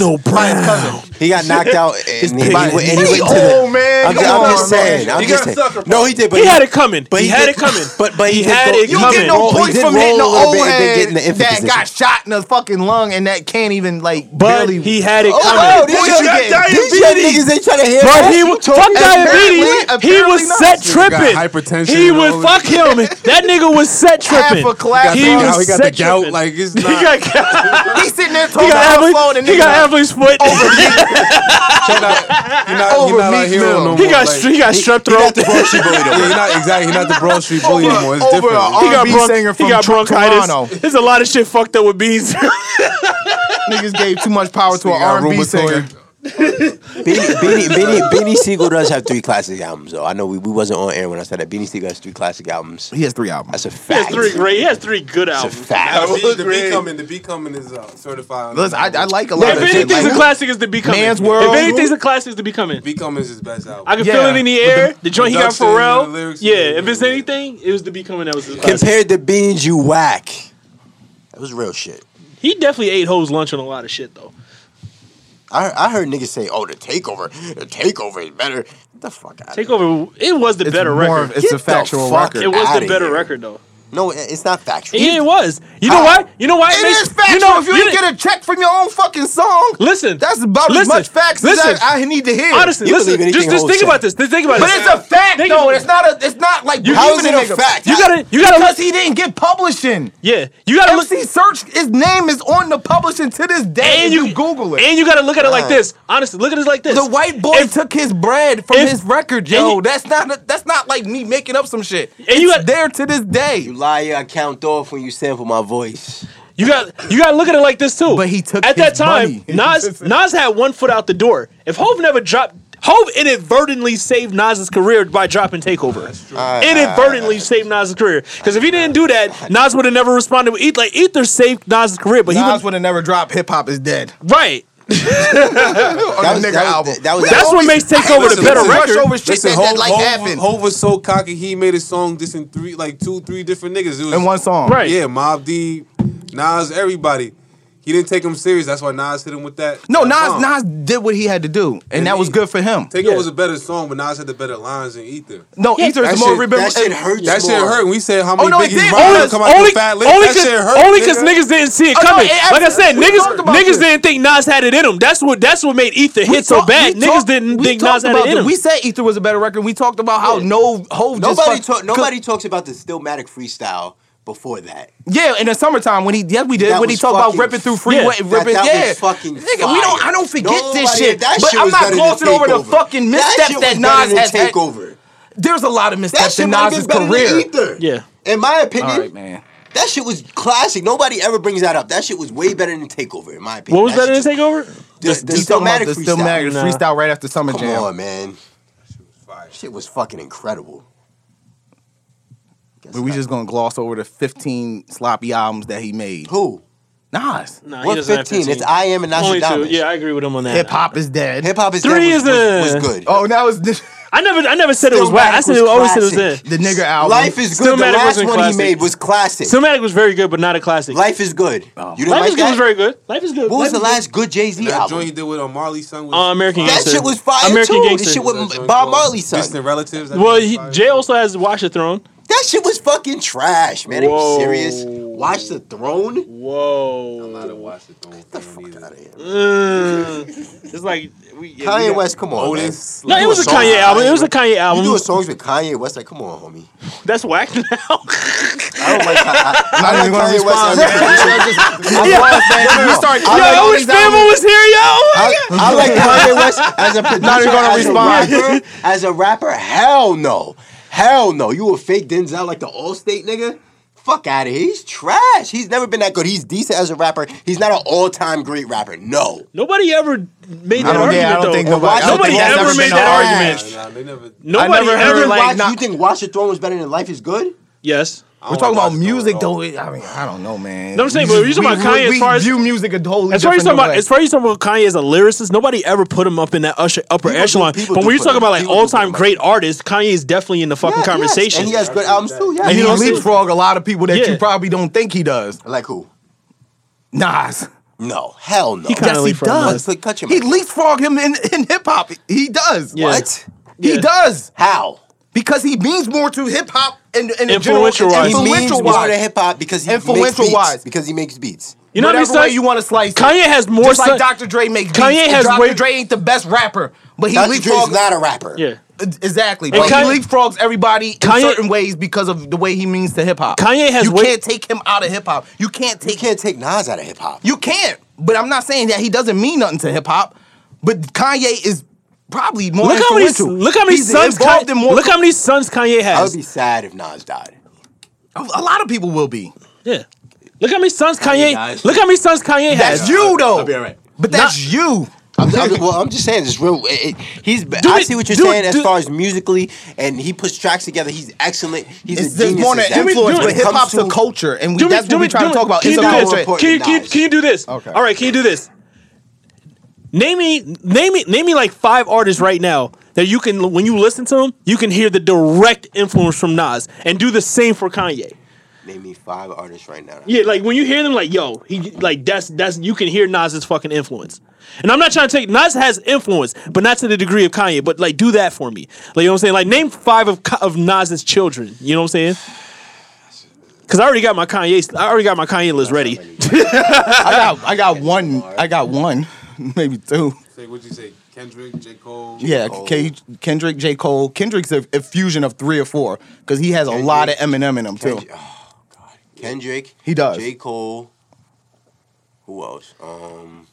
Rhodes. Brown. He got knocked out and, he, went- and he went to the. Oh man, I'm just, I'm come on, just man. saying. I'm You just got saying. sucker No, he did, but He he had it coming. But he, he had did- it coming. But but he he did had go- it he You don't get coming. roll- no he points did from hitting the roll a little old bit and then head getting the infant that position. got shot in the fucking lung and that can't even like But barely. he had it Oh, coming. wow, these Boy, young- you got These young niggas ain't trying to hear. But that. he was fuck Apparently- diabetes. He was apparently not. set He got tripping. hypertension He and was all fuck him. That nigga was set Half tripping. a class He off. Now Oh, he was got the set gout. tripping. Like it's He not. got he He's sitting there talking got about the phone and Adley's- he got Adley's foot. You're not, you're not, Over you're not out Meek here Mill. no more. He got like, he got strep He got throat. the Broad Street bully yeah, though. you're not exactly. You're not the Broad Street Bully anymore. It's over different. a- He got, R&B bron- singer he from got Tro- bronchitis. Toronto. There's a lot of shit fucked up with beans. niggas gave too much power to an got R&B singer. rheumatoid. Benny, Benny, Benny, Benny Siegel does have three classic albums though. I know we, we wasn't on air when I said that. Benny Siegel has three classic albums. He has three albums. That's a he has fact. three great. He has three good That's albums. a fact. The B- the Agreed. B coming. The B coming is uh, certified. Listen, I, I like a lot If of shit. anything's Like, a classic, is to becoming. Man's World. If anything's a classic, is to becoming. B coming is his best album. I can Yeah. feel it in the air. The joint he got production, Pharrell. the lyrics, yeah, yeah, if it's yeah. anything, it was the becoming that was his classic. Compared to Beans, you whack. That was real shit. He definitely ate hoes lunch on a lot of shit though. I, I heard niggas say, "Oh, the takeover, the takeover is better." Get the fuck out. Take Takeover, it was the it's better more record. of- It's Get a the factual fuck record. it was the outta better here. record though. No, it- it's not factual. Yeah, it was. You know How? why? You know why? It is factual. if you, didn't get a check from your own fucking song, Listen, that's about as listen, much facts listen. as I, I need to hear. honestly, You listen, believe anything just, just hoes think say. about this. Just think about but this. it's a fact Think though. about It's not a. It's not like How believing is it in a nigga. fact? You gotta, you gotta Because look. he didn't get publishing. Yeah, you gotta look. MC Search, his name is on the publishing to this day. if And you Google it. Uh. And you gotta look at it like this. Honestly, look at it like this. the white boy If- took his bread from if- his record, yo. and you- that's not. A, that's not like me making up some shit. And you it's got- there to this You day. liar! I count off when you sample my voice. You got you got to look at it like this too. But he took at his that time. money. Nas Nas had one foot out the door. If Hove never dropped, Hove inadvertently saved Nas's career by dropping Takeover. Ah. inadvertently saved Nas's career because if he didn't do that, Nas would have never responded. With Ether. Like Ether saved Nas's career, but he Nas was would have never dropped. Hip hop is dead. right. On That was- the nigga that was- album. that was- We that That's was- always- what makes Takeover the Listen, better listen, record. rush over shit Listen, that, Hov, that like Hov- happened Hov was so cocky. He made a song dissing three, like two, three different niggas. It was, in one song. Right. Yeah, Mob D, Nas, everybody. He didn't take him serious. That's why Nas hit him with that. No, that Nas bomb. Nas did what he had to do, and, And that was he- good for him. Take Yeah. was a better song, but Nas had the better lines than Ether. No, Ether is that the more shit- rebel. That shit hurts. That shit more. hurt. We said how many no, it biggies did, Ron because come out only the fat lip. only That shit hurt. because nigga. niggas didn't see it Oh, no, coming. it absolutely- like I said, we niggas talked about niggas this. didn't think Nas had it in him. That's what that's what made Ether hit so talk- bad. we Niggas talk- didn't we think talked Nas had about it in this. him. We said Ether was a better record. We talked about how Yeah. no Hove just Nobody fuck- talk, nobody talks about the Stillmatic freestyle before that. Yeah, in the summertime when he yeah we did That when he was talked about fucking- ripping through freeway Yeah. ripping That- that yeah was fucking nigga we don't fire. I don't forget this Nobody- shit that but shit I'm was not better than glossing over the Takeover. fucking that shit missteps that was better Nas than has had. Takeover. There's a lot of That missteps shit in might have Nas's been better than career. Ether. Yeah. In my opinion, All right, man. that shit was classic. Nobody ever brings that up. That shit was way better than Takeover, in my opinion. what was that better than shit Takeover? just- The, the, He's talking about Stillmatic the freestyle. Stillmatic Nah. freestyle right after Summer Come Jam. on, man. Shit was fucking incredible. Guess But we not. just gonna gloss over the 15 sloppy albums that he made. who? Nas. Nah, he What doesn't have 15? It's I am and Only two. Nostradamus. Yeah, I agree with him on that. Hip hop is dead. Hip hop is Three Three was, is a- was, was good. Oh, now it's the, I never, I never said it was whack. I Stillmatic was said I always said it was classic. in. the nigga album. Life is good. The Stillmatic last wasn't one classic. he made was classic. Stillmatic was very good, but not a classic. Life is good. Oh. You didn't Life like is good that? was very good. Life is good. What was Life the is good. last good Jay Z That joint he album? did with uh, Marley's son. Was Uh, American That Gangster. shit was fire American too. Gangster. This shit That with joint Bob called Marley's son. Distant relatives. That Well, joint he, was fire. Jay also has Watch the Throne. That shit was fucking trash, man. Whoa. Are you serious? Watch the Throne. I Whoa. didn't watch it. Don't fuck out of here. Mm. it's like we, yeah, we Kanye got- West, come on, man. Otis. No, it was a songs Kanye with album. It Kanye was a West. Kanye You album. doing songs with Kanye West? Like, come on, homie. That's whack now. I don't like. I, I, I even don't gonna like Kanye respond. West. as a Yeah. producer. We I start- yo, like- I all wish these albums- Famo was here, yo. Oh my I, I like Kanye West as a producer. Not even gonna as respond. A rapper, as a rapper, hell no, hell no. You a fake Denzel like the Allstate nigga? Fuck out of here. He's trash. He's never been that good. He's decent as a rapper. He's not an all-time great rapper. No. Nobody ever made I that don't, argument yeah, I don't though. think Watch nobody, I don't Nobody think that's ever been made an that argument. argument. Nah, nah, they never. Nobody never heard, ever like, like Watch, you think Watch the Throne was better than Life is Good? yes. I We're don't talking watch about Thor at music, all. though. it- I mean, I don't know, man. No, I'm saying, We but just- you're talking we- about we- Kanye as we far as- view music a totally As far different as you're talking about, way. as far as you're talking about Kanye as a lyricist, nobody ever put him up in that usher, upper People do- echelon. people but do when you're put talking him- about like people do put all time him up great artists, Kanye is definitely in the fucking Yeah, yes, conversation. And he has good albums too. Yeah. and he you know what I'm saying? leapfrog a lot of people that Yeah. you probably don't think he does. like who? Nas. No, hell no. kinda Yes, he leapfrog does. Let's look, cut your He mic. leapfrog him in, in hip hop. He does. Yeah. What? He Yeah. does. How? Because he means more to hip hop and, and Influential general, wise. He means influential more to wise. hip hop because he makes Influential beats. wise. Because he makes beats. You know what I'm Whatever way saying? you want to slice it. Kanye has more. Just son- like Dr. Dre make beats. Kanye and has Dr. way- Dre ain't the best rapper, but he Dr. Dre's leapfrogs. not a rapper. yeah. Exactly, And but Kanye- he leapfrogs everybody Kanye- in certain ways because of the way he means to hip hop. Kanye has you way- can't take him out of hip hop. You can't You take can't take Nas out of hip hop. You can't. But I'm not saying that he doesn't mean nothing to hip hop. But Kanye is probably more Look how many. influential. Look how many He's sons. involved Kanye, in more. look how many sons Kanye I would has. be sad if Nas died. a lot of people will be. yeah. Look how many sons Kanye. dies. Look how many sons Kanye has. That's you though. I'll be all right. But that's you. I'm, I'm, well, I'm just saying, it's real. It, it, he's. I it- see what you're do it- saying as do- far as musically, and he puts tracks together. He's excellent. He's It's a there's genius. more at than that. influence, When but it hip comes hop's to- a culture, and we, Do me- that's do what me- we're trying to do me- talk about. Can It's you do about this? more Can important. you, can, you, knowledge. can you do this? Okay. All right. Can you do this? Name me, name me, name me like five artists right now that you can, when you listen to them, you can hear the direct influence from Nas, and do the same for Kanye. Name me five artists right now. Yeah, like when you hear them, like yo, he like that's that's you can hear Nas's fucking influence. And I'm not trying to take Nas has influence, but not to the degree of Kanye. But like, do that for me. Like you know what I'm saying? Like name five of Ka- of Nas's children. You know what I'm saying? Because I already got my Kanye. I already got my Kanye list ready. I got I got one. I got one, maybe two. Say what you say, Kendrick, J. Cole. Yeah, K- Kendrick, J. Cole. Kendrick's a, a fusion of three or four because he has a lot of Eminem in him too. Kendrick, oh, God. Kendrick. He does. J. Cole. Who else? Um,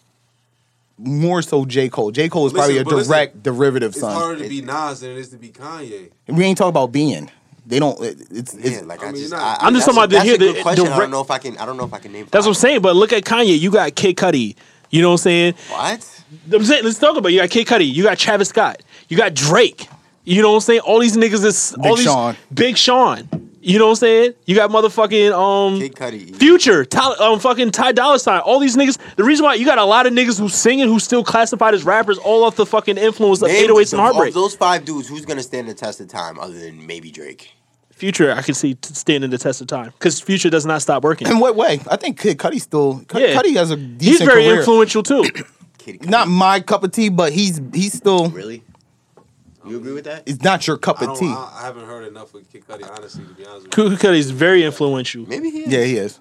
More so, J. Cole. J. Cole is probably Listen, a but listen, direct derivative It's son. harder to be Nas than it is to be Kanye. We ain't talking about being. They don't. it- It's, it's yeah, like I I, mean, just. nah. I, I'm just that's talking about a, the- that's here, a good the- question. I direct- don't know if I can. I don't know if I can name. That's what I'm five. saying. But look at Kanye. You got Kid Cudi. You know what I'm saying? What? I'm saying let's talk about it. you got Kid Cudi, you got Travis Scott, you got Drake. You know what I'm saying? All these niggas is all these Sean. Big Sean. You know what I'm saying? You got motherfucking um Kid Cudi. Future, Ty, um, fucking Ty Dolla Sign, all these niggas. The reason why you got a lot of niggas who's singing who's still classified as rappers, all off the fucking influence of Name 808s and of Heartbreak. those five dudes, who's gonna stand the test of time other than maybe Drake? Future, I can see t- standing the test of time because Future does not stop working. in what way? I think Kid Cudi still. Cudi, Yeah. Cudi has a He's decent very career. influential too. Kid Cudi. Not my cup of tea, but he's he's still. really. You agree with that? It's not your cup I of don't. tea. I, I haven't heard enough of Kid Cudi, honestly, to be honest with you. Kuka is very influential. Maybe he. Is. yeah, he is.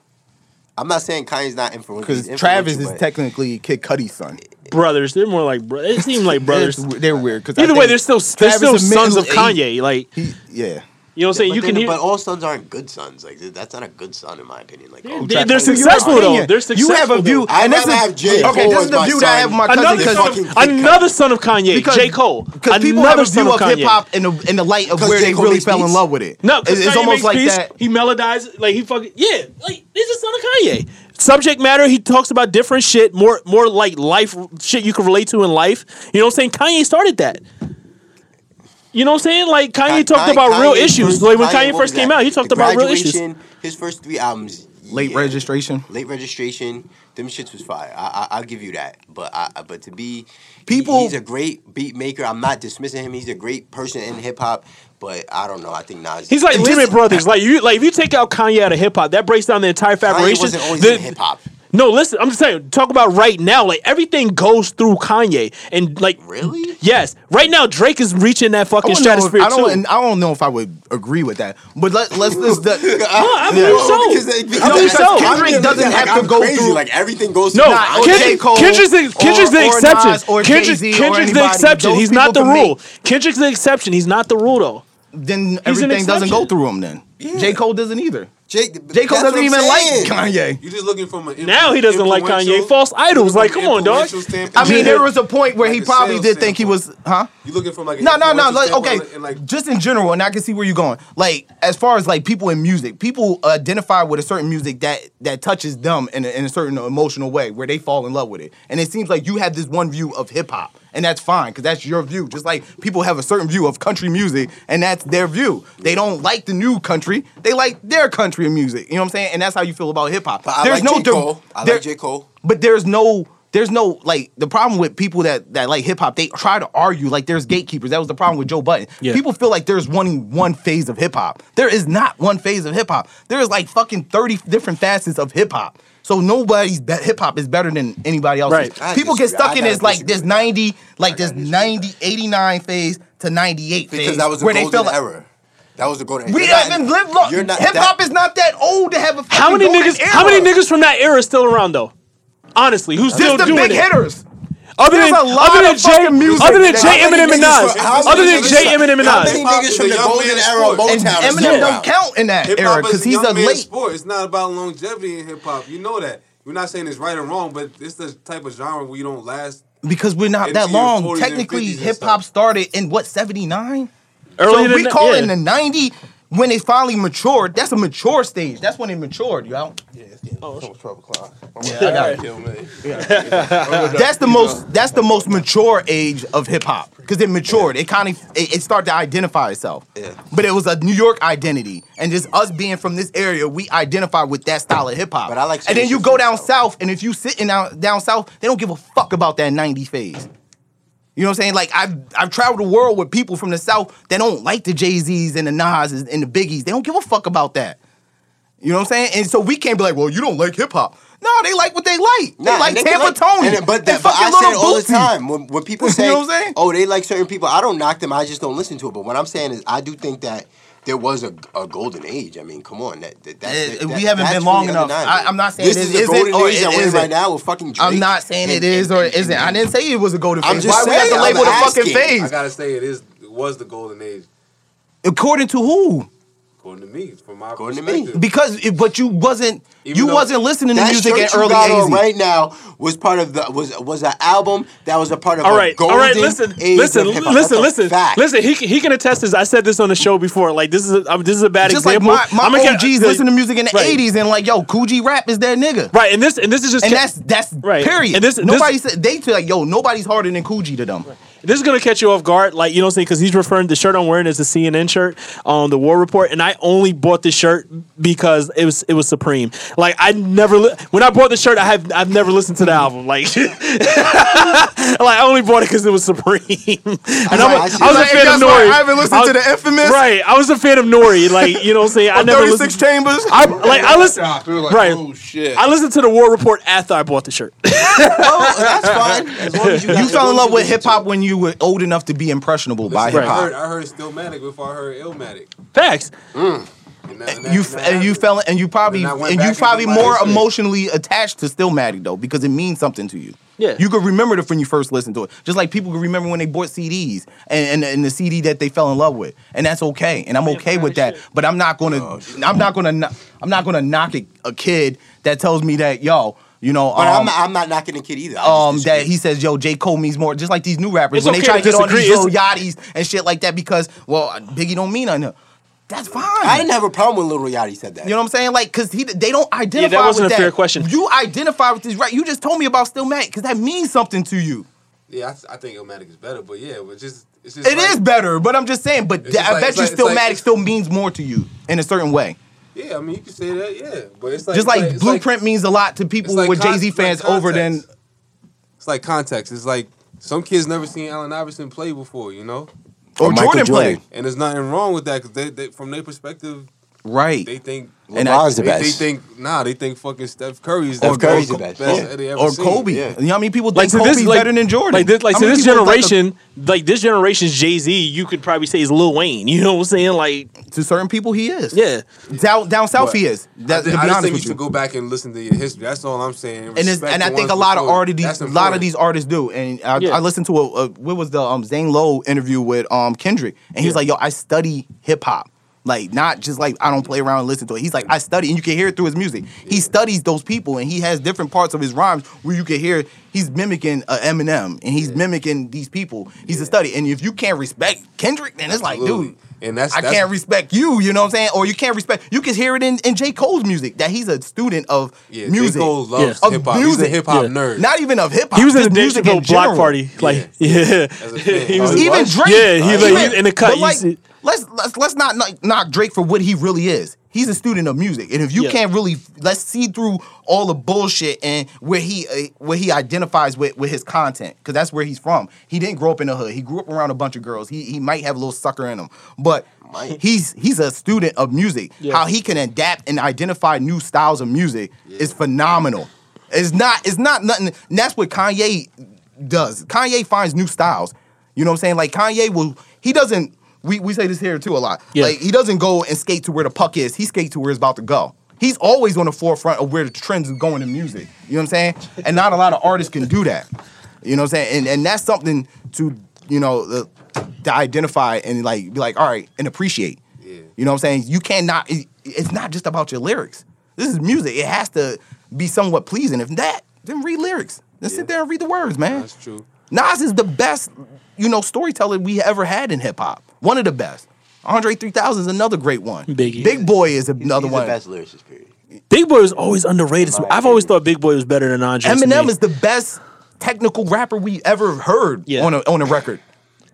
I'm not saying Kanye's not influential. Because he's Travis influential, is but technically Kid Cudi's son. Brothers, they're more like bro- they seem like brothers. They're, they're weird. Cause I Either way, think they're still they're Travis still admitted- sons of he- Kanye. Like He, yeah. you know what I'm saying? but you then- can hear. oh, but all sons aren't good sons. Like th- that's not a good son in my opinion. Like oh, they're, Travis- they're successful though. opinion. They're successful. You have a view. though. I'd and this rather is- have J. Okay, Cole this as is the my view that son. I have with my cousin. Another They're son, Because fucking Kid another son of Kanye, because- J. Cole. Because people another have a son view of Kanye. hip hop in the in the light of Because where J. they Cole really makes fell in beats. love with it. No, 'cause It's- it's Kanye almost makes like peace, that. He melodizes, like he fucking yeah, like he's a son of Kanye. Subject matter, he talks about different shit, more more like life shit you can relate to in life. You know what I'm saying? Kanye started that. You know what I'm saying? Like Kanye Kanye- talked about Kanye real first- issues. like when Kanye, what was first came that? out, he talked The about real issues. Graduation, His first three albums. Late yeah. registration. Late registration. Them shits was fire. I, I, I'll give you that. But I, I- but to be he- People- he's a great beat maker. I'm not dismissing him. He's a great person in hip hop. But I don't know. I think Nas. He's like Lehman Brothers. Like you, like if you take out Kanye out of hip hop, that breaks down the entire Kanye fabrication. wasn't always The- in hip hop. No, listen, I'm just saying, talk about right now. Like everything goes through Kanye. And like Really? Yes. Right now, Drake is reaching that I fucking don't, know if, stratosphere I, too. don't, and I don't know if I would agree with that, but let, let's just. I believe so. I believe so. Kendrick doesn't have to go crazy. through- Like everything goes. no, through Nah, Kanye. or Kendrick, J. Cole, Kendrick's the, Kendrick's the or- or exception. Nas, or Kendrick, Jay-Z, or Kendrick's the anybody. exception. Those He's not the people can rule. Kendrick's the exception. He's not the rule though. then He's an everything doesn't go exception. through him. Then J Cole doesn't either. Jake, J Cole that's what doesn't I'm even saying. like Kanye. You're just looking from an Now he doesn't like influential- Kanye. False idols. Like, from come on, dog. influential standpoint. I mean, there was a point where Like he a probably sales did think he was, standpoint. huh? You looking from like an No, no, no. influential Like, okay, standpoint and like just in general, and I can see where you're going. Like, as far as like people in music, people identify with a certain music that that touches them in a, in a certain emotional way where they fall in love with it. And it seems like you have this one view of hip hop, and that's fine because that's your view. Just like people have a certain view of country music, and that's their view. They don't like the new country; they like their country of music. You know what I'm saying? And that's how you feel about hip hop. But I like J. dem- Cole. I there- like J. Cole. but there's no there's no like the problem with people that that like hip hop they try to argue like there's gatekeepers that was the problem with Joe Button Yeah. people feel like there's one one phase of hip hop there is not one phase of hip hop there is like fucking 30 different facets of hip hop so nobody's be- hip hop is better than anybody else's Right. I people get disagree. I stuck in gotta this like this disagree with that. 90 like this disagree with 90 89 phase to 98 Because phase that was a where they feel golden like era. That was a golden era. we You're not- haven't lived long you're not- hip hop that- is not that old to have a How fucking many golden niggas? How many era. niggas from that era is still around though? Honestly, who's just still the doing big it? hitters Other There's than, a lot other than of Jay, fucking music other than that- Jay How Eminem and Nas, How many other than niggas- Jay Eminem and How many Nas. niggas from Hip the hop golden is a young era of man's And Motown? is still Eminem don't around? count in that era Hip-hop is because he's young a man's late. sport. It's not about longevity in hip hop. You know that. We're not saying it's right or wrong, but it's the type of genre where you don't last. Because we're not Into that your long. 40s and Technically, 50s and hip hop stuff. started in what seventy nine. Earlier So if than we that- call yeah. it in the ninety when it finally matured. That's a mature stage. That's when it matured, y'all. That's the most. That's the most mature age of hip hop because it matured. It kind of it, it started to identify itself. Yeah. But it was a New York identity, and just us being from this area, we identify with that style of hip hop. But I like And then you Snoop go down Dogg. south, and if you sitting down down south, they don't give a fuck about that '90 phase. You know what I'm saying? Like I've I've traveled the world with people from the South that don't like the Jay Z's and the Nas and the Biggies. They don't give a fuck about that. You know what I'm saying? And so we can't be like, well, you don't like hip hop. No, they like what they like. They Nah, like and they Tampa like- Tony. and- but, they that, but I fucking say it little all the boots. time when, when people You say, know what I'm saying? "Oh, they like certain people," I don't knock them. I just don't listen to it. But what I'm saying is, I do think that there was a, a golden age. I mean, come on, that, that, that, Eh, that- we haven't that's been long really enough. undeniable. I- I'm not saying this it is the isn't golden or age it that we're in isn't. right now with fucking Drake. I'm not saying it and- is and- or it isn't. I didn't say it was a golden I'm phase. just Why we have saying, to label I'm the fucking asking. phase? I gotta say, it is. It was the golden age, According to who? according to me, from my According to me. perspective. Because it, but you wasn't Even you though- wasn't listening to That music shirt at you early got on 80s. right now was part of the was was an album that was a part of All a right, all golden right. Listen, age listen, of hip-hop. listen, That's a listen, fact. listen. He can, he can attest this. I said this on the show before. Like this is a, um, this is a bad Just like example. my, my I'ma get- OGs listen to music in the Right. 80s and like, yo, Coogee Rap is that nigga. Right, and this and this is just And ca- that's that's Right. period. And this- this- Nobody said they feel like, yo, nobody's harder than Coogee to them. This is gonna catch you off guard, like you know what I'm saying, because he's referring the shirt I'm wearing is the CNN shirt on the War Report, and I only bought this shirt because it was it was Supreme. Like I never li- when I bought the shirt, I have I've never listened to the album. Like, like I only bought it because it was Supreme, and I'm a, I I was see. a Like, fan of guess what? Nori. I haven't listened I to the infamous- Right, I was a fan of Nori. Like you know what I'm saying, I never listened. chambers. I like I listen. Stop. We were like, right, oh, shit. I listened to the War Report after I bought the shirt. Oh, that's fine. As long as you, You fell in love with hip hop when you were old enough to be impressionable by Listen, hip Right. I hop. heard, I heard Stillmatic before I heard Illmatic. Facts. And that- and that- You and f- that and you happened. fell and you probably And I went and you back probably and did my more research. emotionally attached to Stillmatic though because it means something to you. Yeah. you could remember it when you first listened to it, just like people could remember when they bought CDs and, and, and the CD that they fell in love with, and that's okay, and I'm Oh, okay with that. But I'm not gonna, Oh, I'm not gonna, kno- I'm not gonna knock a, a kid that tells me that yo, you know, But I'm um, not, I'm not knocking the kid either. I just um, that disagree. he says, yo, J. Cole means more, just like these new rappers It's when okay they try to to get on these disagree. little yachties and shit like that because, well, Biggie don't mean nothing. That's fine. I didn't have a problem with Little Yachty said that. You know what I'm saying? Like, cause he they don't identify. that wasn't with a that. fair question. You identify with this, right? You just told me about Stillmatic because that means something to you. Yeah, I, s- I think Illmatic is better, but yeah, but just it's just It is like- better, but I'm just saying. But It's just I like- bet it's you like- it's Stillmatic like- still means more to you in a certain way. Yeah, I mean you can say that. Yeah, but it's like just it's like it's Blueprint means a lot to it's people like with con- Jay Z it's fans like over than. context. It's like context. It's like some kids never seen Allen Iverson play before, you know, Or, Michael Jordan. Jordan, playing. and there's nothing wrong with that because they, they, from their perspective, Right. they think And I- LeBron's the they, they best. think nah, they think fucking Steph Curry's Steph the Curry's the best, best. Yeah. that they ever or seen. Kobe. yeah. You know how many people think like to Kobe's this like, better than Jordan? Like this, like How to many this people thought the- generation, like this generation's Jay Z, you could probably say is Lil Wayne. You know what I'm saying? Like, to certain people, he is. yeah, Down down south, But he is. That, I, to thi- be I just honest think you with should go back and listen to your history. That's all I'm saying. and it's, Respect and I the think a ones lot of before you. already That's a lot of important. these artists do. And I, Yeah. I listened to a, a what was the um Zane Lowe interview with um Kendrick, and he was Yeah. like, "Yo, I study hip hop." Like not just like I don't play around and listen to it. He's like I study, and you can hear it through his music. He studies those people, and he has different parts of his rhymes where you can hear he's mimicking uh, Eminem, and he's mimicking these people. He's a study, and if you can't respect Kendrick, then it's like, Absolutely. dude, And that's- I that's- can't respect you. You know what I'm saying? Or you can't respect. You can hear it in, in J Cole's music that he's a student of Yeah, music. J. Cole loves Of hip hop. He's a music. hip hop Yeah. nerd. Not even of hip hop. He was in the just music in Dixonville block general. party. Like, yeah. a fan. he was Even Even What? Drake. Yeah, he like, Even- he's in the cut. But You like, see- let's let's let's not like, knock Drake for what he really is. He's a student of music, and if you Yeah. can't really let's see through all the bullshit and where he uh, where he identifies with with his content, because that's where he's from. He didn't grow up in the hood. He grew up around a bunch of girls. He he might have a little sucker in him, but he's he's a student of music. Yeah. How he can adapt and identify new styles of music is phenomenal. It's not it's not nothing. And that's what Kanye does. Kanye finds new styles. You know what I'm saying? Like Kanye will he doesn't we, we say this here too a lot. Yeah. Like he doesn't go and skate to where the puck is. He skates to where it's about to go. He's always on the forefront of where the trends is going in music. You know what I'm saying? And not a lot of artists can do that. You know what I'm saying? And and that's something to you know the, to identify and like be like all right and appreciate. You know what I'm saying? You cannot. It, it's not just about your lyrics. This is music. It has to be somewhat pleasing. If that, then read lyrics. Then sit there and read the words, man. That's true. Nas is the best, you know, storyteller we ever had in hip hop. One of the best. Andre 3000 is another great one. Biggie. Big Boy is another He's one. the best lyricist, period. Big Boy was always underrated. In my I've always opinion. thought Big Boy was better than Andre. to Eminem me. is the best technical rapper we ever heard Yeah. on a on a record.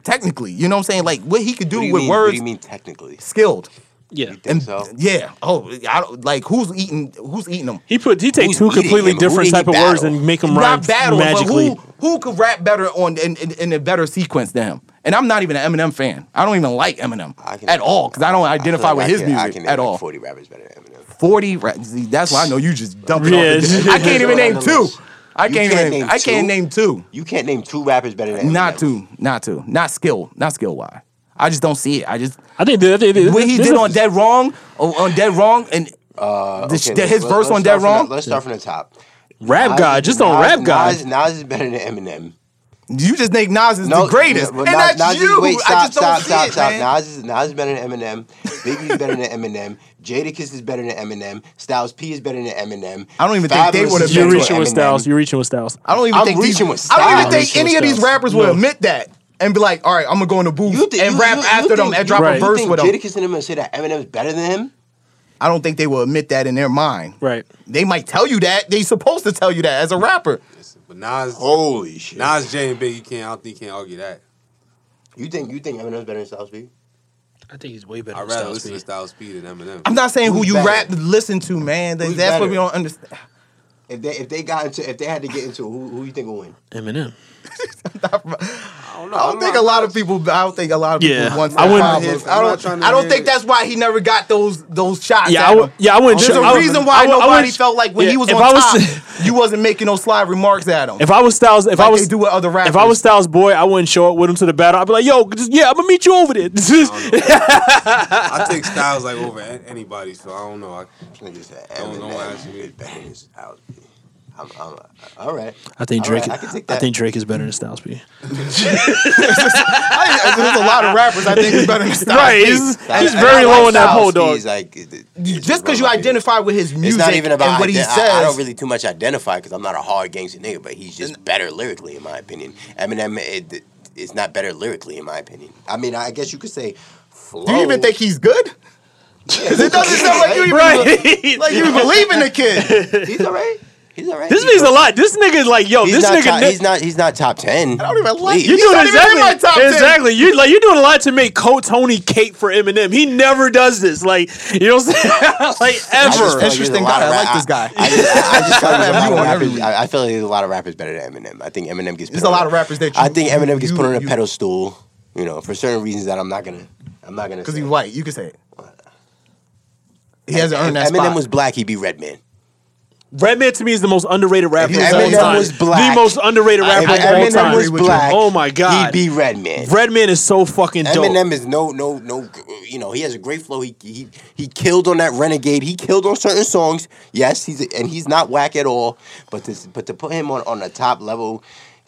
Technically, you know what I'm saying? Like what he could do, What do you with mean? What words, do you mean technically? skilled. yeah. Think so? Yeah. Oh, I don't, like who's eating who's eating them? He put he take Who's two eating completely him? Who different did he type of words battle? and make them rhyme Not battle, magically. but who who could rap better on in, in, in a better sequence than him? And I'm not even an Eminem fan. I don't even like Eminem I can- at all because I don't I feel identify like with I his can- I music can name at like all. 40 rappers better than Eminem. 40 ra- see, that's why I know you just dumping Yeah, off the, I can't even name two. I You can't, can't even name I can't two? name two. You can't name two rappers better than Eminem. Not two. Not two. Not skill. Not skill wise. I just don't see it. I just I think that, I think that- what he this did is- on Dead Wrong or on Dead Wrong and Uh, the sh- okay, the- let's- let's- his verse let's on start Dead from the- Wrong. Let's start from the top. Rap Nas- God, just on Nas- Rap God. Nas, Nas is better than Eminem. You just think Nas is No, the greatest, no, and Nas- that's Nas is- you. wait, I stop, just don't stop, see stop, it, stop. man. Nas is Nas is better than Eminem. Biggie's better than Eminem. Jadakiss is better than Eminem. Styles P is better than Eminem. I don't even think they Fabulous would is admit You're better to reaching than with Eminem. Styles. You're reaching with Styles. I don't even I'm think reaching these, with I don't even style. think I'm any of reaching with these rappers would style. No. admit that and be like, all right, I'm gonna go in the booth You think- and you- rap you- you after them think- and drop a Right. you verse think with them. Jadakiss and him and say that Eminem's better than him. I don't think they will admit that in their mind. Right. They might tell you that. They supposed to tell you that as a rapper. But Nas, Oh, Holy shit! Nas J and Biggie can't. I don't think you can argue that. You think you think Eminem's better than Styles P? I think he's way better. I'd rather listen to Styles P than Eminem. I'm not saying who Who's you better? rap listen to, man. That- Who's That's what better? we don't understand. If they if they got into if they had to get into who who you think will win? Eminem. I don't think a lot of people. I don't think a lot of people Yeah. want. I to wouldn't- follow his- I I'm not don't. trying to I don't hear think it. that's why he never got those those shots. Yeah, at I him. would. Yeah, I wouldn't. There's I a would- reason why I would- I nobody would- felt like when yeah, he was if on I was, top, you wasn't making no sly remarks at him. If I was Styles, if I Like was they do with other if I was rappers. Styles boy, I wouldn't show up with him to the battle. I'd be like, yo, just, yeah, I'm gonna meet you over there. I take Styles like over a- anybody, so I don't know. I, Nigga said Don't- don't ask Eminem me. is better than Styles P. I'm, I'm, all right. I think All right, Drake. I I, can take that. think Drake is better than Styles P. I, there's a lot of rappers I think is better than Styles. Right, P. he's, Styles- he's I- I very like low on that Styles pole, P. dog. He's like, it- it- it's just because you one of my favorites. identify with his It's music not even about and what he ident- says. I, I don't really too much identify because I'm not a hard gangster nigga, but he's just better lyrically in my opinion. Eminem it, is not better lyrically in my opinion. I mean, I guess you could say. Flow. do you even think he's good? it doesn't sound like you even- Right. Like you believe in the kid? He's alright. He's alright. this means a lot. This nigga is like, yo, He's this not nigga. top, ne- he's not. He's not top ten. I don't even like You He's doing not even in exactly, my top 10. exactly. You like you're doing a lot to make Coach Tony cape for Eminem. He never does this. Like you know, what I'm saying? like ever. Interesting guy. I like this guy. I, just- I, I just feel like there's a lot You of on rappers. everything. I, I feel like there's a lot of rappers better than Eminem. I think Eminem gets. There's put a on lot of rappers that I you- think Eminem gets you- put on a you- pedestal. You know, for certain reasons that I'm not gonna. I'm not gonna. Because say. he's white. You can say it. He hasn't earned that Eminem spot. was black. He'd be Redman. Redman to me is the most underrated rapper. If of all Eminem time. was black- The most underrated rapper if of all Eminem time. was black, Oh my he'd god. be Redman. Redman is so fucking dope. Eminem is no, no, no. You know, he has a great flow. He he he killed on that Renegade. He killed on certain songs. Yes, he's a, and he's not whack at all. But to but to put him on on the top level,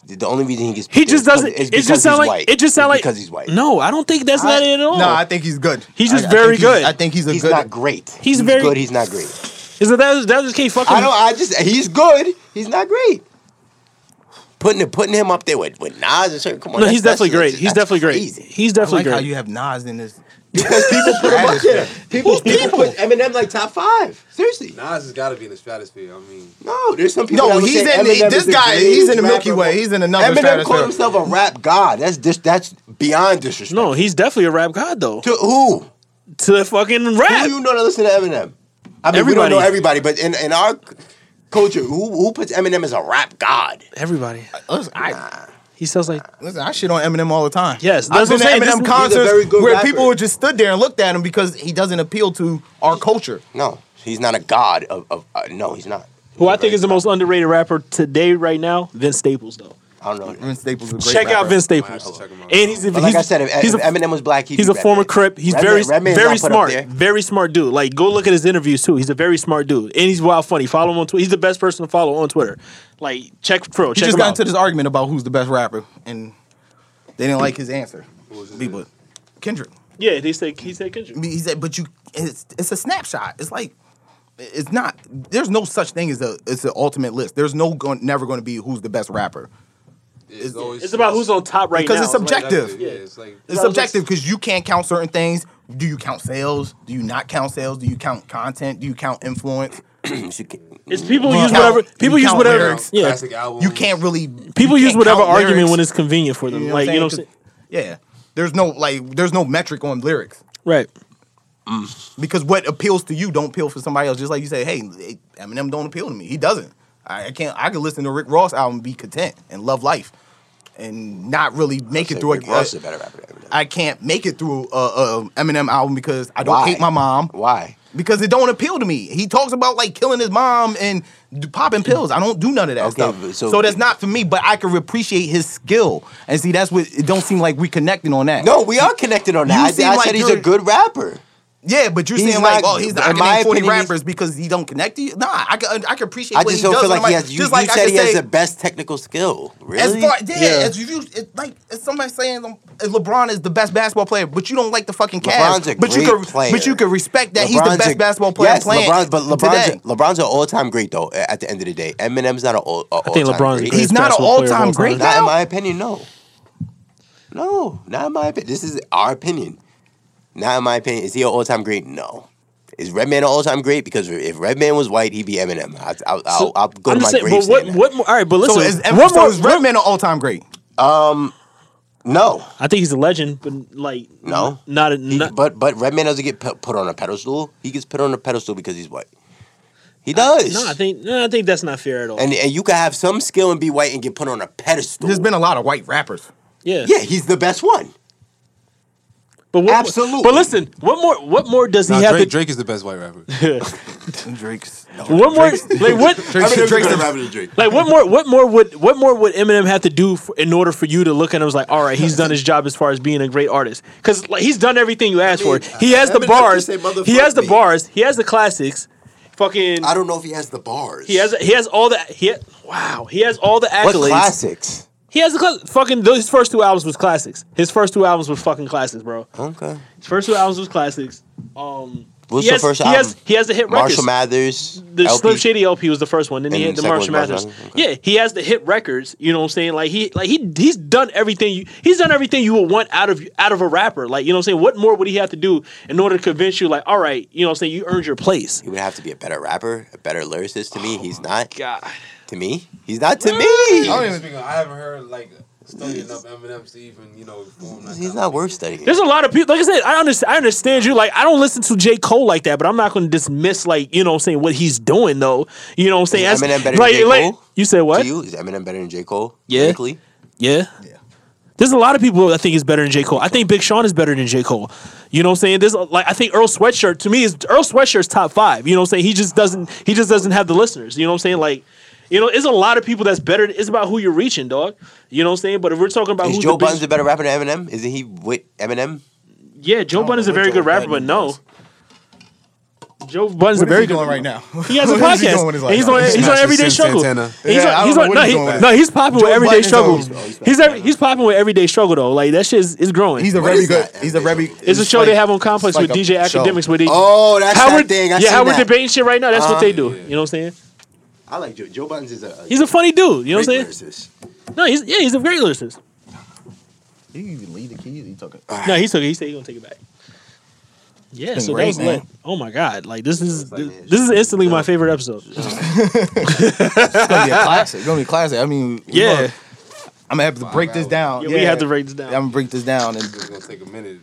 The the only reason he gets He picked just is 'cause- doesn't. is It because just sounds he's like white. it just sounds It's like because he's white. No, I don't think that's not it at all. No, I think he's good. He's just I- I very think he's- good. I think he's a he's good. not great. He's very- good. He's not great. is that that that just can't fucking. I don't. I just he's good. He's not great. Putting putting him up there with, with Nas and certain. Come on, no, that's- he's definitely that's- great. that's He's definitely great. crazy. He's I like definitely how great. you have Nas in this. Because people put him up there. People, people put Eminem like top five. Seriously, Nas has got to be in the stratosphere. I mean, no. There's some people. No, that would he's say in the, Eminem this is guy. greatest He's in the rapper Milky of Way. all- He's in another Eminem called stratosphere. himself a rap god. That's dis- That's beyond disrespect. no, he's definitely a rap god though. To who? To the fucking Who rap. do you know that listen to Eminem? I mean, we Everybody. don't know everybody, but in, in our culture, who who puts Eminem as a rap god? Everybody. Listen, I, He sounds like listen, I shit on Eminem all the time. yes. I've That's been what to I'm saying. Eminem This- concerts very good where rapper. people just stood there and looked at him because he doesn't appeal to our culture. No, he's not a god of. of uh, no, he's not. who I think is the most underrated rapper today, right now, Vince Staples though. I don't know. Vince Staples is a great Check out rapper. Vince have to Staples, check him out. and he's, But Mm, he's like I said, if, he's if a- Eminem was black, he'd He's be a Redman. former Crip. He's Redman- very Redman's very not put up smart. there. Very smart dude. Like go look at his interviews too. He's a very smart dude, and he's wild funny. Follow him on Twitter. He's the best person to follow on Twitter. Like check pro. He Check just him got out. into this argument about who's the best rapper, and they didn't like his answer. People, Kendrick. yeah, they said he said Kendrick. I mean, He said, but you, it's, it's a snapshot. It's like, it's not. There's no such thing as a. It's an ultimate list. There's no going, never going to be who's the best rapper. it's, always It's about who's on top right Because now. it's subjective. Yeah, it's like It's Well, it's- subjective because you can't count certain things. Do you count sales? Do you not count sales? Do you count content? Do you count influence? It's people You count- use whatever people you use count whatever. lyrics. Yeah, classic album. You can't really. people use whatever argument when it's. it's convenient for them. like you know, what I'm saying? Yeah. There's no like there's no metric on lyrics. right? Because what appeals to you don't appeal for somebody else. Just like you say, hey, Eminem don't appeal to me. He doesn't. I, I can't I can listen to Rick Ross album and be content and love life and not really make it through Rick Ross is a, a better rapper than Eminem. I can't make it through a, a Eminem album because I don't Why? hate my mom. Why? Because it don't appeal to me. He talks about like killing his mom and d- popping pills. I don't do none of that Okay, stuff. but So, so- that's not for me. But I can appreciate his skill. And see, that's what it don't seem like we connecting on that. No, we are connected on You that. seem I, I like said he's a you're- good rapper. Yeah, but you're He's saying like, not- oh, he's in not my name forty opinion, he's- rappers because he don't connect to you. Nah, I can I can appreciate. I what just he don't does feel on like the he mic. has. You, just you like I said could he has say, the best technical skill. As Really? far yeah, Yeah. as if you it, like it's somebody saying um, LeBron is the best basketball player, but you don't like the fucking Cavs. LeBron's a but you great could player. but you could respect that he's the LeBron's best a- basketball player yes, playing LeBron's, but LeBron's, today. LeBron's an all-time great though. a- At the end of the day, Eminem's not an all, a all-time I think LeBron's the great. greatest He's not an basketball player of all-time all great time. Not in now? my opinion, no. No, not in my opinion. This is our opinion. Not in my opinion. Is he an all time great? No. Is Redman an all time great? Because if Redman was white, he'd be Eminem. I, I, I'll, So, I'll go I'm to my just saying, grave but what? What? More, all right, but so listen. is, one so more, is Redman an all time great? No, I think he's a legend, but like No. n- not a, He- not, but but Redman doesn't get put put on a pedestal. He gets put on a pedestal because he's white. He does. no. I think no, I think that's not fair at all. and and you can have some skill and be white and get put on a pedestal. There's been a lot of white rappers. yeah, yeah, he's the best one. But what, Absolutely. But listen, what more? What more does Nah, he have Drake, to? Drake is the best white rapper. Drake's What more? Like what? Drake's the rapper than Drake. Like what more? What more would? What more would Eminem have to do for, in order for you to look at him as like, all right, he's done his job as far as being a great artist? Because like he's done everything you asked for. He has the Eminem bars. can say He has the motherfuck me. bars. He has the classics. Fucking. I don't know if he has the bars. He has. He has all the. He ha- wow. He has all the what accolades. classics? He has the class, fucking. Those, his first two albums was classics. His first two albums was fucking classics, bro. Okay. His first two albums was classics. Um. What's he the has, first he album? Has, he has the hit Marshall records. Mathers. The LP. Slim Shady LP was the first one. Then he And had the the second Marshall one was Mathers. Marshall Mathers? Yeah, he has the hit records. You know what I'm saying? Like he, like he, he's done everything. You, he's done everything you would want out of out of a rapper. Like you know what I'm saying? What more would he have to do in order to convince you? Like, all right, you know what I'm saying? You earned your place. He would have to be a better rapper, a better lyricist. To me, he's not. Oh God, To me, he's not. To me, Speaking of, I haven't heard like studying up Eminem to even you know. form that he's kind not of- worth studying. there's a lot of people. Like I said, I understand. I understand you. Like I don't listen to J Cole like that, but I'm not going to dismiss like you know what I'm saying what he's doing though. You know what I'm saying? Is That's- Eminem better than like, J. like- Cole? you said what? To you, is Eminem better than J. Cole? Yeah. Lyrically? Yeah. There's a lot of people I think is better than J. Cole. I think Big Sean is better than J. Cole. You know what I'm saying? There's like I think Earl Sweatshirt to me is Earl Sweatshirt's top five. You know what I'm saying? He just doesn't he just doesn't have the listeners. You know what I'm saying? Like, you know, it's a lot of people that's better. It's about who you're reaching, dog. You know what I'm saying? But if we're talking about Is who's Joe Oh, the big- Budden's a better rapper than Eminem? Isn't he with Eminem? yeah, Joe Budden's a very Joe good rapper, but Budden no. is. Joe Budden's a What is very he good. doing right now? He has a What is he podcast. doing oh, with his and he's life? on. He's on Smashing everyday Sin struggle. Santana. And He's Yeah, I on. don't He's know on. what No, he's doing he, with no, he's popping with Joe everyday Budden's struggle. on- He's every, he's popping with everyday struggle though. Like that shit is, is growing. He's a What very is good. that? He's a very. it's a show they have on Complex like with a DJ show. Academics where they. Oh, that's Howard, that thing. I yeah, seen Howard that. debating shit right now. That's what they do. yeah. You know what I'm saying? I like Joe. Joe Buttons is a. a He's a funny dude. You know what great I'm saying? lyricist. No, he's yeah, he's a great lyricist. Did he even leave the keys? He took it. No, he took it. He said he's gonna take it back. Yeah, been so great, that was man. lit. Oh my god! Like this is like, man, this is instantly my favorite episode. It's gonna be a classic. It's gonna be a classic. I mean, we Yeah, gonna- I'm gonna have to break this down. yeah, we had to break this I'm down. gonna break this down, and It's gonna take a minute. to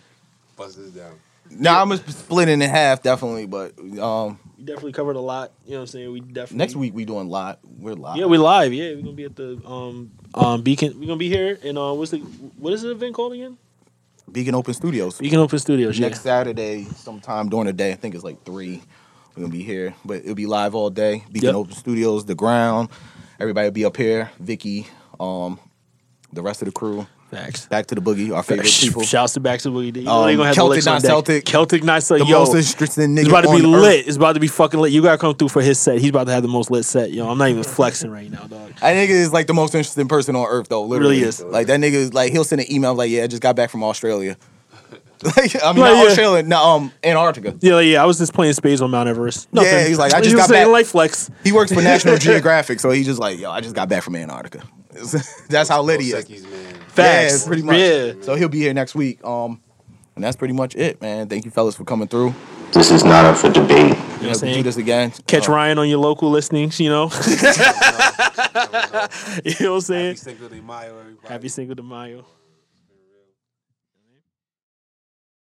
Bust this down. now I'm gonna split it in half definitely. But um, We definitely covered a lot. You know what I'm saying? We definitely next week we doing live. We're live. Yeah, we live. Yeah, we're gonna be at the um um Beacon. We're gonna be here and uh what's the what is the event called again? Beacon Open Studios. Beacon Open Studios. Yeah. Next Saturday, sometime during the day. I think it's like three. We're gonna be here, but it'll be live all day. Beacon Yep. Open Studios, the ground. Everybody will be up here. Vicky, um, the rest of the crew. Facts. Back to the boogie, our favorite people. Shouts to Back to Boogie. You know Um, they gonna have Celtic, the licks on not deck. Celtic. Celtic not The Celtic. Yo, most interesting nigga it's about to be on earth. lit. It's about to be fucking lit. You gotta come through for his set. He's about to have the most lit set. Yo, I'm not even flexing right now, dog. That nigga is like the most interesting person on earth, though. Literally, Really is. Like that nigga is like he'll send an email like, "Yeah, I just got back from Australia." like I mean, not Like, yeah. Australia, no, um, Antarctica. Yeah, like, yeah. I was just playing spades on Mount Everest. Yeah, Nothing. he's like, I just You know got what I'm saying? back. Like flex. He works for National Geographic, so he just like, "Yo, I just got back from Antarctica." That's how lit he is. Seki's man. Facts. Yeah, pretty much. Yeah. So he'll be here next week. Um, and that's pretty much it, man. Thank you, fellas, for coming through. This is not up for debate. You We'll know what I'm do saying? this Oh. again. Catch Ryan on your local listenings, you know? you know what I'm saying? Cinco de Mayo, everybody. Happy single de Mayo.